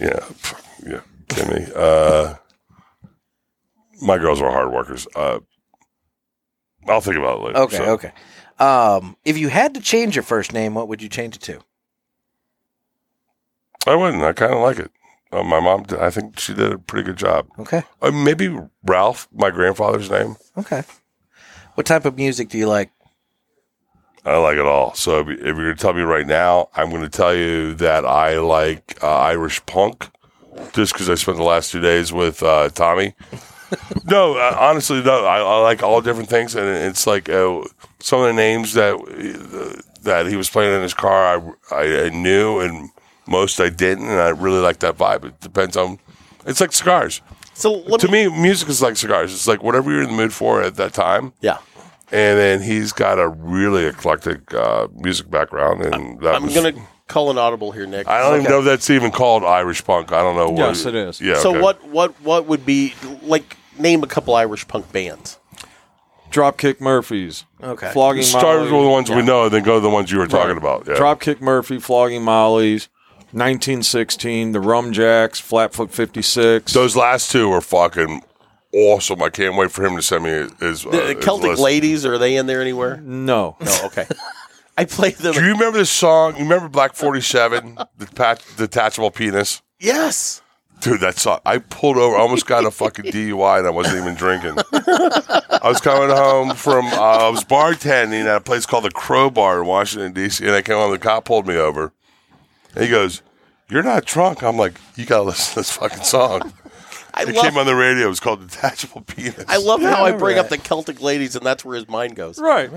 Speaker 4: Yeah, pff, yeah, Kimmy. Uh, my girls are hard workers. Uh, I'll think about it later.
Speaker 2: okay.
Speaker 4: so.
Speaker 2: Okay. Um, if you had to change your first name, what would you change it to?
Speaker 4: I wouldn't. I kind of like it. Uh, my mom, did, I think she did a pretty good job.
Speaker 2: Okay.
Speaker 4: Uh, maybe Ralph, my grandfather's name.
Speaker 2: Okay. What type of music do you like?
Speaker 4: I like it all. So if, if you're going to tell me right now, I'm going to tell you that I like uh, Irish punk just because I spent the last two days with uh, Tommy. *laughs* no, uh, honestly, no. I, I like all different things, and it's like uh, some of the names that uh, that he was playing in his car, I, I, I knew, and most I didn't, and I really like that vibe. It depends on. It's like cigars.
Speaker 3: So
Speaker 4: to me, music is like cigars. It's like whatever you're in the mood for at that time.
Speaker 3: Yeah.
Speaker 4: And then he's got a really eclectic uh, music background, and that
Speaker 3: I'm
Speaker 4: was.
Speaker 3: going to call an audible here, Nick.
Speaker 4: I don't even
Speaker 3: Okay.
Speaker 4: know if that's even called Irish punk. I don't know. what-
Speaker 12: Yes, it is.
Speaker 4: Yeah.
Speaker 3: so
Speaker 4: okay.
Speaker 3: what what what would be like? Name a couple Irish punk bands.
Speaker 12: Dropkick Murphys.
Speaker 3: Okay.
Speaker 12: Flogging
Speaker 4: Start
Speaker 12: Molly.
Speaker 4: with the ones we know, and then go to the ones you were talking about. Yeah.
Speaker 12: Dropkick Murphy, Flogging Molly's, 1916, the Rum Jacks, Flatfoot 56.
Speaker 4: Those last two were fucking awesome. I can't wait for him to send me his.
Speaker 3: The, the Celtic Ladies are they in there anywhere?
Speaker 12: No.
Speaker 3: No. Okay. I played them.
Speaker 4: Do you remember the song? You remember Black Forty Seven, *laughs* the pat- detachable penis?
Speaker 3: yes.
Speaker 4: Dude, that song. I pulled over. I almost got
Speaker 3: *laughs*
Speaker 4: a fucking DUI, and I wasn't even drinking. I was coming home from. Uh, I was bartending at a place called the Crowbar in Washington D.C., and I came home. The cop pulled me over, and he goes, "You're not drunk." I'm like, "You gotta listen to this fucking song."
Speaker 3: I
Speaker 4: it
Speaker 3: love-
Speaker 4: came on the radio. It was called "Detachable Penis."
Speaker 3: I love how I bring
Speaker 4: up
Speaker 3: up the Celtic Ladies, and that's where his mind goes.
Speaker 12: *laughs* Right.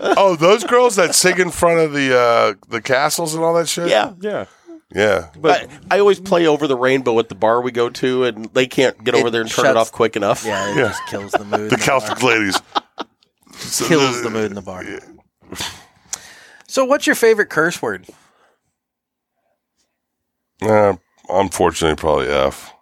Speaker 4: oh, those girls that sing in front of the uh, the castles and all that shit.
Speaker 3: Yeah.
Speaker 12: Yeah.
Speaker 4: Yeah.
Speaker 3: But I, I always play over the rainbow at the bar we go to, and they can't get over there and turn it
Speaker 2: shuts-
Speaker 3: off quick enough.
Speaker 2: Yeah, it
Speaker 4: Yeah.
Speaker 2: just kills the mood.
Speaker 4: The
Speaker 2: in bar.
Speaker 3: *laughs*
Speaker 4: Celtic ladies. So
Speaker 2: kills the mood in the bar. So, what's your favorite curse word?
Speaker 4: Uh, unfortunately, probably F.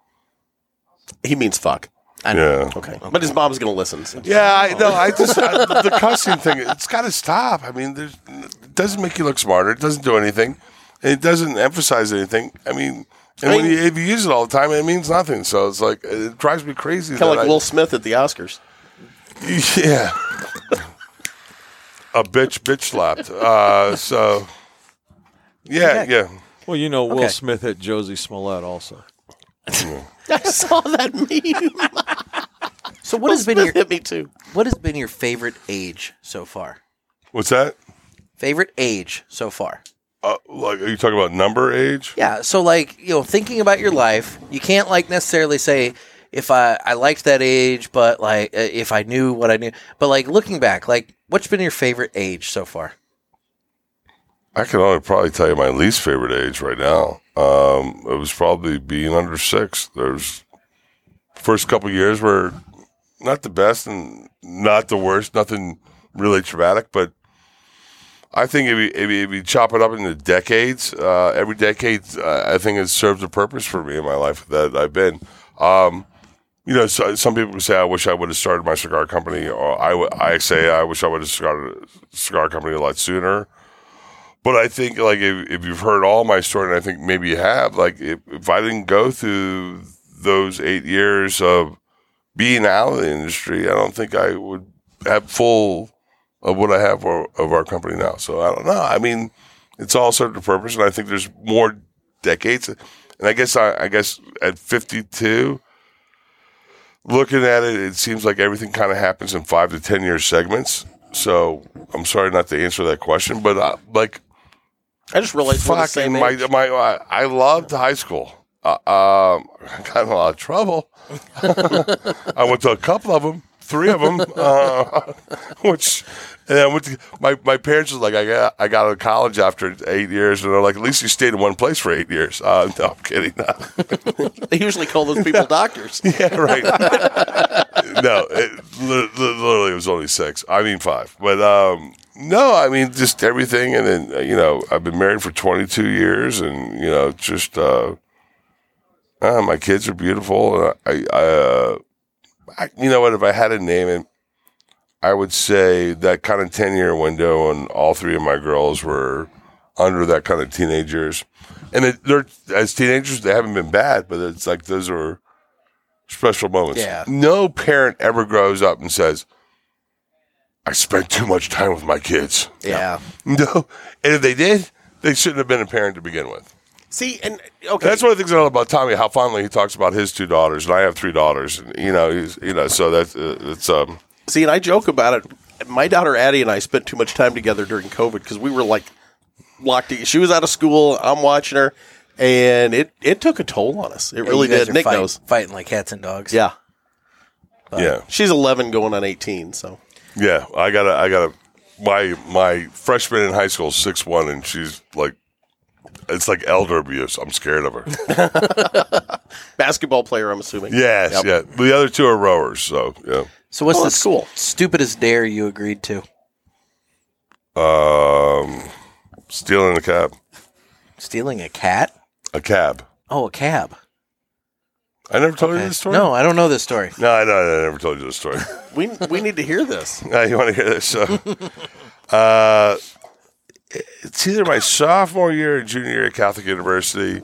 Speaker 3: He means fuck.
Speaker 4: Yeah.
Speaker 3: Okay. But his mom's gonna listen. so-
Speaker 4: Yeah, I know. I just I, the cussing thing. It's got to stop. I mean, there's, it doesn't make you look smarter. It doesn't do anything. It doesn't emphasize anything. I mean, and
Speaker 3: I
Speaker 4: when
Speaker 3: mean-
Speaker 4: you, if you use it all the time, it means nothing. So it's like it drives me crazy.
Speaker 3: Kind of
Speaker 4: that
Speaker 3: like
Speaker 4: I-
Speaker 3: Will Smith at the Oscars.
Speaker 4: *laughs* Yeah. a bitch bitch slapped.
Speaker 3: *laughs*
Speaker 4: Uh, so yeah, yeah.
Speaker 12: Well, you know Will
Speaker 4: Okay.
Speaker 12: Smith hit Josie Smollett also.
Speaker 3: I saw that *laughs* meme.
Speaker 2: So, what has been
Speaker 3: Smith
Speaker 2: your
Speaker 3: hit me too?
Speaker 2: What has been your favorite age so far?
Speaker 4: What's that?
Speaker 2: Favorite age so far?
Speaker 4: Uh, like, are you talking about number age?
Speaker 2: Yeah. So, like, you know, thinking about your life, you can't like necessarily say if I I liked that age, but like uh, if I knew what I knew, but like looking back, like what's been your favorite age so far?
Speaker 4: I can only probably tell you my least favorite age right now. Um, it was probably being under six. There's first couple years were not the best and not the worst. Nothing really traumatic, but I think if you, if you, if you chop it up into decades, uh, every decade uh, I think it serves a purpose for me in my life that I've been. Um, you know, so, some people would say, "I wish I would have started my cigar company," or I, w- I say, "I wish I would have started a cigar company a lot sooner." But I think, like, if, if you've heard all my story, and I think maybe you have, like, if, if I didn't go through those eight years of being out of the industry, I don't think I would have full of what I have or, of our company now. So I don't know. I mean, it's all served a purpose, and I think there's more decades. And I guess I, I guess at 52, looking at it, it seems like everything kind of happens in five to ten year segments. So I'm sorry not to answer that question, but uh, like
Speaker 3: I just realized we're the
Speaker 4: fucking
Speaker 3: same
Speaker 4: my,
Speaker 3: age. *laughs*
Speaker 4: my I I loved high school. Uh, um, I got in a lot of trouble. *laughs* I went to a couple of them, three of them, uh, *laughs* which and I went to my my parents was like I got I got out of college after eight years, and they're like at least you stayed in one place for eight years. Uh, *laughs* no, I'm kidding.
Speaker 3: They usually call those people doctors.
Speaker 4: Yeah, right. *laughs* no, it, li- li- literally, it was only six. I mean, five. But um, no, I mean, just everything. And then, uh, you know, I've been married for 22 years and, you know, just, uh, uh, my kids are beautiful. And I, I, uh, I, you know what? If I had to name it, I would say that kind of 10 year window when all three of my girls were under that kind of teenage years. And it, they're, as teenagers, they haven't been bad, but it's like those are special moments.
Speaker 2: Yeah.
Speaker 4: No parent ever grows up and says, I spent too much time with my kids.
Speaker 2: *laughs*
Speaker 4: *laughs*
Speaker 2: Yeah.
Speaker 4: No. And if they did, they shouldn't have been a parent to begin with.
Speaker 3: See, and okay,
Speaker 4: That's one of the things I love about Tommy, how fondly he talks about his two daughters, and I have three daughters. And, you know, he's, you know, so that's, uh, it's, um,
Speaker 3: See, and I joke about it my daughter Addie and I spent too much time together during COVID because we were like locked. In. She was out of school. I'm watching her, and it it took a toll on us. It
Speaker 2: Yeah,
Speaker 3: really
Speaker 2: you guys
Speaker 3: did.
Speaker 2: are
Speaker 3: Nick
Speaker 2: fight-
Speaker 3: knows.
Speaker 2: Fighting like cats and dogs.
Speaker 3: Yeah.
Speaker 2: But-
Speaker 4: Yeah.
Speaker 3: She's 11 going on 18, so.
Speaker 4: Yeah, I got to I got to my my freshman in high school six one, and she's like, it's like elder abuse. I'm
Speaker 2: *laughs*
Speaker 4: scared of her.
Speaker 3: Basketball player, I'm assuming.
Speaker 4: yes, yeah. The other two are rowers, so yeah.
Speaker 2: So what's
Speaker 3: Oh,
Speaker 2: the
Speaker 3: that's cool.
Speaker 2: stupidest dare you agreed to?
Speaker 4: Um, stealing a cab,
Speaker 2: Stealing a cat?
Speaker 4: a cab.
Speaker 2: Oh, a cab.
Speaker 4: I never told
Speaker 2: Okay.
Speaker 4: you this story.
Speaker 2: No, I don't know this story.
Speaker 4: No, I, no, I never told you this story.
Speaker 3: We we need to hear this.
Speaker 4: Uh, you want to hear this? *laughs* So, uh, it's either my sophomore year or junior year at Catholic University,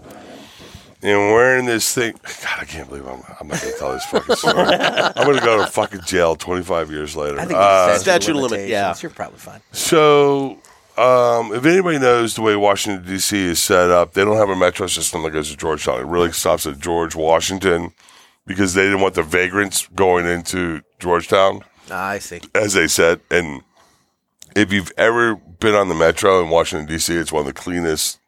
Speaker 4: and we're in this thing. God, I can't believe I'm, I'm not going to tell this
Speaker 2: *laughs*
Speaker 4: fucking story. I'm going to go to fucking jail 25 years later.
Speaker 2: I think
Speaker 4: Uh,
Speaker 2: it's statute, of limitations. You're probably fine.
Speaker 4: so, um, if anybody knows the way Washington D.C. is set up, they don't have a metro system that goes to Georgetown. It really stops at George Washington because they didn't want the vagrants going into Georgetown,
Speaker 2: Ah, I see.
Speaker 4: as they said. And if you've ever been on the metro in Washington D.C., it's one of the cleanest,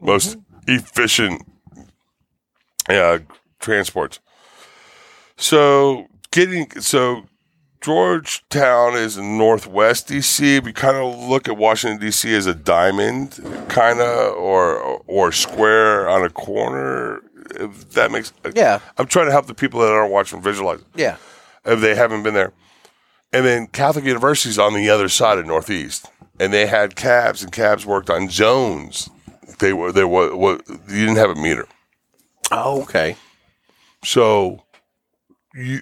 Speaker 4: most
Speaker 2: Mm-hmm.
Speaker 4: efficient uh, transports. So getting so Georgetown is in northwest DC. We kind of look at Washington DC as a diamond, kind of, or or square on a corner. If that makes
Speaker 2: Yeah.
Speaker 4: I'm trying to help the people that aren't watching visualize it,
Speaker 2: Yeah.
Speaker 4: if they haven't been there. And then Catholic University is on the other side of Northeast, and they had cabs, and cabs worked on Jones. They were they were, were you didn't have a meter.
Speaker 3: Oh, okay.
Speaker 4: So you,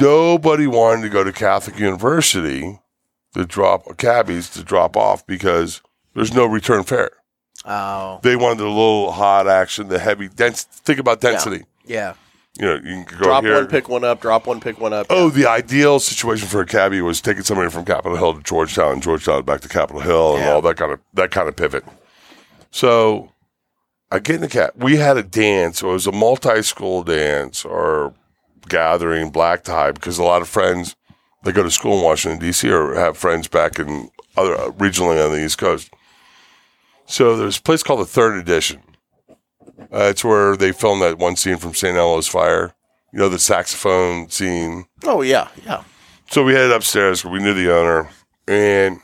Speaker 4: nobody wanted to go to Catholic University to drop cabbies to drop off because there's no return fare.
Speaker 2: Oh.
Speaker 4: They wanted the little hot action, the heavy dense. Think about density.
Speaker 2: Yeah.
Speaker 4: You know, you can go
Speaker 3: Drop
Speaker 4: here.
Speaker 3: one, pick one up, drop one, pick one up.
Speaker 4: Oh, the ideal situation for a cabbie was taking somebody from Capitol Hill to Georgetown, and Georgetown back to Capitol Hill, and all that kind of that kind of pivot. So, I get in the cab. We had a dance. It was a multi-school dance or gathering, black tie, because a lot of friends that go to school in Washington D.C. or have friends back in other uh, regionally on the East Coast. So there's a place called the Third Edition. Uh, it's where they filmed that one scene from St. Elmo's Fire. You know the saxophone scene.
Speaker 3: Oh, yeah, yeah.
Speaker 4: So we headed upstairs. We knew the owner, and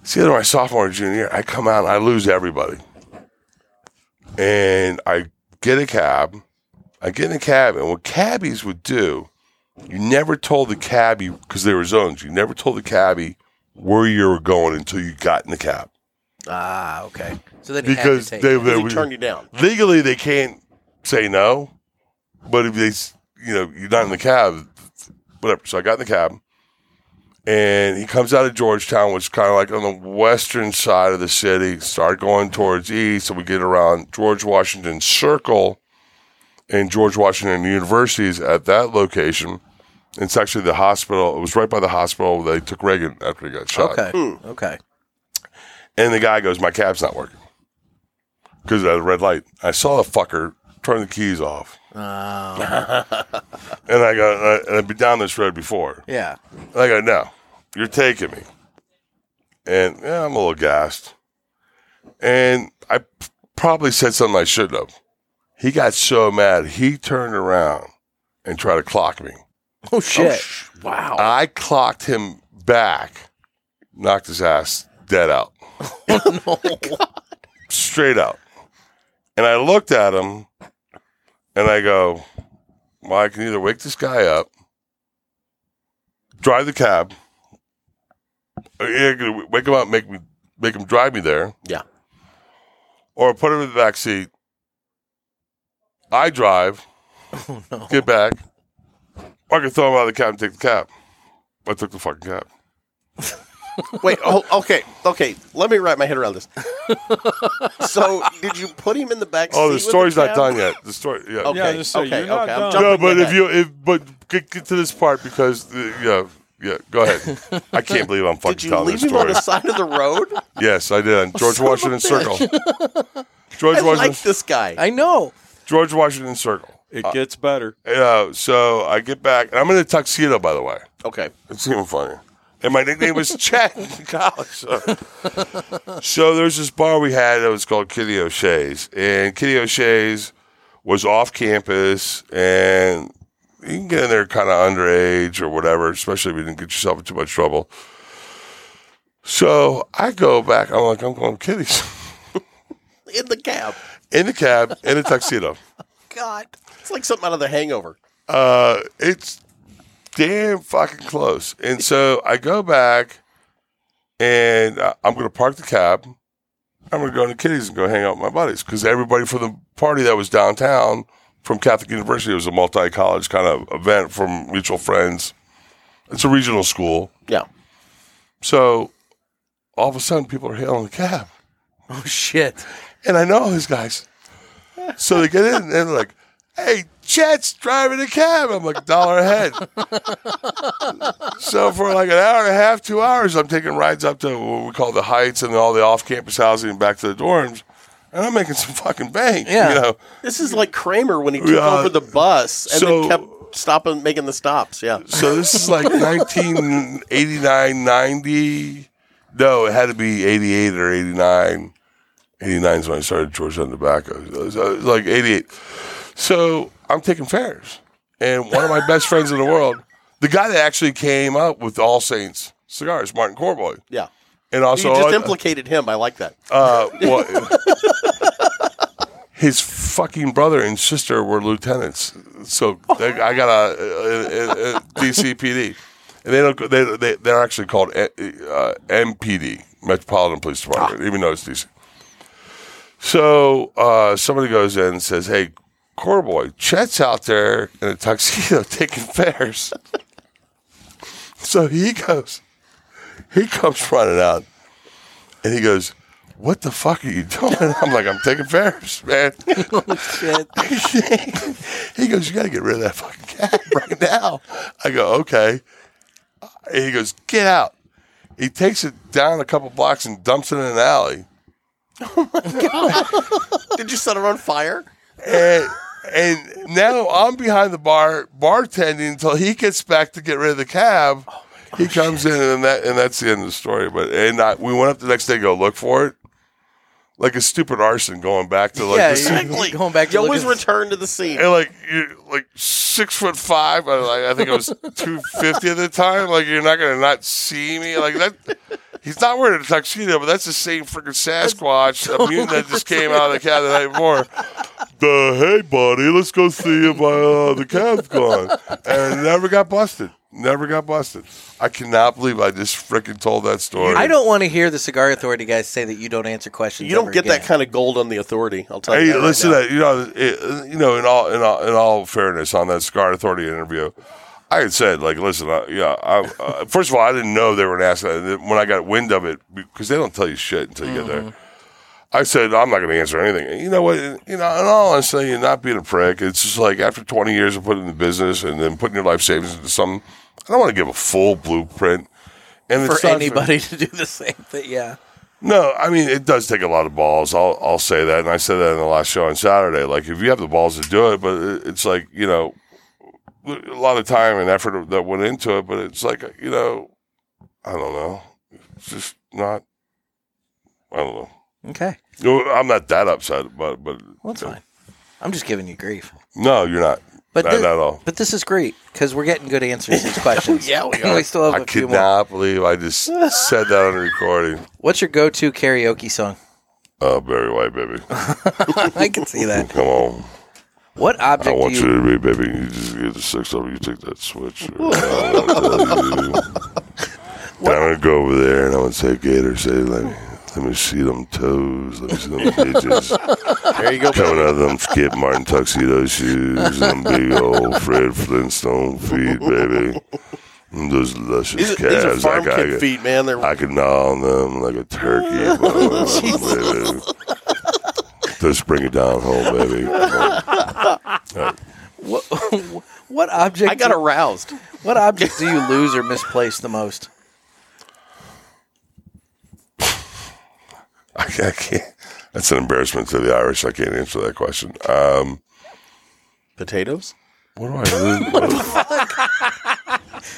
Speaker 4: it's either my sophomore or junior year. I come out, and I lose everybody, and I get a cab. I get in a cab, and what cabbies would do, you never told the cabbie because they were zones. You never told the cabbie where you were going until you got in the cab
Speaker 2: Ah, okay. So then he had to
Speaker 4: because
Speaker 2: take
Speaker 4: they,
Speaker 2: it.
Speaker 4: they would- legally. They can't say no, but if they, s- you know, you're not in the cab, whatever. So I got in the cab, and he comes out of Georgetown, which is kind of like on the western side of the city. Start going towards east, and we get around George Washington Circle and George Washington University's at that location. It's actually the hospital. It was right by the hospital. They took Reagan after he got shot.
Speaker 2: Okay.
Speaker 3: Hmm.
Speaker 2: Okay.
Speaker 4: And the guy goes, My cab's not working. Because of the red light. I saw the fucker turn the keys off. *laughs* and I go, and, I, and I've been down this road before.
Speaker 2: Yeah.
Speaker 4: And I go, No, you're taking me. And yeah, I'm a little gassed. And I p- probably said something I shouldn't have. He got so mad, he turned around and tried to clock me.
Speaker 2: Oh shit.
Speaker 4: Wow. I clocked him back, knocked his ass dead out. Straight out. And I looked at him and I go, Well, I can either wake this guy up, drive the cab, or either I can wake him up, and make me make him drive me there.
Speaker 3: Yeah.
Speaker 4: Or put him in the back seat. I
Speaker 3: *laughs*
Speaker 4: drive,
Speaker 3: Oh,
Speaker 4: get back. Or I can throw him out of the cab and take the cab. I took the fucking cab.
Speaker 3: *laughs* Wait, oh, okay, okay. Let me wrap my head around
Speaker 4: *laughs*
Speaker 3: this. so, did you put him in the back
Speaker 4: Oh,
Speaker 3: seat
Speaker 4: the
Speaker 3: with
Speaker 4: story's not
Speaker 3: cab?
Speaker 4: done yet. The story, yeah.
Speaker 3: Okay, Yeah, just so okay, you're not okay, I'm done.
Speaker 4: No,
Speaker 3: jumping
Speaker 4: but if
Speaker 3: ahead.
Speaker 4: you, if, but get, get to this part because, the, yeah, yeah. Go ahead. I can't believe I'm
Speaker 3: *laughs*
Speaker 4: fucking
Speaker 3: Did you
Speaker 4: telling
Speaker 3: leave
Speaker 4: this
Speaker 3: him on
Speaker 4: story.
Speaker 3: the side of the
Speaker 4: *laughs*
Speaker 3: road?
Speaker 4: yes, I did on George
Speaker 3: Son of a
Speaker 4: Washington Circle.
Speaker 3: *laughs* bitch.
Speaker 4: George
Speaker 3: I
Speaker 4: Washington.
Speaker 3: like this guy.
Speaker 2: I know.
Speaker 4: George Washington Circle.
Speaker 12: It gets better.
Speaker 4: Yeah. so I get back, and I'm in a tuxedo, by the way.
Speaker 3: Okay.
Speaker 4: It's even funnier. And my nickname was Chad in college. So, so there's this bar we had that was called Kitty O'Shea's. And Kitty O'Shea's was off campus and you can get in there kind of underage or whatever, especially if you didn't get yourself in too much trouble. So I go back. I'm like, I'm going to Kitty's *laughs*
Speaker 3: In the cab.
Speaker 4: in the cab, in a tuxedo.
Speaker 3: God. It's like something out of the hangover.
Speaker 4: Uh, it's damn fucking close. And so I go back, and uh, I'm gonna park the cab. I'm gonna go to Kitty's and go hang out with my buddies because everybody from the party that was downtown from Catholic University it was a multi-college kind of event from mutual friends. It's a regional school.
Speaker 3: Yeah.
Speaker 4: So all of a sudden, people are hailing the cab.
Speaker 2: Oh shit!
Speaker 4: And I know all these guys. So they get in and they're like, "Hey, Chet's driving a cab." I'm like, "Dollar ahead." so for like an hour and a half, two hours, I'm taking rides up to what we call the Heights and all the off-campus housing and back to the dorms, and I'm making some fucking bank. You know.
Speaker 3: This is like Kramer when he took
Speaker 4: Yeah.
Speaker 3: over the bus and
Speaker 4: So-
Speaker 3: then kept stopping, making the stops. Yeah.
Speaker 4: So this is like 1989, 90. No, it had to be 88 or 89. 89 is when I started Georgetown Tobacco. So it was like 88. So I'm taking fares. And one of my best friends in the world, the guy that actually came up with All Saints cigars, Martin Corboy.
Speaker 3: Yeah.
Speaker 4: And also,
Speaker 3: you just
Speaker 4: uh,
Speaker 3: implicated him. I like that.
Speaker 4: uh, what? His fucking brother and sister were lieutenants, so they, I got a, uh, a, a, a DCPD, and they don't. They, they they're actually called uh, MPD, Metropolitan Police Department, even though it's DC. So uh, somebody goes in and says, "Hey, Corboy, Chet's out there in a tuxedo *laughs* taking fares." *laughs* so he goes, he comes running out, and he goes, "What the fuck are you doing?" I'm like, "I'm taking fares, man."
Speaker 2: oh shit!
Speaker 4: *laughs* he goes, "You got to get rid of that fucking cab *laughs* right now." I go, "Okay." And he goes, "Get out." He takes it down a couple blocks and dumps it in an alley.
Speaker 3: Did you set it on
Speaker 4: *laughs*
Speaker 3: fire?
Speaker 4: and and now I'm behind the bar bartending until he gets back to get rid of the cab. he comes in and that and that's the end of the story. But and I, we went up the next day to go look for it, like a stupid arson going back to like
Speaker 2: Yeah,
Speaker 4: the scene.
Speaker 2: Exactly. Going back to
Speaker 3: you
Speaker 2: look
Speaker 3: always
Speaker 2: at-
Speaker 3: return to the scene.
Speaker 4: and like you're like six foot five. I, like, I think I was two fifty at the time. Like you're not gonna not see me like that. He's not wearing a tuxedo, but that's the same freaking Sasquatch, a mutant that just came out of the cab the night before. The hey buddy, let's go see if uh, the cab's gone, and never got busted. Never got busted. I cannot believe I just freaking told that story.
Speaker 2: I don't want to hear the cigar authority guys say that you don't answer questions.
Speaker 3: You don't
Speaker 2: ever
Speaker 3: get
Speaker 2: again.
Speaker 3: that kind of gold on the authority. I'll tell
Speaker 4: Hey,
Speaker 3: you. that right
Speaker 4: listen,
Speaker 3: now.
Speaker 4: to that, you know, it, you know, in all, in all, in all fairness, on that Scar Authority interview, I had said, like, listen, I, yeah, I, uh, first of all, I didn't know they were an asset And then when I got wind of it because they don't tell you shit until you get
Speaker 3: Mm-hmm.
Speaker 4: there. I said, I'm not going to answer anything. And you know what? You know, in all honesty, you're not being a prick. It's just like after 20 years of putting in the business and then putting your life savings into something, I don't want to give a full blueprint. And
Speaker 2: for
Speaker 4: it's not
Speaker 2: anybody to do the same thing. Yeah.
Speaker 4: no, I mean it does take a lot of balls. I'll I'll say that, and I said that in the last show on Saturday. Like if you have the balls to do it, but it- it's like you know, a lot of time and effort that went into it. But it's like you know, I don't know. It's just not. I don't know.
Speaker 2: Okay.
Speaker 4: No, I'm not that upset about it, but
Speaker 2: Well, it's fine. I'm just giving you grief.
Speaker 4: No, you're not.
Speaker 2: But
Speaker 4: But not,
Speaker 2: thi-
Speaker 4: not at all.
Speaker 2: But this is great because we're getting good answers to
Speaker 3: *laughs*
Speaker 2: these questions.
Speaker 3: Yeah, we
Speaker 2: *laughs* And we still have
Speaker 4: I
Speaker 2: a few more.
Speaker 4: cannot believe I just said that on recording.
Speaker 2: What's your go-to karaoke
Speaker 3: *laughs*
Speaker 2: song?
Speaker 4: Oh, Barry White, baby,
Speaker 2: I can see that.
Speaker 4: come on.
Speaker 2: What
Speaker 4: I
Speaker 2: object do
Speaker 4: want you,
Speaker 2: you?
Speaker 4: to be, baby. You just get the sex up. You take that switch. I wanna tell you. I'm gonna go over there and I'm gonna say, Gator, say, let me, let me see them toes. Let me see them digits.
Speaker 3: There you go.
Speaker 4: Coming out of them Skip Martin tuxedo shoes and them big old Fred Flintstone feet, baby. And those luscious
Speaker 3: These, are- these are
Speaker 4: calves.
Speaker 3: farm
Speaker 4: I,
Speaker 3: kid
Speaker 4: could-
Speaker 3: feet, man. They're
Speaker 4: I could gnaw on them like
Speaker 3: *laughs*
Speaker 4: a turkey. baby. Just bring it down home, baby.
Speaker 2: What, what object?
Speaker 3: I got
Speaker 4: *laughs*
Speaker 2: do-
Speaker 3: aroused.
Speaker 2: What object do you lose or misplace the
Speaker 3: *laughs*
Speaker 2: most?
Speaker 4: *laughs* I, I can't. That's an embarrassment to the Irish. I can't answer that question. Um,
Speaker 3: Potatoes?
Speaker 4: what do I lose?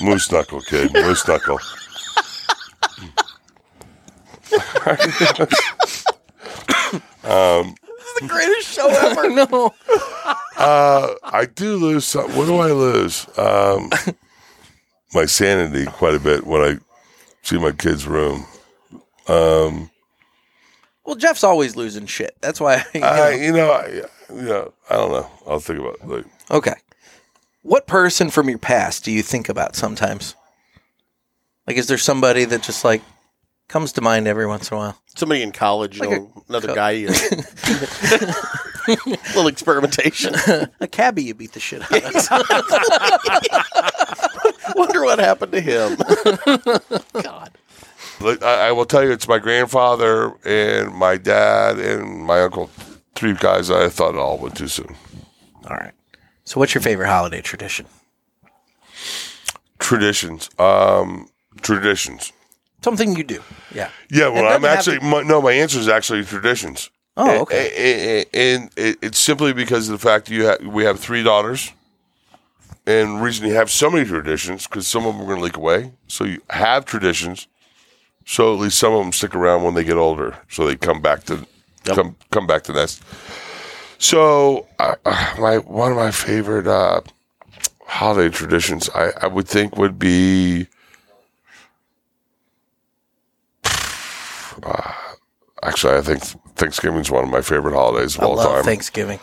Speaker 4: Moose knuckle, kid. Moose knuckle. um,
Speaker 2: the greatest show ever. no.
Speaker 4: uh, I do lose some. What do I lose? Um, my sanity quite a bit when I see my kid's room. Um,
Speaker 2: Well, Jeff's always losing shit. That's why. *laughs* You know.
Speaker 4: I, you know, I, you know, I don't know. I'll think about it. Like,
Speaker 2: okay. What person from your past do you think about sometimes? Like, is there somebody that just like comes to mind every once in a while?
Speaker 3: Somebody in college, you
Speaker 2: Like
Speaker 3: know, another guy.
Speaker 2: *laughs*
Speaker 3: You little experimentation. *laughs*
Speaker 2: a cabbie you beat the shit out of.
Speaker 3: Wonder what happened to him. *laughs*
Speaker 4: Like, I, I will tell you, it's my grandfather and my dad and my uncle. Three guys I thought all went too soon.
Speaker 2: All right. *laughs* So, what's your favorite holiday tradition?
Speaker 4: Traditions. Um, traditions.
Speaker 2: Something you do. Yeah.
Speaker 4: Yeah,
Speaker 2: It
Speaker 4: well,
Speaker 2: doesn't
Speaker 4: I'm
Speaker 2: have
Speaker 4: actually
Speaker 2: to-
Speaker 4: my, no. My answer is actually traditions.
Speaker 2: Oh,
Speaker 4: A-
Speaker 2: okay.
Speaker 4: a- a- and it, it's simply because of the fact that you have we have three daughters, and the reason you have so many traditions because some of them are going to leak away. So you have traditions, so at least some of them stick around when they get older, so they come back to come come back to nest. So uh, uh, my one of my favorite uh, holiday traditions, I, I would think, would be. *sighs* Uh, actually, I think Thanksgiving's one of my favorite holidays of
Speaker 2: I
Speaker 4: all
Speaker 2: love
Speaker 4: time.
Speaker 2: Thanksgiving.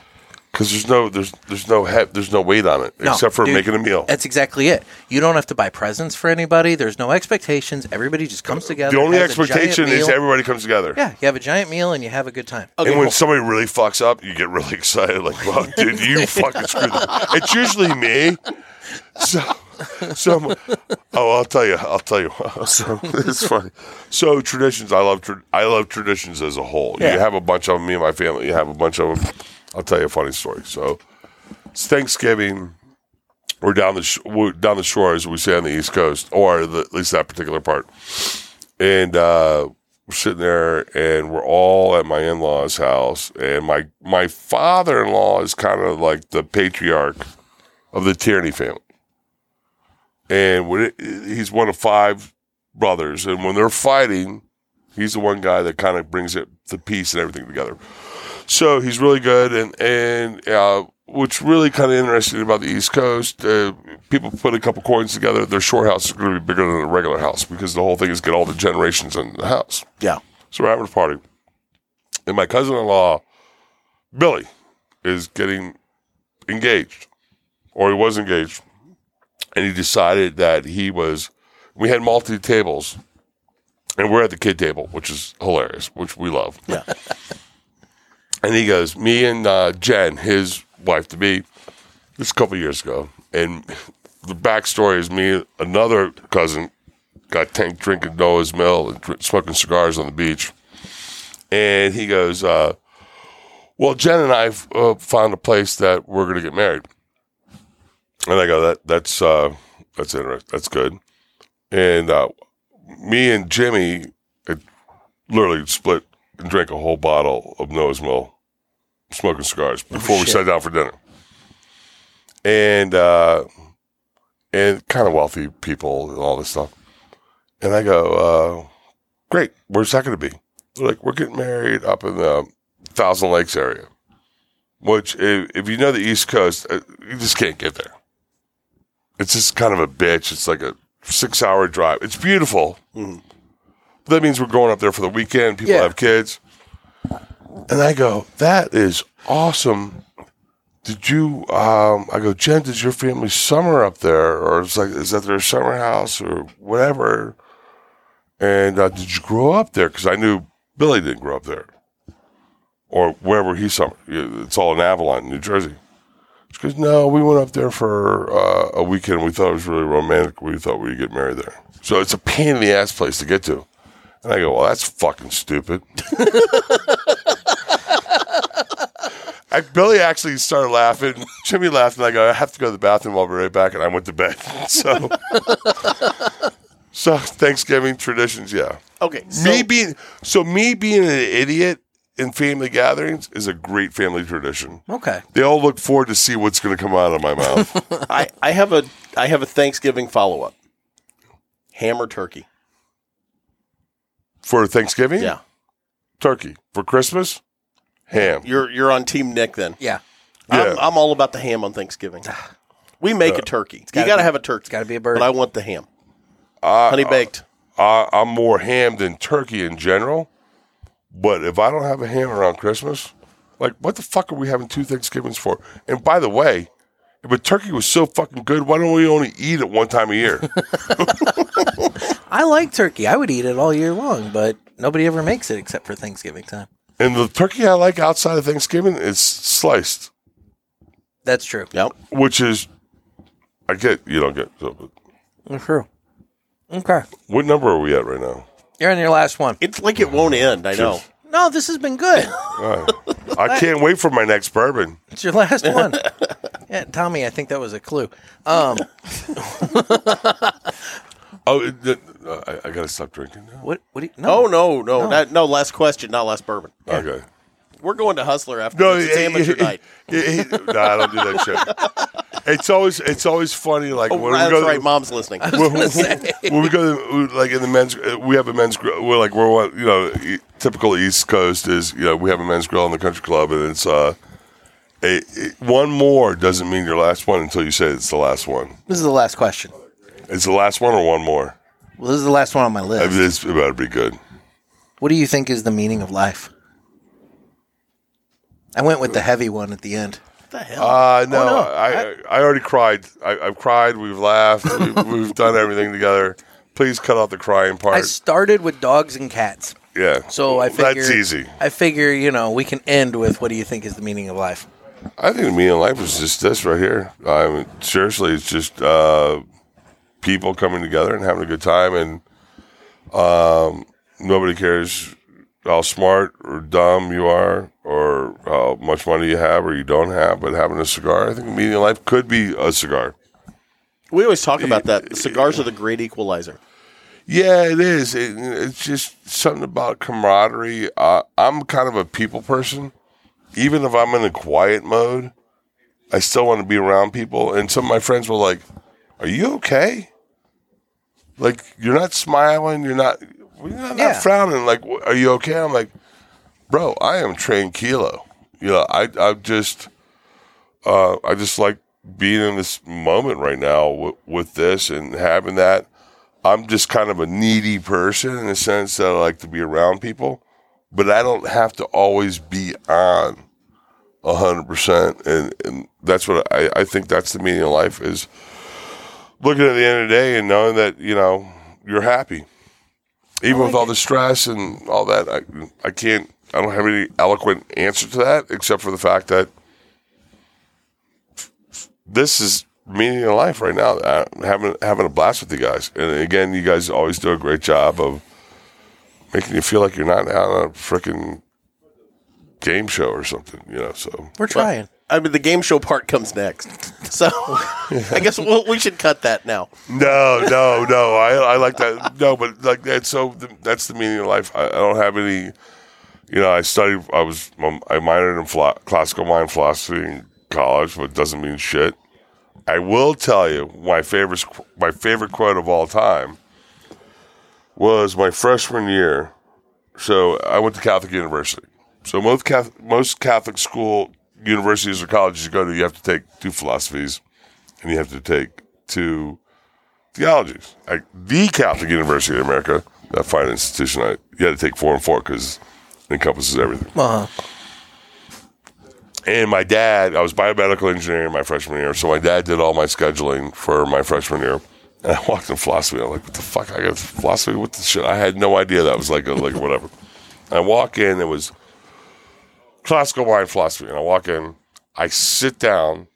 Speaker 4: because there's no there's there's no he- there's no weight on it
Speaker 2: No,
Speaker 4: except for
Speaker 2: dude,
Speaker 4: making a meal.
Speaker 2: That's exactly it. You don't have to buy presents for anybody. There's no expectations. Everybody just comes together.
Speaker 4: The only
Speaker 2: has a giant
Speaker 4: expectation is
Speaker 2: meal.
Speaker 4: everybody comes together.
Speaker 2: Yeah, you have a giant meal and you have a good time.
Speaker 4: and when somebody really fucks up, you get really *laughs* excited, like, "Wow, dude, you fucking screwed up." It's usually me. So, so, oh, I'll tell you, I'll tell you. *laughs* So it's funny. So traditions, I love, tra- I love traditions as a whole.
Speaker 7: Yeah.
Speaker 4: You have a bunch of them. Me and my family, you have a bunch of them. I'll tell you a funny story. So it's Thanksgiving. We're down the sh- we're down the shore, as we say on the East Coast, or the, at least that particular part. And uh, we're sitting there, and we're all at my in law's house, and my my father in law is kind of like the patriarch of the Tierney family, and when it, he's one of five brothers, and when they're fighting, he's the one guy that kind of brings it the peace and everything together. So he's really good, and and uh, what's really kind of interesting about the East Coast, uh, people put a couple coins together. Their shore house is going to be bigger than a regular house because the whole thing is get all the generations in the house.
Speaker 3: Yeah.
Speaker 4: So we're having a party, and my cousin-in-law, Billy, is getting engaged, or he was engaged, and he decided that he was. We had multi tables, and we're at the kid table, which is hilarious, which we love. Yeah. and he goes, me and uh, Jen, his wife to be, this is a couple years ago, and the backstory is me, and another cousin, got tanked drinking Noah's Mill and dr- smoking cigars on the beach, and he goes. Uh, well, Jen and I uh, found a place that we're going to get married. And I go, that that's uh, that's interesting. That's good. And uh, me and Jimmy had literally split and drank a whole bottle of Noah's Mill, smoking cigars before we
Speaker 7: shit.
Speaker 4: sat down for dinner. And uh, and kind of wealthy people and all this stuff. And I go, uh, great. Where's that going to be? They're like, we're getting married up in the Thousand Lakes area, which if, if you know the East Coast, uh, you just can't get there. It's just kind of a bitch. It's like a six hour drive. It's beautiful. But that means we're going up there for the weekend. People have kids. And I go, that is awesome. Did you, um, I go, Jen, did your family summer up there? Or it's like, is that their summer house or whatever? And uh, did you grow up there? Because I knew Billy didn't grow up there or wherever he summered. It's all in Avalon, New Jersey. She goes, No, we went up there for uh, a weekend. We thought it was really romantic. We thought we'd get married there. So it's a pain in the ass place to get to. And I go, Well, that's fucking stupid. I, Billy actually started laughing. Jimmy laughed, and I go, I have to go to the bathroom. I'll be right back. And I went to bed. *laughs* So, so Thanksgiving traditions, yeah.
Speaker 3: Okay,
Speaker 4: me being so me being an idiot in family gatherings is a great family tradition.
Speaker 2: Okay.
Speaker 4: They all look forward to see what's going to come out of my mouth.
Speaker 3: *laughs* I, I have a I have a Thanksgiving follow up. Ham or turkey?
Speaker 4: For Thanksgiving?
Speaker 3: Yeah.
Speaker 4: Turkey. For Christmas? Ham.
Speaker 3: You're you're on Team Nick then.
Speaker 2: Yeah.
Speaker 3: I'm, I'm all about the ham
Speaker 2: *sighs*
Speaker 3: on Thanksgiving. We make
Speaker 4: Uh,
Speaker 3: a turkey. You
Speaker 2: gotta
Speaker 3: got to
Speaker 2: be-
Speaker 3: have a turkey. It's
Speaker 2: got to be a bird.
Speaker 3: But I want the ham.
Speaker 4: I-
Speaker 3: Honey baked.
Speaker 4: I, I'm more ham than turkey in general. But if I don't have a ham around Christmas, like what the fuck are we having two Thanksgivings for? And by the way, if a turkey was so fucking good, why don't we only eat it one time a year?
Speaker 2: I like turkey. I would eat it all year long, but nobody ever makes it except for Thanksgiving time.
Speaker 4: and the turkey I like outside of Thanksgiving is sliced,
Speaker 2: That's true.
Speaker 3: Yep.
Speaker 4: which is I get you don't get. So,
Speaker 2: That's true. Okay.
Speaker 4: what number are we at right now?
Speaker 2: You're on your last one.
Speaker 3: It's like it won't end. I know.
Speaker 2: No, this has been good. *laughs*
Speaker 4: All right. I can't wait for my next bourbon.
Speaker 2: It's your last *laughs* one. Yeah, Tommy, I think that was a clue. Um,
Speaker 4: Oh, it, it- uh, I, I gotta stop drinking. now.
Speaker 2: what? What? Do you,
Speaker 3: No,
Speaker 2: no.
Speaker 3: Oh, no, no,
Speaker 2: No.
Speaker 3: no. Not, no last question, not last bourbon.
Speaker 4: Okay.
Speaker 3: We're going to Hustler after
Speaker 4: No,
Speaker 3: this. It's
Speaker 4: eh,
Speaker 3: amateur
Speaker 4: eh,
Speaker 3: night.
Speaker 4: eh, eh, no, I don't do that shit. It's always it's always funny. Like
Speaker 3: Oh,
Speaker 4: when
Speaker 3: that's
Speaker 4: we go,
Speaker 3: right.
Speaker 2: *laughs*
Speaker 3: Mom's listening. *laughs*
Speaker 4: *laughs* when, when we go to, like in the men's uh, we have a men's grill we're like we're one you know e- typical east coast is you know we have a men's grill in the country club and it's uh a, a- one more doesn't mean your last one until you say it's the last one
Speaker 2: This is the last question.
Speaker 4: it's the last one or one more
Speaker 2: Well, this is the last one on my
Speaker 4: I
Speaker 2: list.
Speaker 4: mean, it's about to be good
Speaker 2: *laughs* What do you think is the meaning of life? I went with the heavy one at the end.
Speaker 4: uh no,
Speaker 2: no.
Speaker 4: I, I i already cried I, i've cried we've laughed *laughs* we've, we've done everything together please cut out the crying part
Speaker 2: I started with dogs and cats,
Speaker 4: yeah
Speaker 2: so I figure
Speaker 4: that's easy
Speaker 2: I figure you know we can end with what do you think is the meaning of life?
Speaker 4: I think the meaning of life is just this right here. I mean, seriously, it's just uh, people coming together and having a good time, and um, nobody cares how smart or dumb you are, or how much money you have or you don't have. But having a cigar, I think the meaning of life could be a cigar.
Speaker 3: We always talk about that. Cigars are the great equalizer.
Speaker 4: Yeah, it is. It, it's just something about camaraderie. Uh, I'm kind of a people person. Even if I'm in a quiet mode, I still want to be around people. And some of my friends were like, "Are you okay? Like you're not smiling. You're not. You're not,
Speaker 2: Yeah.
Speaker 4: not frowning. Like, wh- are you okay?" I'm like, "Bro, I am tranquilo. You know, I I just, uh, I just like being in this moment right now w- with this and having that." I'm just kind of a needy person in the sense that I like to be around people, but I don't have to always be on hundred percent. And and that's what I, I think that's the meaning of life is looking at the end of the day and knowing that, you know, you're happy. Even with all the stress and all that, I I can't I don't have any eloquent answer to that except for the fact that this is meaning of life right now. i having having a blast with you guys, and again, you guys always do a great job of making you feel like you're not on a freaking game show or something, you know. So
Speaker 2: We're trying.
Speaker 3: I mean, the game show part comes next. So *laughs* I guess we'll, we should cut that now.
Speaker 4: no, no, no. I I like that. No, but like that's so that's the meaning of life. I, I don't have any. You know, I studied. I was um, I minored in phlo- classical mind philosophy in college, but it doesn't mean shit. I will tell you my favorite my favorite quote of all time was my freshman year. So I went to Catholic University. So most Catholic, most Catholic school universities or colleges you go to, you have to take two philosophies, and you have to take two theologies. Like the Catholic University of America, that fine institution, I you had to take four and four because it encompasses everything.
Speaker 2: Uh,
Speaker 4: And my dad, I was biomedical engineering my freshman year, so my dad did all my scheduling for my freshman year. And I walked in philosophy. I'm like, what the fuck? I got philosophy? What the shit? I had no idea that was like a, like whatever. I walk in. It was classical mind philosophy, and I walk in. I sit down.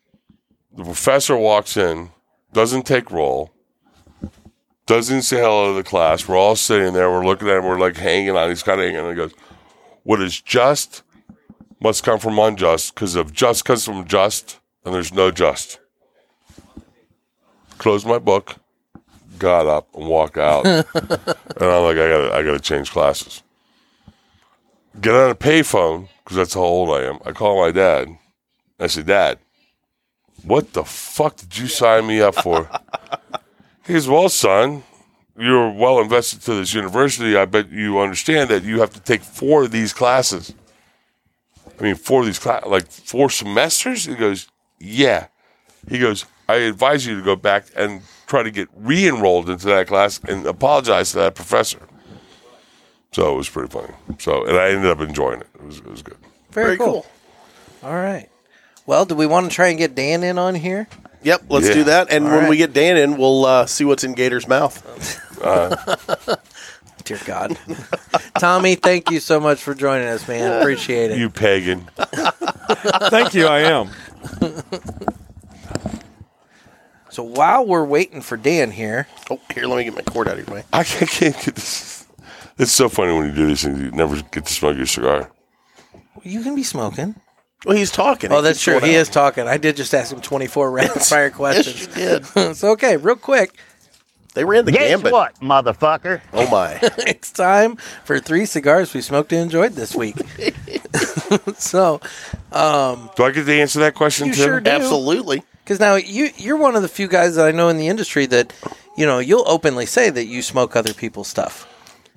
Speaker 4: The professor walks in, doesn't take roll, doesn't say hello to the class. We're all sitting there. We're looking at him. We're like hanging on. He's kind of hanging on. He goes, "What is just must come from unjust, because if just comes from just, then there's no just." Closed my book, got up and walk out, and I'm like, "I gotta, I gotta change classes." get on a payphone because that's how old I am. I call my dad. I say, Dad, what the fuck did you sign me up for? he goes, Well, son, you're well invested to this university. I bet you understand that you have to take four of these classes. I mean, four of these cla- like four semesters. He goes, Yeah. He goes, I advise you to go back and try to get re-enrolled into that class and apologize to that professor. So it was pretty funny. So, and I ended up enjoying it. It was, it was good.
Speaker 2: Very, cool. All right. Well, do we want to try and get Dan in on here?
Speaker 3: Yep, let's
Speaker 2: Yeah.
Speaker 3: do that. And
Speaker 2: All
Speaker 3: when
Speaker 2: right.
Speaker 3: we get Dan in, we'll uh, see what's in Gator's mouth.
Speaker 2: Dear *laughs* God. Tommy, thank you so much for joining us, man. Appreciate it.
Speaker 4: You pagan.
Speaker 12: Thank you. I am.
Speaker 2: So while we're waiting for Dan here.
Speaker 3: Oh, here, let me get my cord out of your way.
Speaker 4: I *laughs* can't, can't get this. It's so funny when you do these things. You never get to smoke your cigar.
Speaker 2: You can be smoking.
Speaker 3: Well, he's talking.
Speaker 2: Oh,
Speaker 3: It
Speaker 2: that's
Speaker 3: keeps
Speaker 2: true.
Speaker 3: going
Speaker 2: He
Speaker 3: out.
Speaker 2: is talking. I did just ask him
Speaker 3: *laughs*
Speaker 2: 24 rapid fire questions.
Speaker 3: you
Speaker 2: *laughs*
Speaker 3: did.
Speaker 2: so, okay, real quick.
Speaker 3: They ran the
Speaker 2: Guess
Speaker 3: gambit.
Speaker 2: what, motherfucker?
Speaker 3: Oh,
Speaker 2: *laughs*
Speaker 3: my.
Speaker 2: it's time for three cigars we smoked and enjoyed this week. *laughs* so, um,
Speaker 4: do I get to answer that question?
Speaker 2: You
Speaker 4: Tim?
Speaker 2: sure do.
Speaker 3: Absolutely.
Speaker 2: Because now you you're one of the few guys that I know in the industry that you know you'll openly say that you smoke other people's stuff.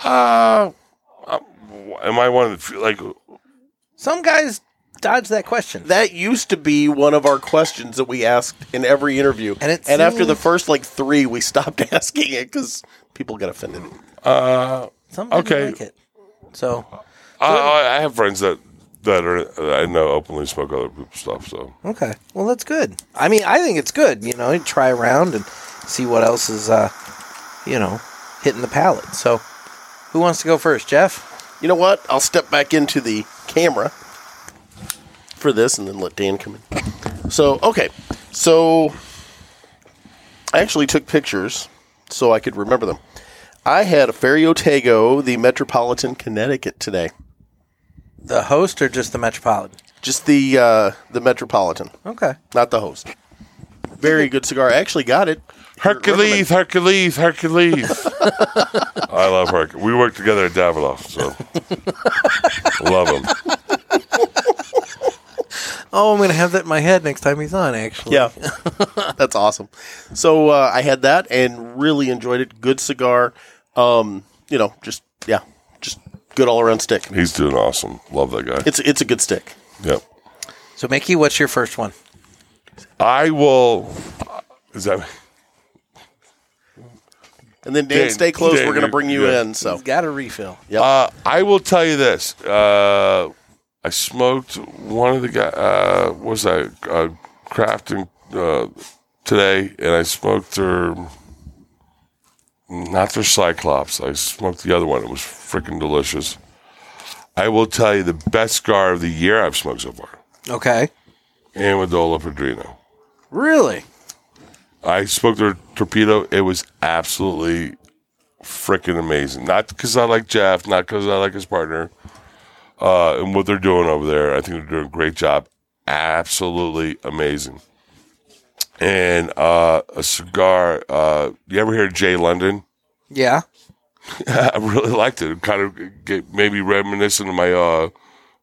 Speaker 4: Uh, uh, am I one of the few, like?
Speaker 2: Some guys dodge that question.
Speaker 3: That used to be one of our questions that we asked in every interview. And,
Speaker 2: it
Speaker 3: after the
Speaker 2: seems-
Speaker 3: first like three, we stopped *laughs* asking it because people got offended.
Speaker 4: Uh,
Speaker 2: Some didn't
Speaker 4: okay.
Speaker 2: like it. So,
Speaker 4: I, I I have friends that that are that I know openly smoke other people's stuff. So
Speaker 2: okay, well that's good. I mean, I think it's good. You know, you try around and see what else is uh, you know, hitting the palate. So, who wants to go first, Jeff?
Speaker 3: You know what? I'll step back into the camera for this and then let Dan come in. So, okay. So, I actually took pictures so I could remember them. I had a Ferriotego, the Metropolitan Connecticut today.
Speaker 2: The host or just the Metropolitan?
Speaker 3: Just the uh, the Metropolitan,
Speaker 2: Okay.
Speaker 3: not the host. Very good cigar. I actually got it.
Speaker 4: Hercules, Hercules, Hercules. *laughs* I love Herc. We worked together at Davidoff, so love him.
Speaker 2: Oh, I'm gonna have that in my head next time he's on. Actually,
Speaker 3: Yeah, *laughs* that's awesome. So uh, I had that and really enjoyed it. Good cigar. Um, you know, just yeah, just good all around stick.
Speaker 4: He's doing awesome. Love that guy.
Speaker 3: It's it's a good stick.
Speaker 4: Yep.
Speaker 2: So, Mickey, what's your first one?
Speaker 4: I will. Is that?
Speaker 3: And then Dan,
Speaker 4: Dan,
Speaker 3: stay close.
Speaker 4: Dan,
Speaker 3: We're gonna
Speaker 4: you're-
Speaker 3: bring you
Speaker 4: yeah.
Speaker 3: in. So
Speaker 2: He's got a refill.
Speaker 4: Uh, I will tell you this. Uh, I smoked one of the guy. Uh, what was that uh, crafting uh, today? And I smoked their not their Cyclops. I smoked the other one. It was freaking delicious. I will tell you the best cigar of the year I've smoked so far.
Speaker 2: Okay.
Speaker 4: Amidola Padrino.
Speaker 2: Really?
Speaker 4: I smoked their torpedo. It was absolutely freaking amazing. Not because I like Jeff, not because I like his partner, uh, and what they're doing over there. I think they're doing a great job. Absolutely amazing. And uh, a cigar. Uh, you ever hear of Jay London? *laughs*
Speaker 2: Yeah.
Speaker 4: I really liked it. It Kind of get maybe reminiscent of my. Uh,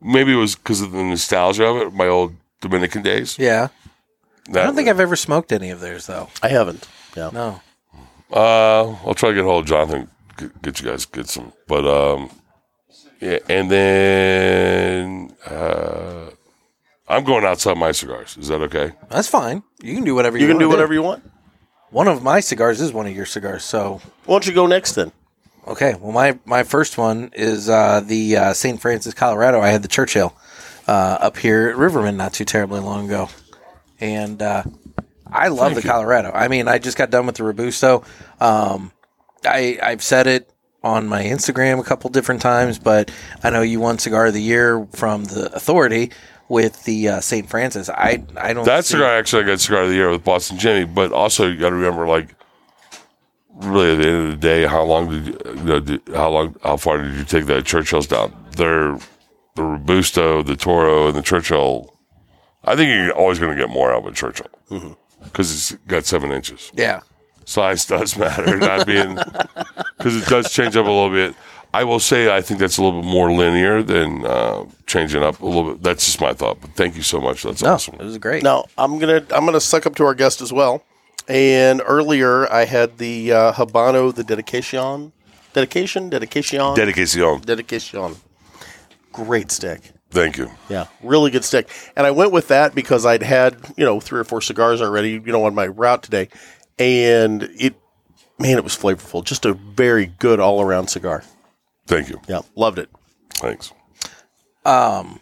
Speaker 4: maybe it was because of the nostalgia of it. My old Dominican days.
Speaker 2: Yeah. I
Speaker 4: That
Speaker 2: don't think I've ever smoked any of theirs though.
Speaker 3: I haven't. Yeah.
Speaker 2: No.
Speaker 4: Uh, I'll try to get hold of Jonathan. Get, get you guys get some, but um, yeah. And then uh, I'm going outside my cigars. Is that okay?
Speaker 2: That's fine. You can do whatever you,
Speaker 3: You can
Speaker 2: wanna
Speaker 3: do whatever you want.
Speaker 2: One of my cigars is one of your cigars, so
Speaker 3: Why don't you go next then?
Speaker 2: okay. Well, my my first one is uh, the uh, St. Francis, Colorado. I had the Churchill uh, up here at Riverman not too terribly long ago, and uh, I love the
Speaker 4: Thank you.
Speaker 2: Colorado. I mean, I just got done with the Robusto. Um, I I've said it on my Instagram a couple different times, but I know you won Cigar of the Year from the Authority with the uh, St. Francis. I I don't.
Speaker 4: That
Speaker 2: Oh, see-
Speaker 4: cigar actually I got cigar of the year with Boston Jimmy, but also you got to remember, like, really at the end of the day, how long did you, you know, did, how long how far did you take that Churchill's down? They're the Robusto, the Toro, and the Churchill. I think you're always going to get more out of a Churchill because it's got seven inches.
Speaker 2: Yeah.
Speaker 4: Size does matter, not being because it does change up a little bit. I will say I think that's a little bit more linear than uh, changing up a little bit. That's just my thought. But thank you so much. That's awesome.
Speaker 2: It was great.
Speaker 3: Now I'm gonna I'm gonna suck up to our guest as well. And earlier I had the uh, Habano, the dedication, dedication, dedication,
Speaker 4: Dedication.
Speaker 3: dedication. Great stick.
Speaker 4: Thank you.
Speaker 3: Yeah, really good stick. And I went with that because I'd had you know three or four cigars already, you know, on my route today, and it, man, it was flavorful. Just a very good all around cigar.
Speaker 4: Thank you.
Speaker 3: Yeah, loved it.
Speaker 4: Thanks.
Speaker 2: Um,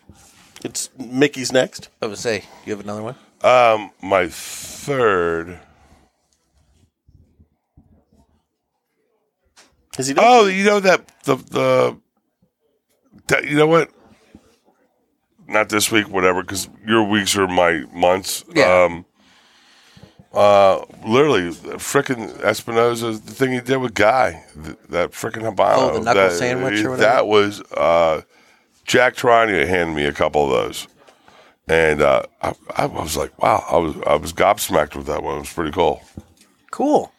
Speaker 3: it's Mickey's next.
Speaker 2: I would say you have another one.
Speaker 4: Um, my third.
Speaker 3: Is he
Speaker 4: oh, you know that the the that, you know what? Not this week, whatever, because your weeks are my months.
Speaker 2: Yeah.
Speaker 4: Um, uh, literally, frickin' Espinosa, the thing he did with Guy, th- that frickin' Habano.
Speaker 2: Oh, the knuckle
Speaker 4: that,
Speaker 2: sandwich or whatever?
Speaker 4: That was uh, Jack Trania handed me a couple of those. And uh, I, I was like, wow, I was I was gobsmacked with that one. It was pretty cool.
Speaker 2: Cool.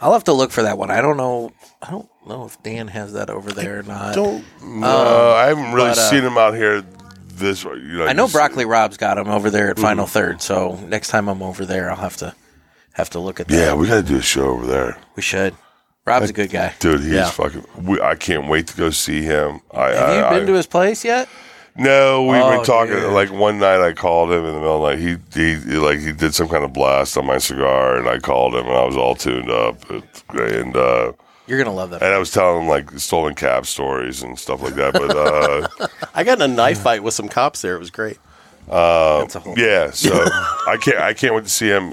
Speaker 2: I'll have to look for that one. I don't know. I don't know if Dan has that over there or not.
Speaker 3: don't
Speaker 2: Um,
Speaker 4: No, Uh, I haven't really seen him out here this. You know,
Speaker 2: uh, I know
Speaker 4: just-
Speaker 2: broccoli Rob's got him over there at
Speaker 4: Mm-hmm.
Speaker 2: Final Third. So next time I'm over there, I'll have to have to look at that.
Speaker 4: Yeah, we got to do a show over there.
Speaker 2: We should. Rob's a good guy.
Speaker 4: dude. He's
Speaker 2: Yeah.
Speaker 4: fucking. We, I can't wait to go see him. I,
Speaker 2: Have you
Speaker 4: I,
Speaker 2: been to his place yet?
Speaker 4: I, no, we've
Speaker 2: Oh,
Speaker 4: been talking.
Speaker 2: dude.
Speaker 4: Like one night, I called him in the middle of the night. He, he, he like he did some kind of blast on my cigar, and I called him, and I was all tuned up, It's great. and uh,
Speaker 2: You're gonna love that.
Speaker 4: and I was telling him like stolen cab stories and stuff like that. But uh,
Speaker 2: *laughs* Oh.
Speaker 3: I got in a knife fight with some cops there. It was great.
Speaker 4: Uh,
Speaker 2: *laughs*
Speaker 4: yeah, so I can't I can't wait to see him,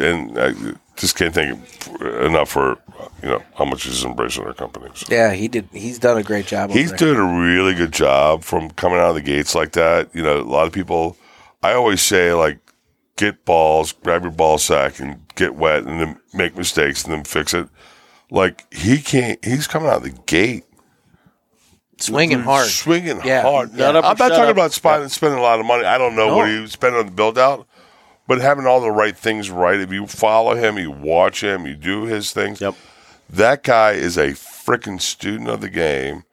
Speaker 4: and I just can't thank him enough for you know how much he's embracing our company. So
Speaker 2: Yeah, he did. He's done a great job.
Speaker 4: he's
Speaker 2: over there.
Speaker 4: doing a really good job from coming out of the gates like that. You know, a lot of people. I always say like, get balls, grab your ball sack, and get wet, and then make mistakes, and then fix it. Like he can't. He's coming out of the gate
Speaker 2: swinging hard.
Speaker 4: Mm. swinging
Speaker 2: Yeah.
Speaker 4: hard.
Speaker 2: Not up or
Speaker 4: I'm not
Speaker 2: shut
Speaker 4: talking
Speaker 2: up.
Speaker 4: about spot, spending a lot of money. I don't know
Speaker 2: No.
Speaker 4: what he spent on the build out, but having all the right things right. If you follow him, you watch him, you do his things. Yep. That guy is a freaking student of the game,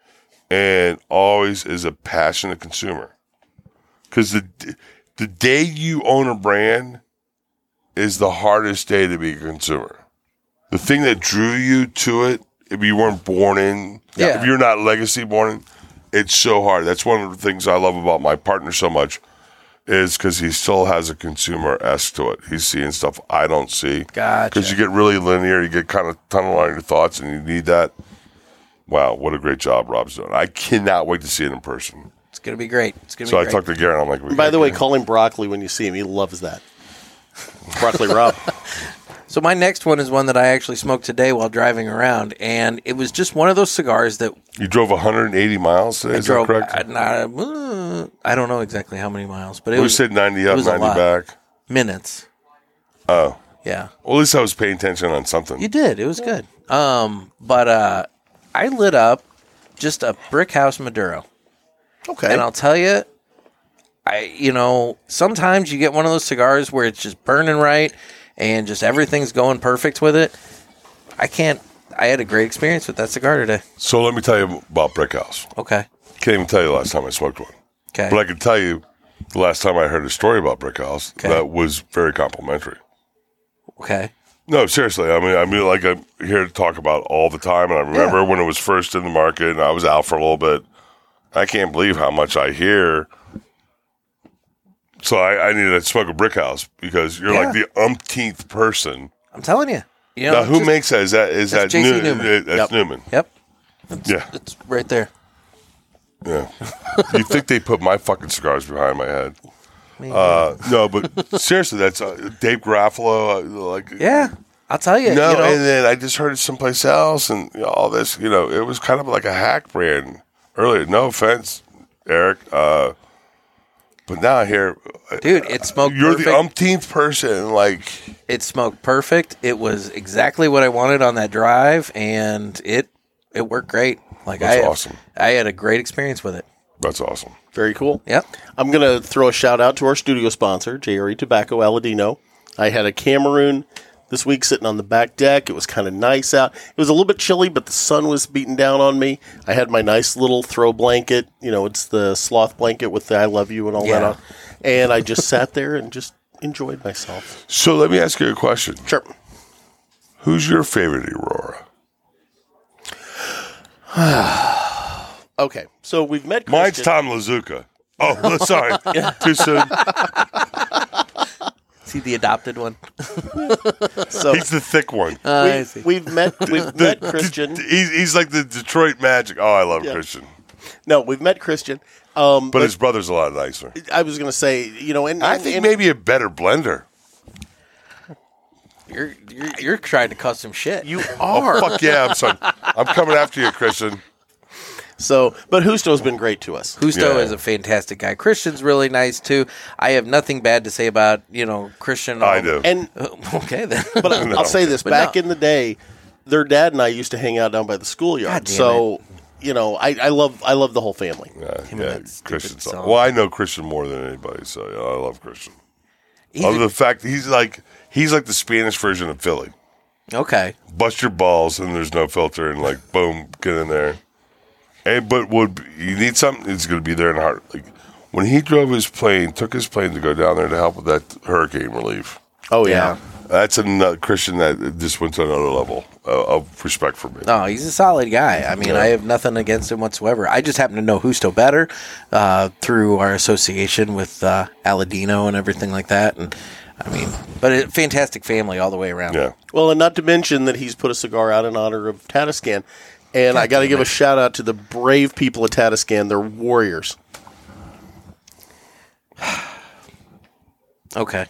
Speaker 4: and always is a passionate consumer. Because the the day you own a brand is the hardest day to be a consumer the thing that drew you to it, if you weren't born in,
Speaker 2: Yeah.
Speaker 4: if you're not legacy born in, it's so hard. That's one of the things I love about my partner so much is because he still has a consumer esque to it. He's seeing stuff I don't see.
Speaker 2: Gotcha.
Speaker 4: Because you get really linear, you get kind of tunnel on your thoughts, and you need that. Wow, what a great job Rob's doing. I cannot wait to see it in person.
Speaker 2: It's gonna be great. It's gonna
Speaker 4: So
Speaker 2: be
Speaker 4: I
Speaker 2: great.
Speaker 4: talked to Garen. I'm like, we
Speaker 3: By
Speaker 4: gotta
Speaker 3: the way,
Speaker 4: get
Speaker 3: call him broccoli when you see him. He loves that. Broccoli
Speaker 2: *laughs*
Speaker 3: Rob.
Speaker 2: So my next one is one that I actually smoked today while driving around, and it was just one of those cigars that
Speaker 4: him. you drove 180 miles today.
Speaker 2: I
Speaker 4: is
Speaker 2: drove.
Speaker 4: that correct?
Speaker 2: I, not- I don't know exactly how many miles, but it
Speaker 4: we
Speaker 2: was
Speaker 4: said 90
Speaker 2: it
Speaker 4: up,
Speaker 2: was a
Speaker 4: 90
Speaker 2: lot.
Speaker 4: back.
Speaker 2: Minutes.
Speaker 4: Oh,
Speaker 2: Yeah.
Speaker 4: Well, at least I was paying attention on something.
Speaker 2: You did. It was good. Um, but uh, I lit up just a brick house Maduro.
Speaker 3: Okay.
Speaker 2: And I'll tell you, I you know sometimes you get one of those cigars where it's just burning right and just everything's going perfect with it. I can't. I had a great experience with that cigar today.
Speaker 4: So let me tell you about Brick House.
Speaker 2: Okay.
Speaker 4: Can't even tell you the last time I smoked one.
Speaker 2: 'Kay.
Speaker 4: But I can tell you the last time I heard a story about Brick House that was very complimentary.
Speaker 2: Okay.
Speaker 4: No, seriously. I mean, I mean, like I'm here to talk about all the time, and I remember when it was first in the market, and I was out for a little bit. I can't believe how much I hear. So I, I needed to smoke a brick house because you're like
Speaker 2: Yeah.
Speaker 4: the umpteenth person.
Speaker 2: I'm telling you. You know,
Speaker 4: now, who
Speaker 2: just-
Speaker 4: makes that? Is that is
Speaker 2: That's
Speaker 4: that
Speaker 2: JC
Speaker 4: Neu-
Speaker 2: Newman.
Speaker 4: uh, That's
Speaker 2: Yep.
Speaker 4: Newman.
Speaker 2: Yep. *laughs*
Speaker 4: yeah.
Speaker 2: It's right there.
Speaker 4: Yeah. you think they put my fucking cigars behind my head. Uh, no, but seriously, that's uh, Dave Garofalo. Uh, like,
Speaker 2: Yeah. I'll tell you.
Speaker 4: no,
Speaker 2: you know,
Speaker 4: and then I just heard it someplace else, and you know, all this. You know, it was kind of like a hack brand earlier. No offense, Eric, uh, but now I hear, uh,
Speaker 2: dude, it smoked.
Speaker 4: You're the
Speaker 2: Oh, perfect.
Speaker 4: umpteenth person. Like
Speaker 2: it smoked perfect. It was exactly what I wanted on that drive, and it it worked great. Like
Speaker 4: That's
Speaker 2: I had-
Speaker 4: awesome.
Speaker 2: I had a great experience with it.
Speaker 4: That's awesome.
Speaker 3: Very cool.
Speaker 2: Yep.
Speaker 3: I'm E going to throw a shout out to our studio sponsor, JRE Tobacco Aladino. I had a Cameroon this week sitting on the back deck. It was kind of nice out. It was a little bit chilly, but the sun was beating down on me. I had my nice little throw blanket. You know, it's the sloth blanket with the I love you and all that
Speaker 4: Yeah.
Speaker 3: on. And I just sat there and just enjoyed myself.
Speaker 4: So let me ask you a question.
Speaker 3: Sure.
Speaker 4: Who's your favorite Aurora?
Speaker 3: okay. So we've met
Speaker 4: Mine's
Speaker 3: Christian.
Speaker 4: Tom Lazuka. Oh, *laughs* sorry. Too soon.
Speaker 2: Is he the adopted *laughs* one?
Speaker 3: So-
Speaker 4: he's the thick one.
Speaker 3: We-
Speaker 2: Uh,
Speaker 3: We've met we've
Speaker 4: *laughs*
Speaker 3: met Uh, Christian.
Speaker 4: He's, he's like the Detroit Magic. Oh, I love
Speaker 3: Yeah.
Speaker 4: Christian.
Speaker 3: No, we've met Christian. Um,
Speaker 4: But his brother's a lot nicer.
Speaker 3: I was going to say, you know, and
Speaker 4: I think maybe a better blender.
Speaker 2: You're, you're you're trying to cause some shit.
Speaker 3: You
Speaker 4: Oh, fuck yeah. I'm, sorry. I'm coming after you, Christian.
Speaker 3: So, but Husto's been great to us.
Speaker 2: Husto
Speaker 4: Yeah.
Speaker 2: is a fantastic guy. Christian's really nice too. I have nothing bad to say about you know Christian.
Speaker 4: *laughs* I do.
Speaker 3: And
Speaker 2: *laughs* okay then.
Speaker 3: But I- I'll say this:
Speaker 2: But no.
Speaker 3: back in the day, their dad and I used to hang out down by the schoolyard.
Speaker 2: God damn
Speaker 3: So, you know, I, I love I love the whole family.
Speaker 4: Yeah, Christian's well, I know Christian more than anybody, so yeah, I love Christian.
Speaker 3: He's
Speaker 4: Other
Speaker 3: a-
Speaker 4: the fact that he's like he's like the Spanish version of Philly.
Speaker 2: *laughs* Okay.
Speaker 4: Bust your balls and there's no filter and like boom, get in there. And but would you need something? It's going to be there in heart. Like when he drove his plane, took his plane to go down there to help with that hurricane relief.
Speaker 3: Oh yeah,
Speaker 4: that's another Christian that just went to another level of, of respect for me.
Speaker 2: No, he's a solid guy. I mean,
Speaker 4: Yeah.
Speaker 2: I have nothing against him whatsoever. I just happen to know Husto better uh, through our association with uh, Aladino and everything like that. And I mean, but a fantastic family all the way around.
Speaker 4: Yeah.
Speaker 3: Well, and not to mention that he's put a cigar out in honor of Tatiscan. And I
Speaker 2: God
Speaker 3: got to
Speaker 2: damn
Speaker 3: give a
Speaker 2: it.
Speaker 3: shout out to the brave people at Tatiscan. They're warriors.
Speaker 2: Okay.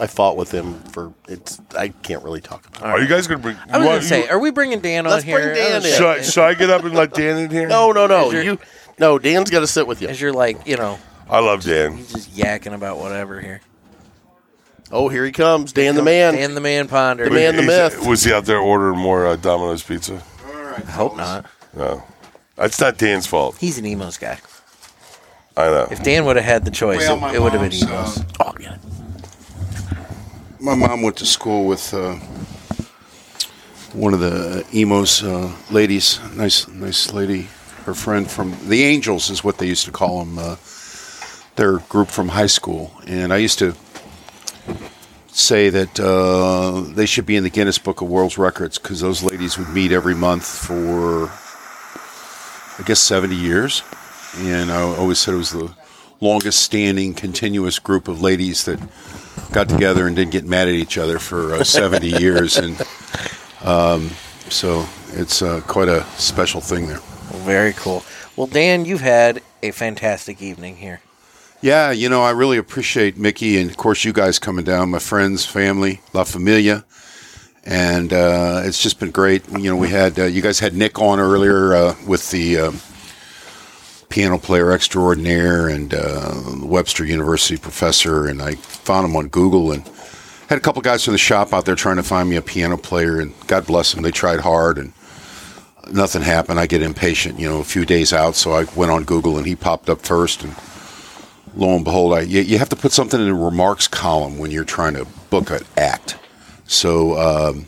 Speaker 3: I fought with him for it's. I can't really talk about. it.
Speaker 4: Are you guys going to bring?
Speaker 2: I was
Speaker 4: you
Speaker 2: gonna
Speaker 4: want-
Speaker 2: say,
Speaker 4: you-
Speaker 2: are we bringing Dan on
Speaker 3: Let's
Speaker 2: here?
Speaker 3: bring Dan
Speaker 2: Oh,
Speaker 3: in.
Speaker 2: shit.
Speaker 4: should, I, should I get up and let Dan in here?
Speaker 3: No, no, no.
Speaker 2: Is your-
Speaker 3: You no. Dan's got to sit with you.
Speaker 2: As you're like, you know,
Speaker 4: I love Dan.
Speaker 2: just yakking about whatever here.
Speaker 3: Oh, here he comes, Dan the man.
Speaker 2: Dan the man ponder.
Speaker 3: The man, the
Speaker 4: He's-
Speaker 3: myth.
Speaker 4: Was he out there ordering more uh, Domino's pizza?
Speaker 2: I hope not.
Speaker 4: No, that's not Dan's fault.
Speaker 2: He's an emos guy.
Speaker 4: I know.
Speaker 2: If Dan would have had the choice,
Speaker 13: Well,
Speaker 2: it,
Speaker 13: my
Speaker 2: it would have been
Speaker 13: mom's,
Speaker 2: emos.
Speaker 3: oh, yeah.
Speaker 13: My mom went to school with uh, one of the emos uh, ladies. Nice, nice lady. Her friend from the Angels is what they used to call them. Uh, their group from high school, and I used to say that uh, they should be in the Guinness Book of World Records because those ladies would meet every month for, I guess, 70 years. And I always said it was the longest standing continuous group of ladies that got together and didn't get mad at each other for uh, 70 years. And um, so it's uh, quite a special thing there.
Speaker 2: Very cool. Well, Dan, you've had a fantastic evening here.
Speaker 13: Yeah, you know, I really appreciate Mickey and, of course, you guys coming down, my friends, family, La Familia. And uh, it's just been great. You know, we had, uh, you guys had Nick on earlier uh, with the um, piano player extraordinaire and uh, Webster University professor. And I found him on Google and had a couple guys from the shop out there trying to find me a piano player. And God bless them, they tried hard. And nothing happened. I get impatient, you know, a few days out. So I went on Google and he popped up first. And lo and behold, I, you, you have to put something in the remarks column when you're trying to book an act. So um,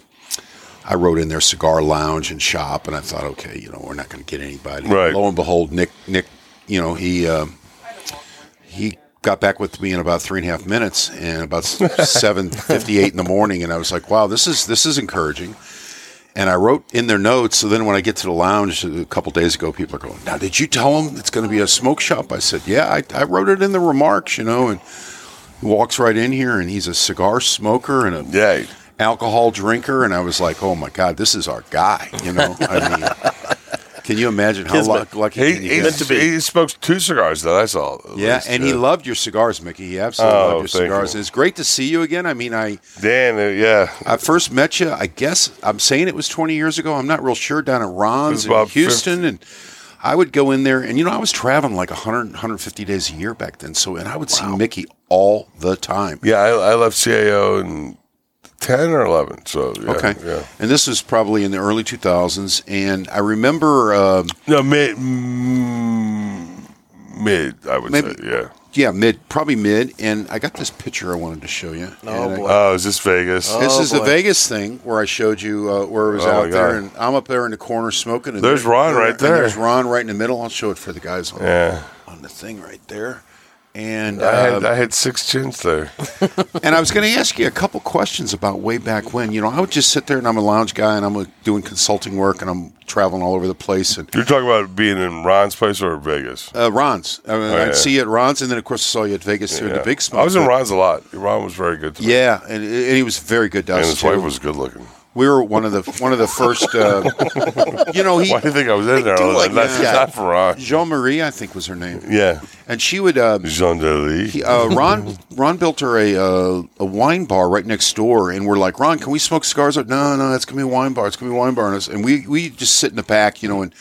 Speaker 13: I wrote in there cigar lounge and shop. And I thought, okay, you know, we're not going to get anybody.
Speaker 4: Right.
Speaker 13: Lo and behold, Nick, Nick, you know, he. Um, he got back with me in about three and a half minutes
Speaker 2: *laughs*
Speaker 13: and about seven fifty eight in the morning and I was like, wow, this is this is encouraging. And I wrote in their notes. So then when I get to the lounge a couple days ago, people are going, now did you tell them it's going to be a smoke shop? I said, yeah, I, I wrote it in the remarks, you know, and he walks right in here and he's a cigar smoker and a alcohol drinker. And I was like, oh my God, this is our guy, you know, I mean, can you imagine how
Speaker 4: Kismet.
Speaker 13: luck, lucky
Speaker 4: He,
Speaker 13: can you
Speaker 4: he,
Speaker 13: get?
Speaker 4: he smokes two cigars though. I saw. at
Speaker 13: Yeah,
Speaker 4: least,
Speaker 13: and he
Speaker 4: uh,
Speaker 13: loved your cigars, Mickey. He absolutely
Speaker 4: Oh,
Speaker 13: loved your
Speaker 4: thank
Speaker 13: cigars.
Speaker 4: you.
Speaker 13: It's great to see you again. I mean, I
Speaker 4: Dan. uh, yeah,
Speaker 13: I first met you. I guess I'm saying it was 20 years ago. I'm not real sure. Down at Ron's
Speaker 4: was
Speaker 13: in
Speaker 4: about
Speaker 13: Houston, and I would go in there, and you know, I was traveling like 100 150 days a year back then. So, and I would see Mickey all the time.
Speaker 4: yeah. I, I left CAO in ten or eleven. So yeah,
Speaker 13: okay,
Speaker 4: Yeah.
Speaker 13: and this was probably in the early 2000s, and I remember. Um,
Speaker 4: No mid, mm, mid. I would
Speaker 13: Maybe-
Speaker 4: say yeah.
Speaker 13: yeah, mid, probably mid. And I got this picture I wanted to show you.
Speaker 4: Oh,
Speaker 13: And I-
Speaker 4: boy. Oh, is this Vegas?
Speaker 13: this
Speaker 4: Oh,
Speaker 13: is the
Speaker 4: boy.
Speaker 13: Vegas thing where I showed you uh, where it was
Speaker 4: Oh,
Speaker 13: out
Speaker 4: my
Speaker 13: there,
Speaker 4: God.
Speaker 13: and I'm up there in the corner smoking. And
Speaker 4: There's Ron right
Speaker 13: and
Speaker 4: there.
Speaker 13: there's Ron right in the middle. I'll show it for the guys on,
Speaker 4: Yeah.
Speaker 13: on the thing right there. And
Speaker 4: I had
Speaker 13: uh,
Speaker 4: I had six chins there.
Speaker 13: and I was going to ask you a couple questions about way back when. You know, I would just sit there and I'm a lounge guy and I'm uh, doing consulting work and I'm traveling all over the place. And
Speaker 4: You're talking about being in Ron's place or Vegas?
Speaker 13: uh, Ron's, I mean,
Speaker 4: Oh,
Speaker 13: I'd
Speaker 4: yeah.
Speaker 13: see you at Ron's, and then of course I saw you at Vegas too at the
Speaker 4: Yeah.
Speaker 13: Big Smoke.
Speaker 4: I was in
Speaker 13: But-
Speaker 4: Ron's a lot. Ron was very good. To me.
Speaker 13: Yeah, and, and he was very good to
Speaker 4: And
Speaker 13: us,
Speaker 4: his wife
Speaker 13: too.
Speaker 4: was good looking.
Speaker 13: We were one of the one of the first.
Speaker 4: *laughs*
Speaker 13: Uh, you know, he,
Speaker 4: Why do you think I was
Speaker 13: They
Speaker 4: in there?
Speaker 13: do
Speaker 4: all the
Speaker 13: like
Speaker 4: time? That's
Speaker 13: that.
Speaker 4: not for Ron.
Speaker 13: Jean Marie, I think was her name.
Speaker 4: Yeah.
Speaker 13: And she would. Uh,
Speaker 4: Jean Delis.
Speaker 13: He, uh, Ron Ron built her a uh, a wine bar right next door, and we're like, Ron, can we smoke cigars? Like, no, no, it's gonna be a wine bar. It's gonna be a wine bar, and, us- and we we just sit in the back, you know. And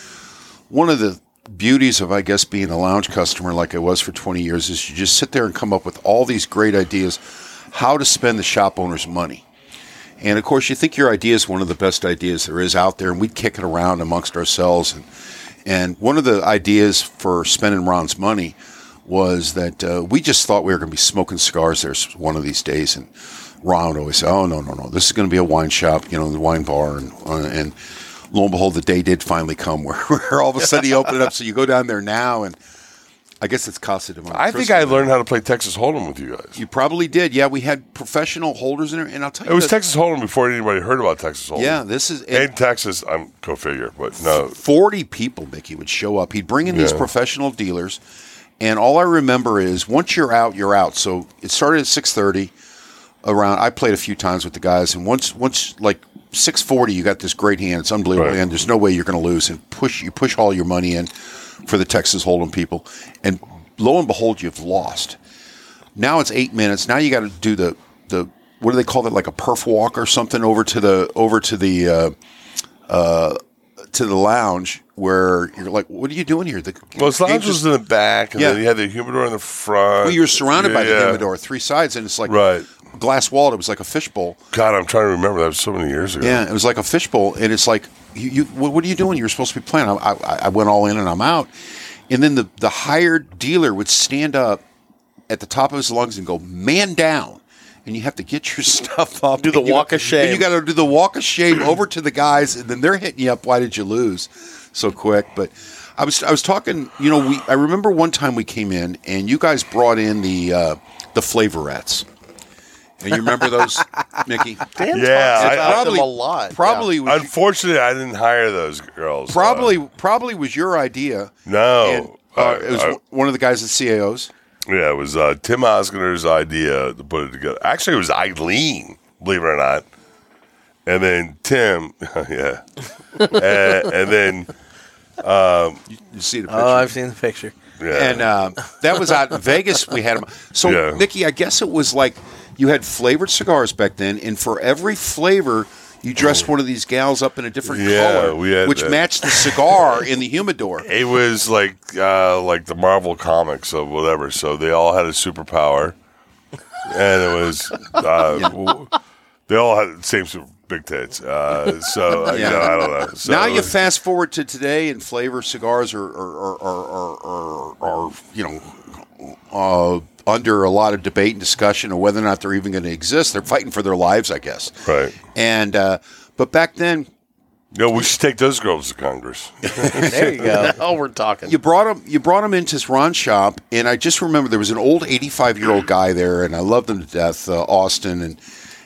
Speaker 13: one of the beauties of I guess being a lounge customer like I was for twenty years is you just sit there and come up with all these great ideas how to spend the shop owner's money. And of course, you think your idea is one of the best ideas there is out there, and we'd kick it around amongst ourselves. And, and one of the ideas for spending Ron's money was that uh, we just thought we were going to be smoking cigars there s- one of these days. And Ron would always say, "Oh no, no, no! This is going to be a wine shop, you know, the wine bar." And uh, and lo and behold, the day did finally come where, where all of a sudden he opened it up. So you go down there now, and I guess it's Casa de Monte
Speaker 4: I think
Speaker 13: Cristo
Speaker 4: I
Speaker 13: now.
Speaker 4: learned how to play Texas Hold'em with you guys.
Speaker 13: You probably did. Yeah, we had professional holders in there, and I'll tell
Speaker 4: It
Speaker 13: you,
Speaker 4: was
Speaker 13: the-
Speaker 4: Texas Hold'em before anybody heard about Texas Hold'em.
Speaker 13: Yeah, this is
Speaker 4: in Texas. I'm go figure, but no,
Speaker 13: forty people, Mickey, would show up. He'd bring in these
Speaker 4: Yeah.
Speaker 13: professional dealers, and all I remember is once you're out, you're out. So it started at six thirty. Around, I played a few times with the guys, and once once like six forty, you got this great hand. It's unbelievable,
Speaker 4: Right.
Speaker 13: hand. There's no way you're going to lose, and push you push all your money in for the Texas Hold'em people, and lo and behold, you've lost. Now it's eight minutes. Now you got to do the the what do they call that? Like a perf walk or something over to the over to the uh, uh, to the lounge where you're like, what are you doing here? The
Speaker 4: well, his lounge was in the back, and
Speaker 13: Yeah.
Speaker 4: then you had the humidor in the front.
Speaker 13: well, you were surrounded by the
Speaker 4: Yeah.
Speaker 13: humidor, three sides, and it's like
Speaker 4: right?
Speaker 13: glass wall. It was like a fishbowl.
Speaker 4: God, I'm trying to remember. That was so many years ago.
Speaker 13: Yeah, it was like a fishbowl, and it's like, you, you what, what are you doing? You're supposed to be playing. I, I, I went all in and I'm out. And then the the hired dealer would stand up at the top of his lungs and go, "Man down." And you have to get your *laughs* stuff up.
Speaker 3: Do the
Speaker 13: And you-
Speaker 3: walk of shame.
Speaker 13: And you got to do the walk of shame over to the guys, and then they're hitting you up. Why did you lose so quick? But I was I was talking. You know, we I remember one time we came in, and you guys brought in the uh, the flavorettes. And you
Speaker 3: *laughs*
Speaker 13: remember those, Mickey?
Speaker 4: Dan Yeah, talks I- about
Speaker 13: probably
Speaker 4: them a
Speaker 13: lot. Probably was
Speaker 4: Unfortunately, I didn't hire those girls.
Speaker 13: probably probably was your idea.
Speaker 4: No,
Speaker 13: And, uh, it was
Speaker 4: I- I-
Speaker 13: w- one of the guys at CAOs.
Speaker 4: Yeah, it was uh, Tim Oskinder's idea to put it together. Actually, it was Eileen, believe it or not. And then Tim, *laughs* yeah. and, and then. Um,
Speaker 13: you, see the
Speaker 3: Uh,
Speaker 2: Oh, I've seen the picture.
Speaker 4: Yeah.
Speaker 13: And um, that was out in Vegas. We had them. So,
Speaker 4: Yeah.
Speaker 13: Mickey, I guess it was like you had flavored cigars back then, and for every flavor, you dressed one of these gals up in a different
Speaker 4: Oh. Yeah,
Speaker 13: color,
Speaker 4: we had
Speaker 13: which
Speaker 4: that.
Speaker 13: matched the
Speaker 4: *laughs*
Speaker 13: cigar in the humidor.
Speaker 4: It was like uh, like the Marvel comics or whatever. So they all had a superpower, and it was uh, w- they all had the same super big tits. Uh, so uh, you
Speaker 13: Yeah.
Speaker 4: know, I don't know. So
Speaker 13: now
Speaker 4: it
Speaker 13: you
Speaker 4: was-
Speaker 13: fast forward to today, and flavor cigars are are are are, are, are, are you know uh, under a lot of debate and discussion of whether or not they're even going to exist. They're fighting for their lives, I guess.
Speaker 4: right.
Speaker 13: And uh, but back then,
Speaker 4: No, we should take those girls to Congress.
Speaker 13: There you *laughs* go.
Speaker 3: now we're talking.
Speaker 13: You brought him. You brought him into Ron shop, and I just remember there was an old eighty-five-year-old guy there, and I loved him to death, uh, Austin, and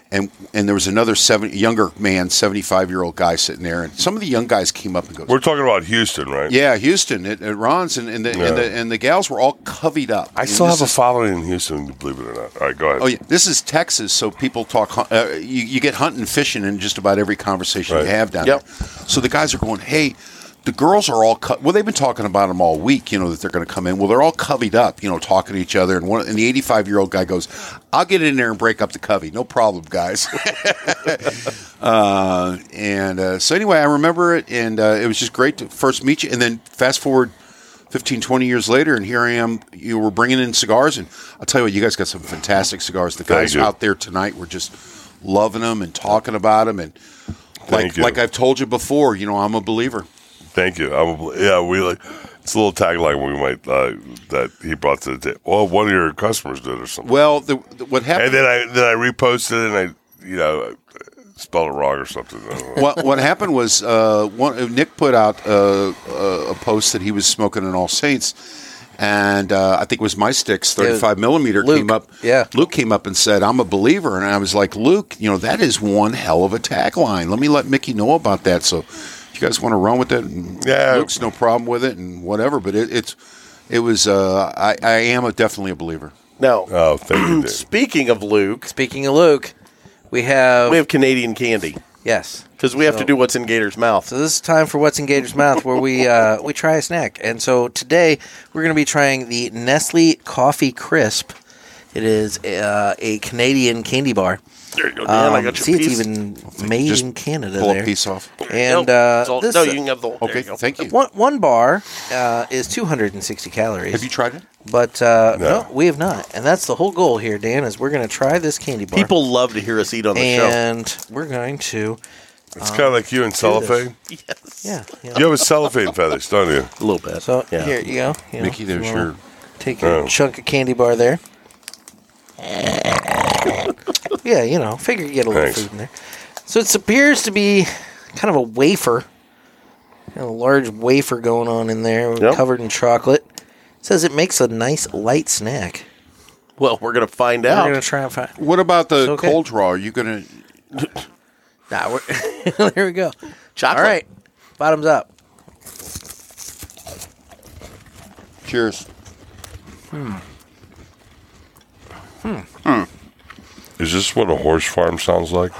Speaker 13: and and there was another seven younger man, seventy-five-year-old guy sitting there, and some of the young guys came up and goes,
Speaker 4: We're talking about Houston, right?
Speaker 13: "Yeah, Houston at, at Ron's," and, and the
Speaker 4: Yeah.
Speaker 13: and the and the gals were all covied up.
Speaker 4: I
Speaker 13: And
Speaker 4: still
Speaker 13: this
Speaker 4: have a
Speaker 13: is-
Speaker 4: following in Houston, believe it or not. All right, go ahead.
Speaker 13: Oh yeah, this is Texas, so people talk. hun- Uh, you, you get hunting, fishing in just about every conversation
Speaker 4: Right.
Speaker 13: you have down
Speaker 4: Yep.
Speaker 13: there. So the guys are going, "Hey, the girls are all cut." Well, they've been talking about them all week. You know that they're going to come in. Well, they're all covied up. You know, talking to each other. And one, and the eighty-five-year-old guy goes, "I'll get in there and break up the covey. No problem, guys." *laughs* uh, and uh, so anyway, I remember it, and uh, it was just great to first meet you, and then fast forward. 15, 20 years later, and here I am. You were bringing in cigars, and I'll tell you what, you guys got some fantastic cigars. The
Speaker 4: Thank
Speaker 13: guys
Speaker 4: you.
Speaker 13: out there tonight were just loving them and talking about them, and like
Speaker 4: you.
Speaker 13: like I've told you before, you know, I'm a believer.
Speaker 4: Thank you. I'm, obli- yeah, we like it's a little tagline we might uh, that he brought to the table. Well, one of your customers did or something.
Speaker 13: Well, the, the- what
Speaker 4: and
Speaker 13: happened?
Speaker 4: then I then I reposted it and I you know spelled it wrong or something. I don't know.
Speaker 13: what what happened was uh, one, Nick put out uh, a, a post that he was smoking an All Saints, and uh, I think it was my sticks
Speaker 2: Yeah,
Speaker 13: thirty five millimeter came up. Yeah, Luke came up and said, "I'm a believer," and I was like, "Luke, you know that is one hell of a tagline. Let me let Mickey know about that." So, if you guys want to run with it? And yeah, Luke's no problem with it and whatever. But it, it's it was uh, I I am a, definitely a believer.
Speaker 3: No.
Speaker 4: Oh, thank you,
Speaker 3: um, Speaking of Luke,
Speaker 2: speaking of Luke, we have
Speaker 3: we have Canadian candy.
Speaker 2: Yes,
Speaker 3: because we have to
Speaker 2: So-
Speaker 3: do what's in Gator's mouth.
Speaker 2: So this is time for what's in Gator's mouth, where we uh, *laughs* we try a snack. And so today we're going to be trying the Nestle Coffee Crisp. It is uh, a Canadian candy bar. Um,
Speaker 3: There you go, Dan. I got your
Speaker 2: see,
Speaker 3: piece.
Speaker 2: it's even made
Speaker 13: Just
Speaker 2: in Canada.
Speaker 13: pull a
Speaker 2: there.
Speaker 13: piece off.
Speaker 2: And
Speaker 3: No,
Speaker 2: uh,
Speaker 3: it's all-
Speaker 2: this,
Speaker 3: no, you can have the whole-
Speaker 13: Okay, there you go. thank you.
Speaker 2: One, one bar uh, is 260 calories.
Speaker 13: Have you tried it?
Speaker 2: But uh,
Speaker 13: No.
Speaker 2: no. we have not. And that's the whole goal here, Dan. Is we're going to try this candy bar.
Speaker 3: People love to hear us eat on the show.
Speaker 2: and we're going to.
Speaker 4: It's
Speaker 2: um,
Speaker 4: kind of like you
Speaker 2: do
Speaker 4: and
Speaker 2: this.
Speaker 4: cellophane.
Speaker 2: Yeah, yeah.
Speaker 4: You have a cellophane fetish, don't you?
Speaker 3: A little bit.
Speaker 2: So here you go. You know,
Speaker 4: Mickey,
Speaker 2: if you
Speaker 4: there's
Speaker 2: wanna
Speaker 4: your-
Speaker 2: take your
Speaker 4: Oh.
Speaker 2: chunk of candy bar there. yeah, you know, figure you get a little
Speaker 4: Thanks.
Speaker 2: food in there. So it appears to be kind of a wafer, a large wafer going on in there,
Speaker 3: Yep.
Speaker 2: covered in chocolate. says it makes a nice light snack.
Speaker 3: Well, we're gonna find out.
Speaker 2: We're gonna try and find.
Speaker 13: What about the
Speaker 2: It's okay.
Speaker 13: cold draw? Are you gonna?
Speaker 2: Nah, we're, *laughs* there we go.
Speaker 3: Chocolate.
Speaker 2: All right, bottoms up.
Speaker 13: Cheers.
Speaker 4: Is this what a horse farm sounds like?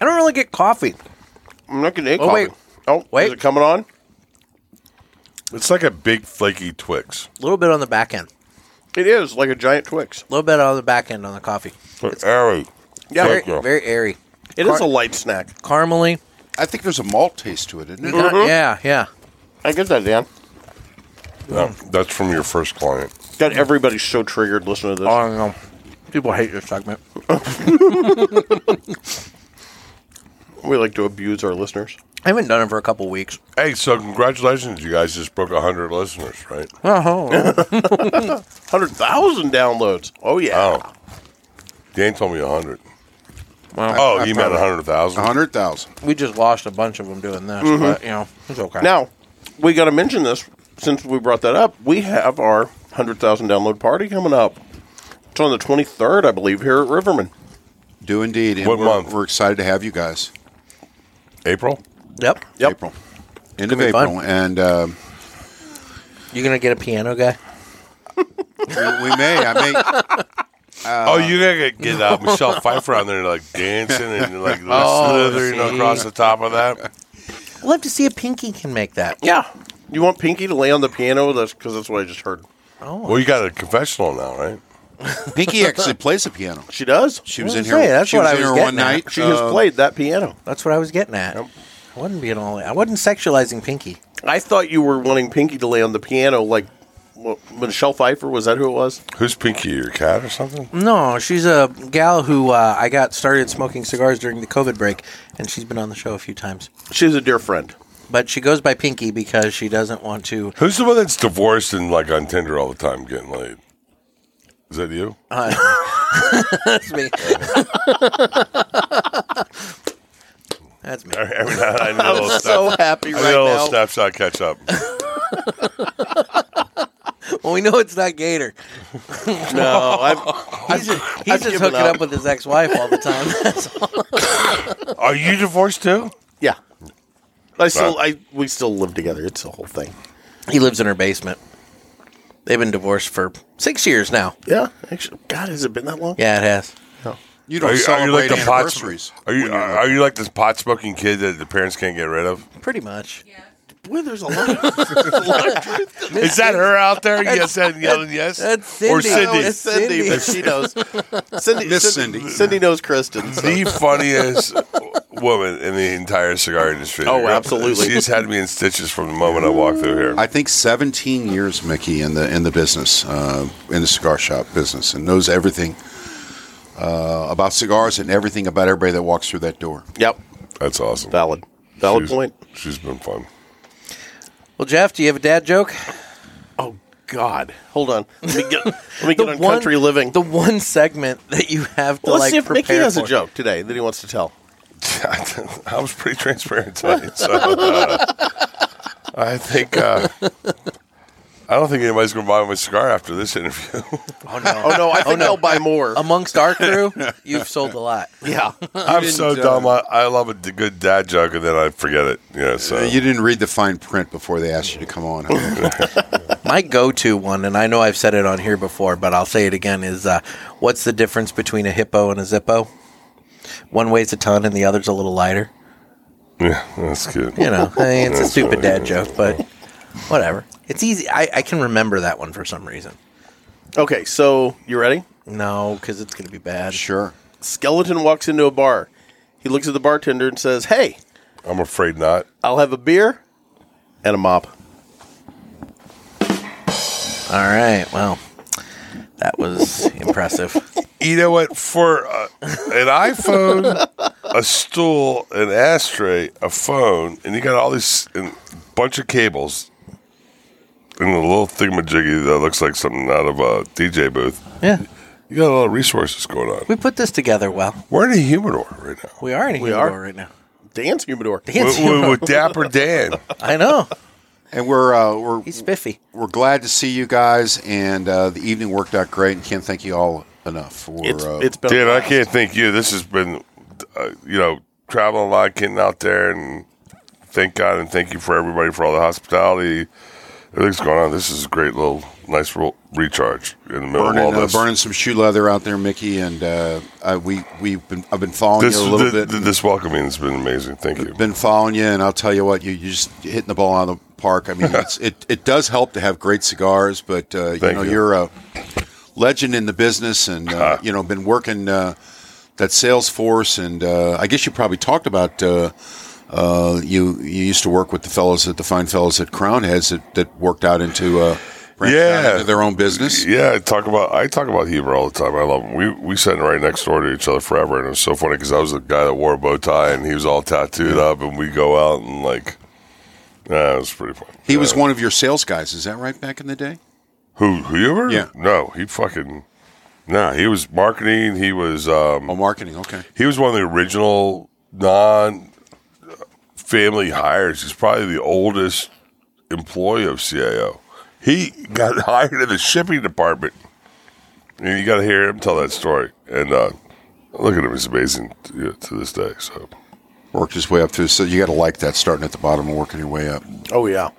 Speaker 2: I don't really get coffee.
Speaker 3: I'm not gonna eat
Speaker 2: Oh, wait.
Speaker 3: coffee. Oh wait, is it coming on?
Speaker 4: It's like a big flaky Twix.
Speaker 2: A little bit on the back end.
Speaker 3: It is like a giant Twix.
Speaker 2: A little bit on the back end on the coffee.
Speaker 4: It's airy.
Speaker 3: Yeah.
Speaker 2: very, very airy.
Speaker 3: It is a light snack.
Speaker 2: Caramely.
Speaker 13: I think there's a malt taste to it, isn't it?
Speaker 3: Mhm.
Speaker 2: Yeah, yeah.
Speaker 3: I get that, Dan.
Speaker 4: No, that's from your first client.
Speaker 3: God, everybody's so triggered listening to this.
Speaker 2: I know. People hate this segment.
Speaker 3: We like to abuse our listeners.
Speaker 2: I haven't done it for a couple weeks.
Speaker 4: Hey, so congratulations, you guys just broke hundred listeners, right?
Speaker 2: Oh.
Speaker 3: Hundred thousand downloads. Oh yeah.
Speaker 4: Oh. Dan told me hundred. oh, you meant hundred thousand.
Speaker 13: hundred thousand.
Speaker 2: *laughs* we just lost a bunch of them doing this,
Speaker 3: Mhm.
Speaker 2: but you know it's okay.
Speaker 3: Now, we got to mention this since we brought that up. We have our 100,000 download party coming up. It's on the 23rd, I believe, here at Riverman.
Speaker 13: Do indeed. And
Speaker 3: What
Speaker 13: we're,
Speaker 3: month?
Speaker 13: We're excited to have you guys.
Speaker 4: April.
Speaker 2: Yep.
Speaker 3: Yep.
Speaker 13: April. End of
Speaker 2: Gonna be fun.
Speaker 13: April, and um,
Speaker 2: you gonna get a piano guy?
Speaker 13: we, we may. I may.
Speaker 4: oh, you gotta get uh, Michelle Pfeiffer on there like dancing and like
Speaker 2: Oh,
Speaker 4: slithering
Speaker 2: see.
Speaker 4: across the top of that.
Speaker 2: I'd love to see if Pinky can make that.
Speaker 3: Yeah. You want Pinky to lay on the piano? That's because that's what I just heard.
Speaker 2: Oh.
Speaker 4: Well, you got a confessional now, right?
Speaker 13: Pinky *laughs* actually plays the piano.
Speaker 3: She uh, does.
Speaker 13: She
Speaker 2: I
Speaker 13: was,
Speaker 2: was
Speaker 13: in here.
Speaker 2: gonna say, that's
Speaker 13: she
Speaker 2: what
Speaker 13: was
Speaker 2: I
Speaker 13: in
Speaker 2: was
Speaker 13: here
Speaker 2: getting
Speaker 13: one
Speaker 2: at.
Speaker 13: night.
Speaker 3: She just played that piano.
Speaker 2: That's what I was getting at. I wasn't being all. I wasn't sexualizing Pinky.
Speaker 3: I thought you were wanting Pinky to lay on the piano like well, Michelle Pfeiffer. Was that who it was?
Speaker 4: Who's Pinky? Your cat or something?
Speaker 2: No, she's a gal who uh, I got started smoking cigars during the COVID break, and she's been on the show a few times.
Speaker 3: She's a dear friend.
Speaker 2: But she goes by Pinky because she doesn't want to.
Speaker 4: Who's the one that's divorced and like on Tinder all the time getting laid? Is that you? *laughs*
Speaker 2: Uh, that's me. *laughs* that's me.
Speaker 4: Every now and then I need a
Speaker 3: I'm
Speaker 4: little
Speaker 3: so
Speaker 4: snap-
Speaker 3: happy
Speaker 4: I need
Speaker 3: right
Speaker 4: a little
Speaker 3: now.
Speaker 4: snapshot catch up.
Speaker 2: Well, we know it's not Gator.
Speaker 3: No, I've,
Speaker 2: He's just, *laughs* he's
Speaker 3: I've
Speaker 2: just
Speaker 3: given
Speaker 2: hooking
Speaker 3: up.
Speaker 2: up. with his ex-wife all the time. *laughs* That's all.
Speaker 4: Are you divorced too?
Speaker 3: yeah. I still, I we still live together. It's the whole thing.
Speaker 2: He lives in her basement. They've been divorced for six years now.
Speaker 3: Yeah, actually, God, has it been that long?
Speaker 2: Yeah, it has.
Speaker 13: You don't
Speaker 4: are you, are you like
Speaker 13: celebrate
Speaker 4: the pot?
Speaker 13: anniversaries.
Speaker 4: Are you are, are you like this pot smoking kid that the parents can't get rid of?
Speaker 2: Pretty much.
Speaker 3: Boy, there's a lot. *laughs* there's a lot of truth to
Speaker 4: Is that her out there? Yes, and yelling
Speaker 13: *laughs*
Speaker 4: yes.
Speaker 2: That's
Speaker 4: Or
Speaker 2: Cindy.
Speaker 4: Cindy.
Speaker 2: It's Cindy.
Speaker 3: but she knows. Cindy,
Speaker 13: Miss
Speaker 3: Cindy, Cindy knows Kristen. so-
Speaker 4: *laughs* the funniest woman in the entire cigar industry.
Speaker 3: Oh, absolutely.
Speaker 4: She's had me in stitches from the moment I walked through here.
Speaker 13: I think 17 years, Mickey, in the in the business, uh, in the cigar shop business, and knows everything uh, about cigars and everything about everybody that walks through that door.
Speaker 3: Yep.
Speaker 4: That's awesome.
Speaker 3: Valid.
Speaker 13: Valid
Speaker 3: point.
Speaker 4: She's been fun. *laughs*
Speaker 2: Well, Jeff, do you have a dad joke?
Speaker 3: Oh God, hold on. Let me get, let me get on country living.
Speaker 2: The one segment that you have to
Speaker 3: Well, let's
Speaker 2: like
Speaker 3: see if Mickey
Speaker 2: prepare
Speaker 3: has a
Speaker 2: for.
Speaker 3: joke today that he wants to tell.
Speaker 4: I was pretty transparent tonight, *laughs* so uh, I think uh, I don't think anybody's going to buy my cigar after this interview. *laughs*
Speaker 2: Oh no!
Speaker 3: *laughs* Oh, no, Um, I think they'll buy more.
Speaker 2: Amongst our crew, *laughs* you've sold a lot.
Speaker 3: Yeah,
Speaker 4: I'm so dumb. I, I love a d- good dad joke, and then I forget it. Yeah, so
Speaker 13: You didn't read the fine print before they asked you to come on.
Speaker 2: My go-to one, and I know I've said it on here before, but I'll say it again: is uh, what's the difference between a hippo and a zippo? One weighs a ton, and the other's a little lighter.
Speaker 4: yeah, that's good.
Speaker 2: You
Speaker 4: *laughs*
Speaker 2: know, I mean, it's a
Speaker 4: That's
Speaker 2: stupid
Speaker 4: funny.
Speaker 2: dad joke, but whatever. It's easy. I, I can remember that one for some reason.
Speaker 3: Okay, so you ready?
Speaker 2: No, because it's going to be bad.
Speaker 13: Sure.
Speaker 3: Skeleton walks into a bar. He looks at the bartender and says, "Hey,
Speaker 4: I'm afraid not.
Speaker 3: I'll have a beer and a mop."
Speaker 2: All right. Well, that was impressive.
Speaker 4: You know what? For uh, an iPhone, a stool, an ashtray, a phone, and you got all these and bunch of cables, and a little thingamajiggy that looks like something out of a DJ booth.
Speaker 2: Yeah.
Speaker 4: You got a lot of resources going on.
Speaker 2: We put this together well.
Speaker 4: We're in a humidor right now.
Speaker 2: We are in a
Speaker 4: We
Speaker 2: humidor
Speaker 4: are.
Speaker 2: right now.
Speaker 3: Dan's humidor.
Speaker 2: Dan's humidor.
Speaker 4: Dan.
Speaker 2: I know.
Speaker 13: And we're uh, we're
Speaker 2: he's spiffy.
Speaker 13: We're glad to see you guys, and uh, the evening worked out great. And can't thank you all enough for uh,
Speaker 4: Dan, I can't thank you. This has been, uh, you know, traveling a lot, getting out there, and thank God and thank you for everybody for all the hospitality. Everything's going on. This is a great little, nice little recharge in the middle
Speaker 13: burning,
Speaker 4: of all
Speaker 13: uh,
Speaker 4: this.
Speaker 13: burning some shoe leather out there, Mickey. And uh, I, we we've been I've been following
Speaker 4: this,
Speaker 13: you a little
Speaker 4: th-
Speaker 13: bit.
Speaker 4: th- this welcoming has been amazing. Thank you.
Speaker 13: been following you, and I'll tell you what, you you just you're hitting the ball out of the park. I mean, it's, it it does help to have great cigars, but uh, you
Speaker 4: Thank
Speaker 13: know
Speaker 4: you.
Speaker 13: you're a legend in the business, and uh, you know been working uh, that sales force, and uh, I guess you probably talked about. Uh, uh, you you used to work with the fellows at the fine fellows at Crown Heads that, that worked out into uh, branched out into their own business.
Speaker 4: Yeah, I talk about I talk about Huber all the time. I love him. We we sat right next door to each other forever, and it was so funny because I was the guy that wore a bow tie, and he was all tattooed up, and we go out and like, yeah, it was pretty fun.
Speaker 13: He was
Speaker 4: Yeah.
Speaker 13: one of your sales guys, is that right? Back in the day,
Speaker 4: Who Huber?
Speaker 13: Yeah.
Speaker 4: No, he fucking. Nah, he was marketing. He was. Um,
Speaker 13: oh, marketing. Okay.
Speaker 4: He was one of the original non-family hires. He's probably the oldest employee of CAO. He got *laughs* hired in the shipping department. And you got to hear him tell that story. And uh, look at him; he's amazing to, to this day. So
Speaker 13: worked his way up through. So you got to like that, starting at the bottom and working your way up.
Speaker 3: Oh yeah,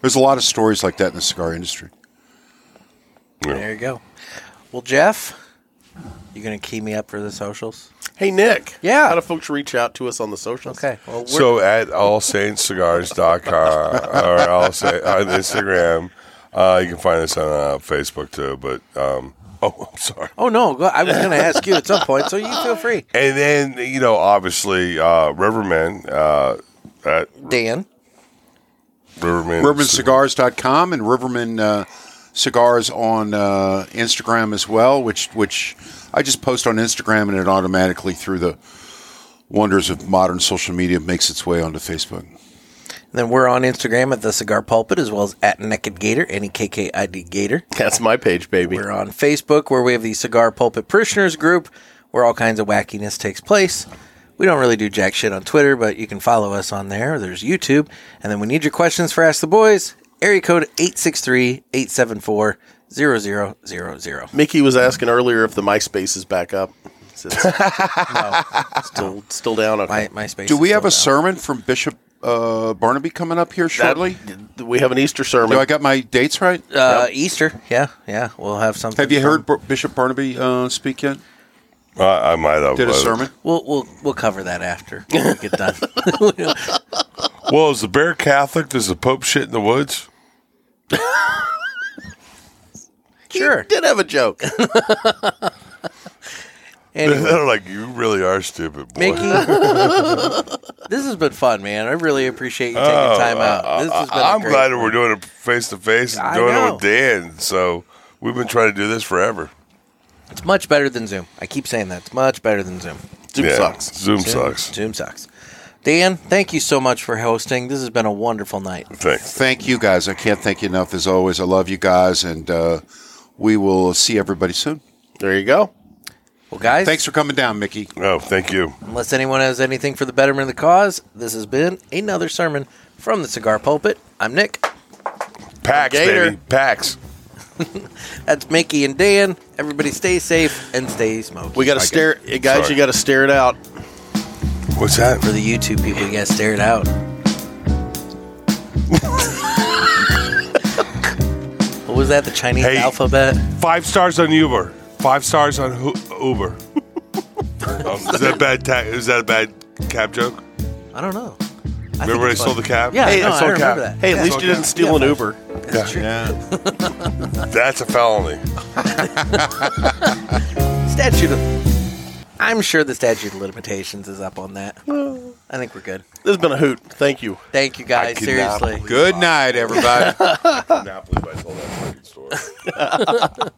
Speaker 13: There's a lot of stories like that in the cigar industry.
Speaker 2: There you go. Well, Jeff, you going to key me up for the socials?
Speaker 3: Hey Nick.
Speaker 2: Yeah.
Speaker 3: How do folks reach out to us on the socials?
Speaker 2: Okay. Well, we're-
Speaker 4: So at allsaintscigars.com or all say on Instagram, uh, you can find us on uh, Facebook too. But um, *laughs* oh, I'm sorry.
Speaker 2: Oh no, go- I was going to ask you at some point, so you
Speaker 13: *laughs*
Speaker 2: feel free.
Speaker 4: And then you know, obviously, uh, Riverman uh, at
Speaker 2: Dan
Speaker 4: Riverman
Speaker 13: RivermanCigars.com and Riverman uh, Cigars on uh, Instagram as well, which which I just post on Instagram and it automatically through the wonders of modern social media makes its way onto Facebook.
Speaker 2: Then we're on Instagram at the Cigar Pulpit as well as at Naked Gator, N E K K I D Gator.
Speaker 3: That's my page, baby.
Speaker 2: We're on Facebook where we have the Cigar Pulpit Parishioners group where all kinds of wackiness takes place. We don't really do jack shit on Twitter, but you can follow us on there. There's YouTube. And then we need your questions for Ask the Boys. Area code 863 874 0000.
Speaker 3: Mickey was asking earlier if the MySpace is back up. It's-
Speaker 13: *laughs*
Speaker 3: it's- still, still down. Okay.
Speaker 2: My, MySpace.
Speaker 13: Do we have a sermon from Bishop uh, Barnaby coming up here shortly?
Speaker 3: we have an Easter sermon.
Speaker 13: Do I got my dates right?
Speaker 2: Uh, um, Easter. Yeah, yeah. We'll have something.
Speaker 13: Have you
Speaker 2: from-
Speaker 13: heard B- Bishop Barnaby uh, speak yet?
Speaker 4: I, I might have
Speaker 13: Did a
Speaker 4: but-
Speaker 13: sermon?
Speaker 2: We'll, we'll, we'll cover that after when we get done. *laughs*
Speaker 4: Well, is the bear Catholic? Does the Pope shit in the woods? *laughs*
Speaker 2: sure.
Speaker 3: did have a *laughs* joke.
Speaker 2: anyway,
Speaker 4: They're like, you really are stupid, boy. *laughs*
Speaker 2: Mickey, this has been fun, man. I really appreciate you taking
Speaker 4: Oh,
Speaker 2: time
Speaker 4: I-
Speaker 2: out. This has been. a
Speaker 4: I, am
Speaker 2: great
Speaker 4: glad that
Speaker 2: one.
Speaker 4: we're doing it face to face
Speaker 2: I
Speaker 4: and doing
Speaker 2: know.
Speaker 4: it with Dan. So we've been trying to do this forever.
Speaker 2: It's much better than Zoom. I keep saying that. It's much better than Zoom.
Speaker 4: Zoom Yeah, sucks. Zoom sucks.
Speaker 2: Zoom sucks. Dan, thank you so much for hosting. This has been a wonderful night.
Speaker 13: Thank you guys. I can't thank you enough as always. I love you guys, and uh, we will see everybody soon.
Speaker 3: There you go.
Speaker 2: Well, guys,
Speaker 13: thanks for coming down, Mickey.
Speaker 4: Oh, thank you.
Speaker 2: Unless anyone has anything for the betterment of the cause, this has been another sermon from the cigar pulpit. I'm Nick.
Speaker 4: Pax, baby. Pax.
Speaker 2: That's Mickey and Dan. Everybody stay safe and stay smoking.
Speaker 3: We got to stare, eh, guys. You got to stare it out.
Speaker 4: What's that
Speaker 2: for the YouTube people? You got to stare it out. what was that? The Chinese
Speaker 4: Hey.
Speaker 2: alphabet?
Speaker 4: Five stars on Uber. Five stars on Hu- *laughs* Uber. um, is that a bad? Ta- is that a bad cab joke?
Speaker 2: I don't know. I
Speaker 4: Remember
Speaker 2: think
Speaker 4: I
Speaker 2: it's
Speaker 4: stole
Speaker 2: funny.
Speaker 4: the cab?
Speaker 2: Yeah,
Speaker 4: Hey,
Speaker 2: no,
Speaker 4: I
Speaker 2: I,
Speaker 4: stole a
Speaker 2: remember that.
Speaker 4: cab. Hey, at
Speaker 2: Yeah.
Speaker 4: least you didn't steal
Speaker 2: Yeah.
Speaker 4: an Uber.
Speaker 2: That's true.
Speaker 4: That's a felony.
Speaker 2: statute of. I'm sure the statute of limitations is up on
Speaker 4: *sighs*
Speaker 2: that. I think we're good.
Speaker 3: This has been a hoot. Thank you.
Speaker 2: Thank you guys. Seriously.
Speaker 13: Good night, everybody.
Speaker 4: I cannot believe I told that fucking story.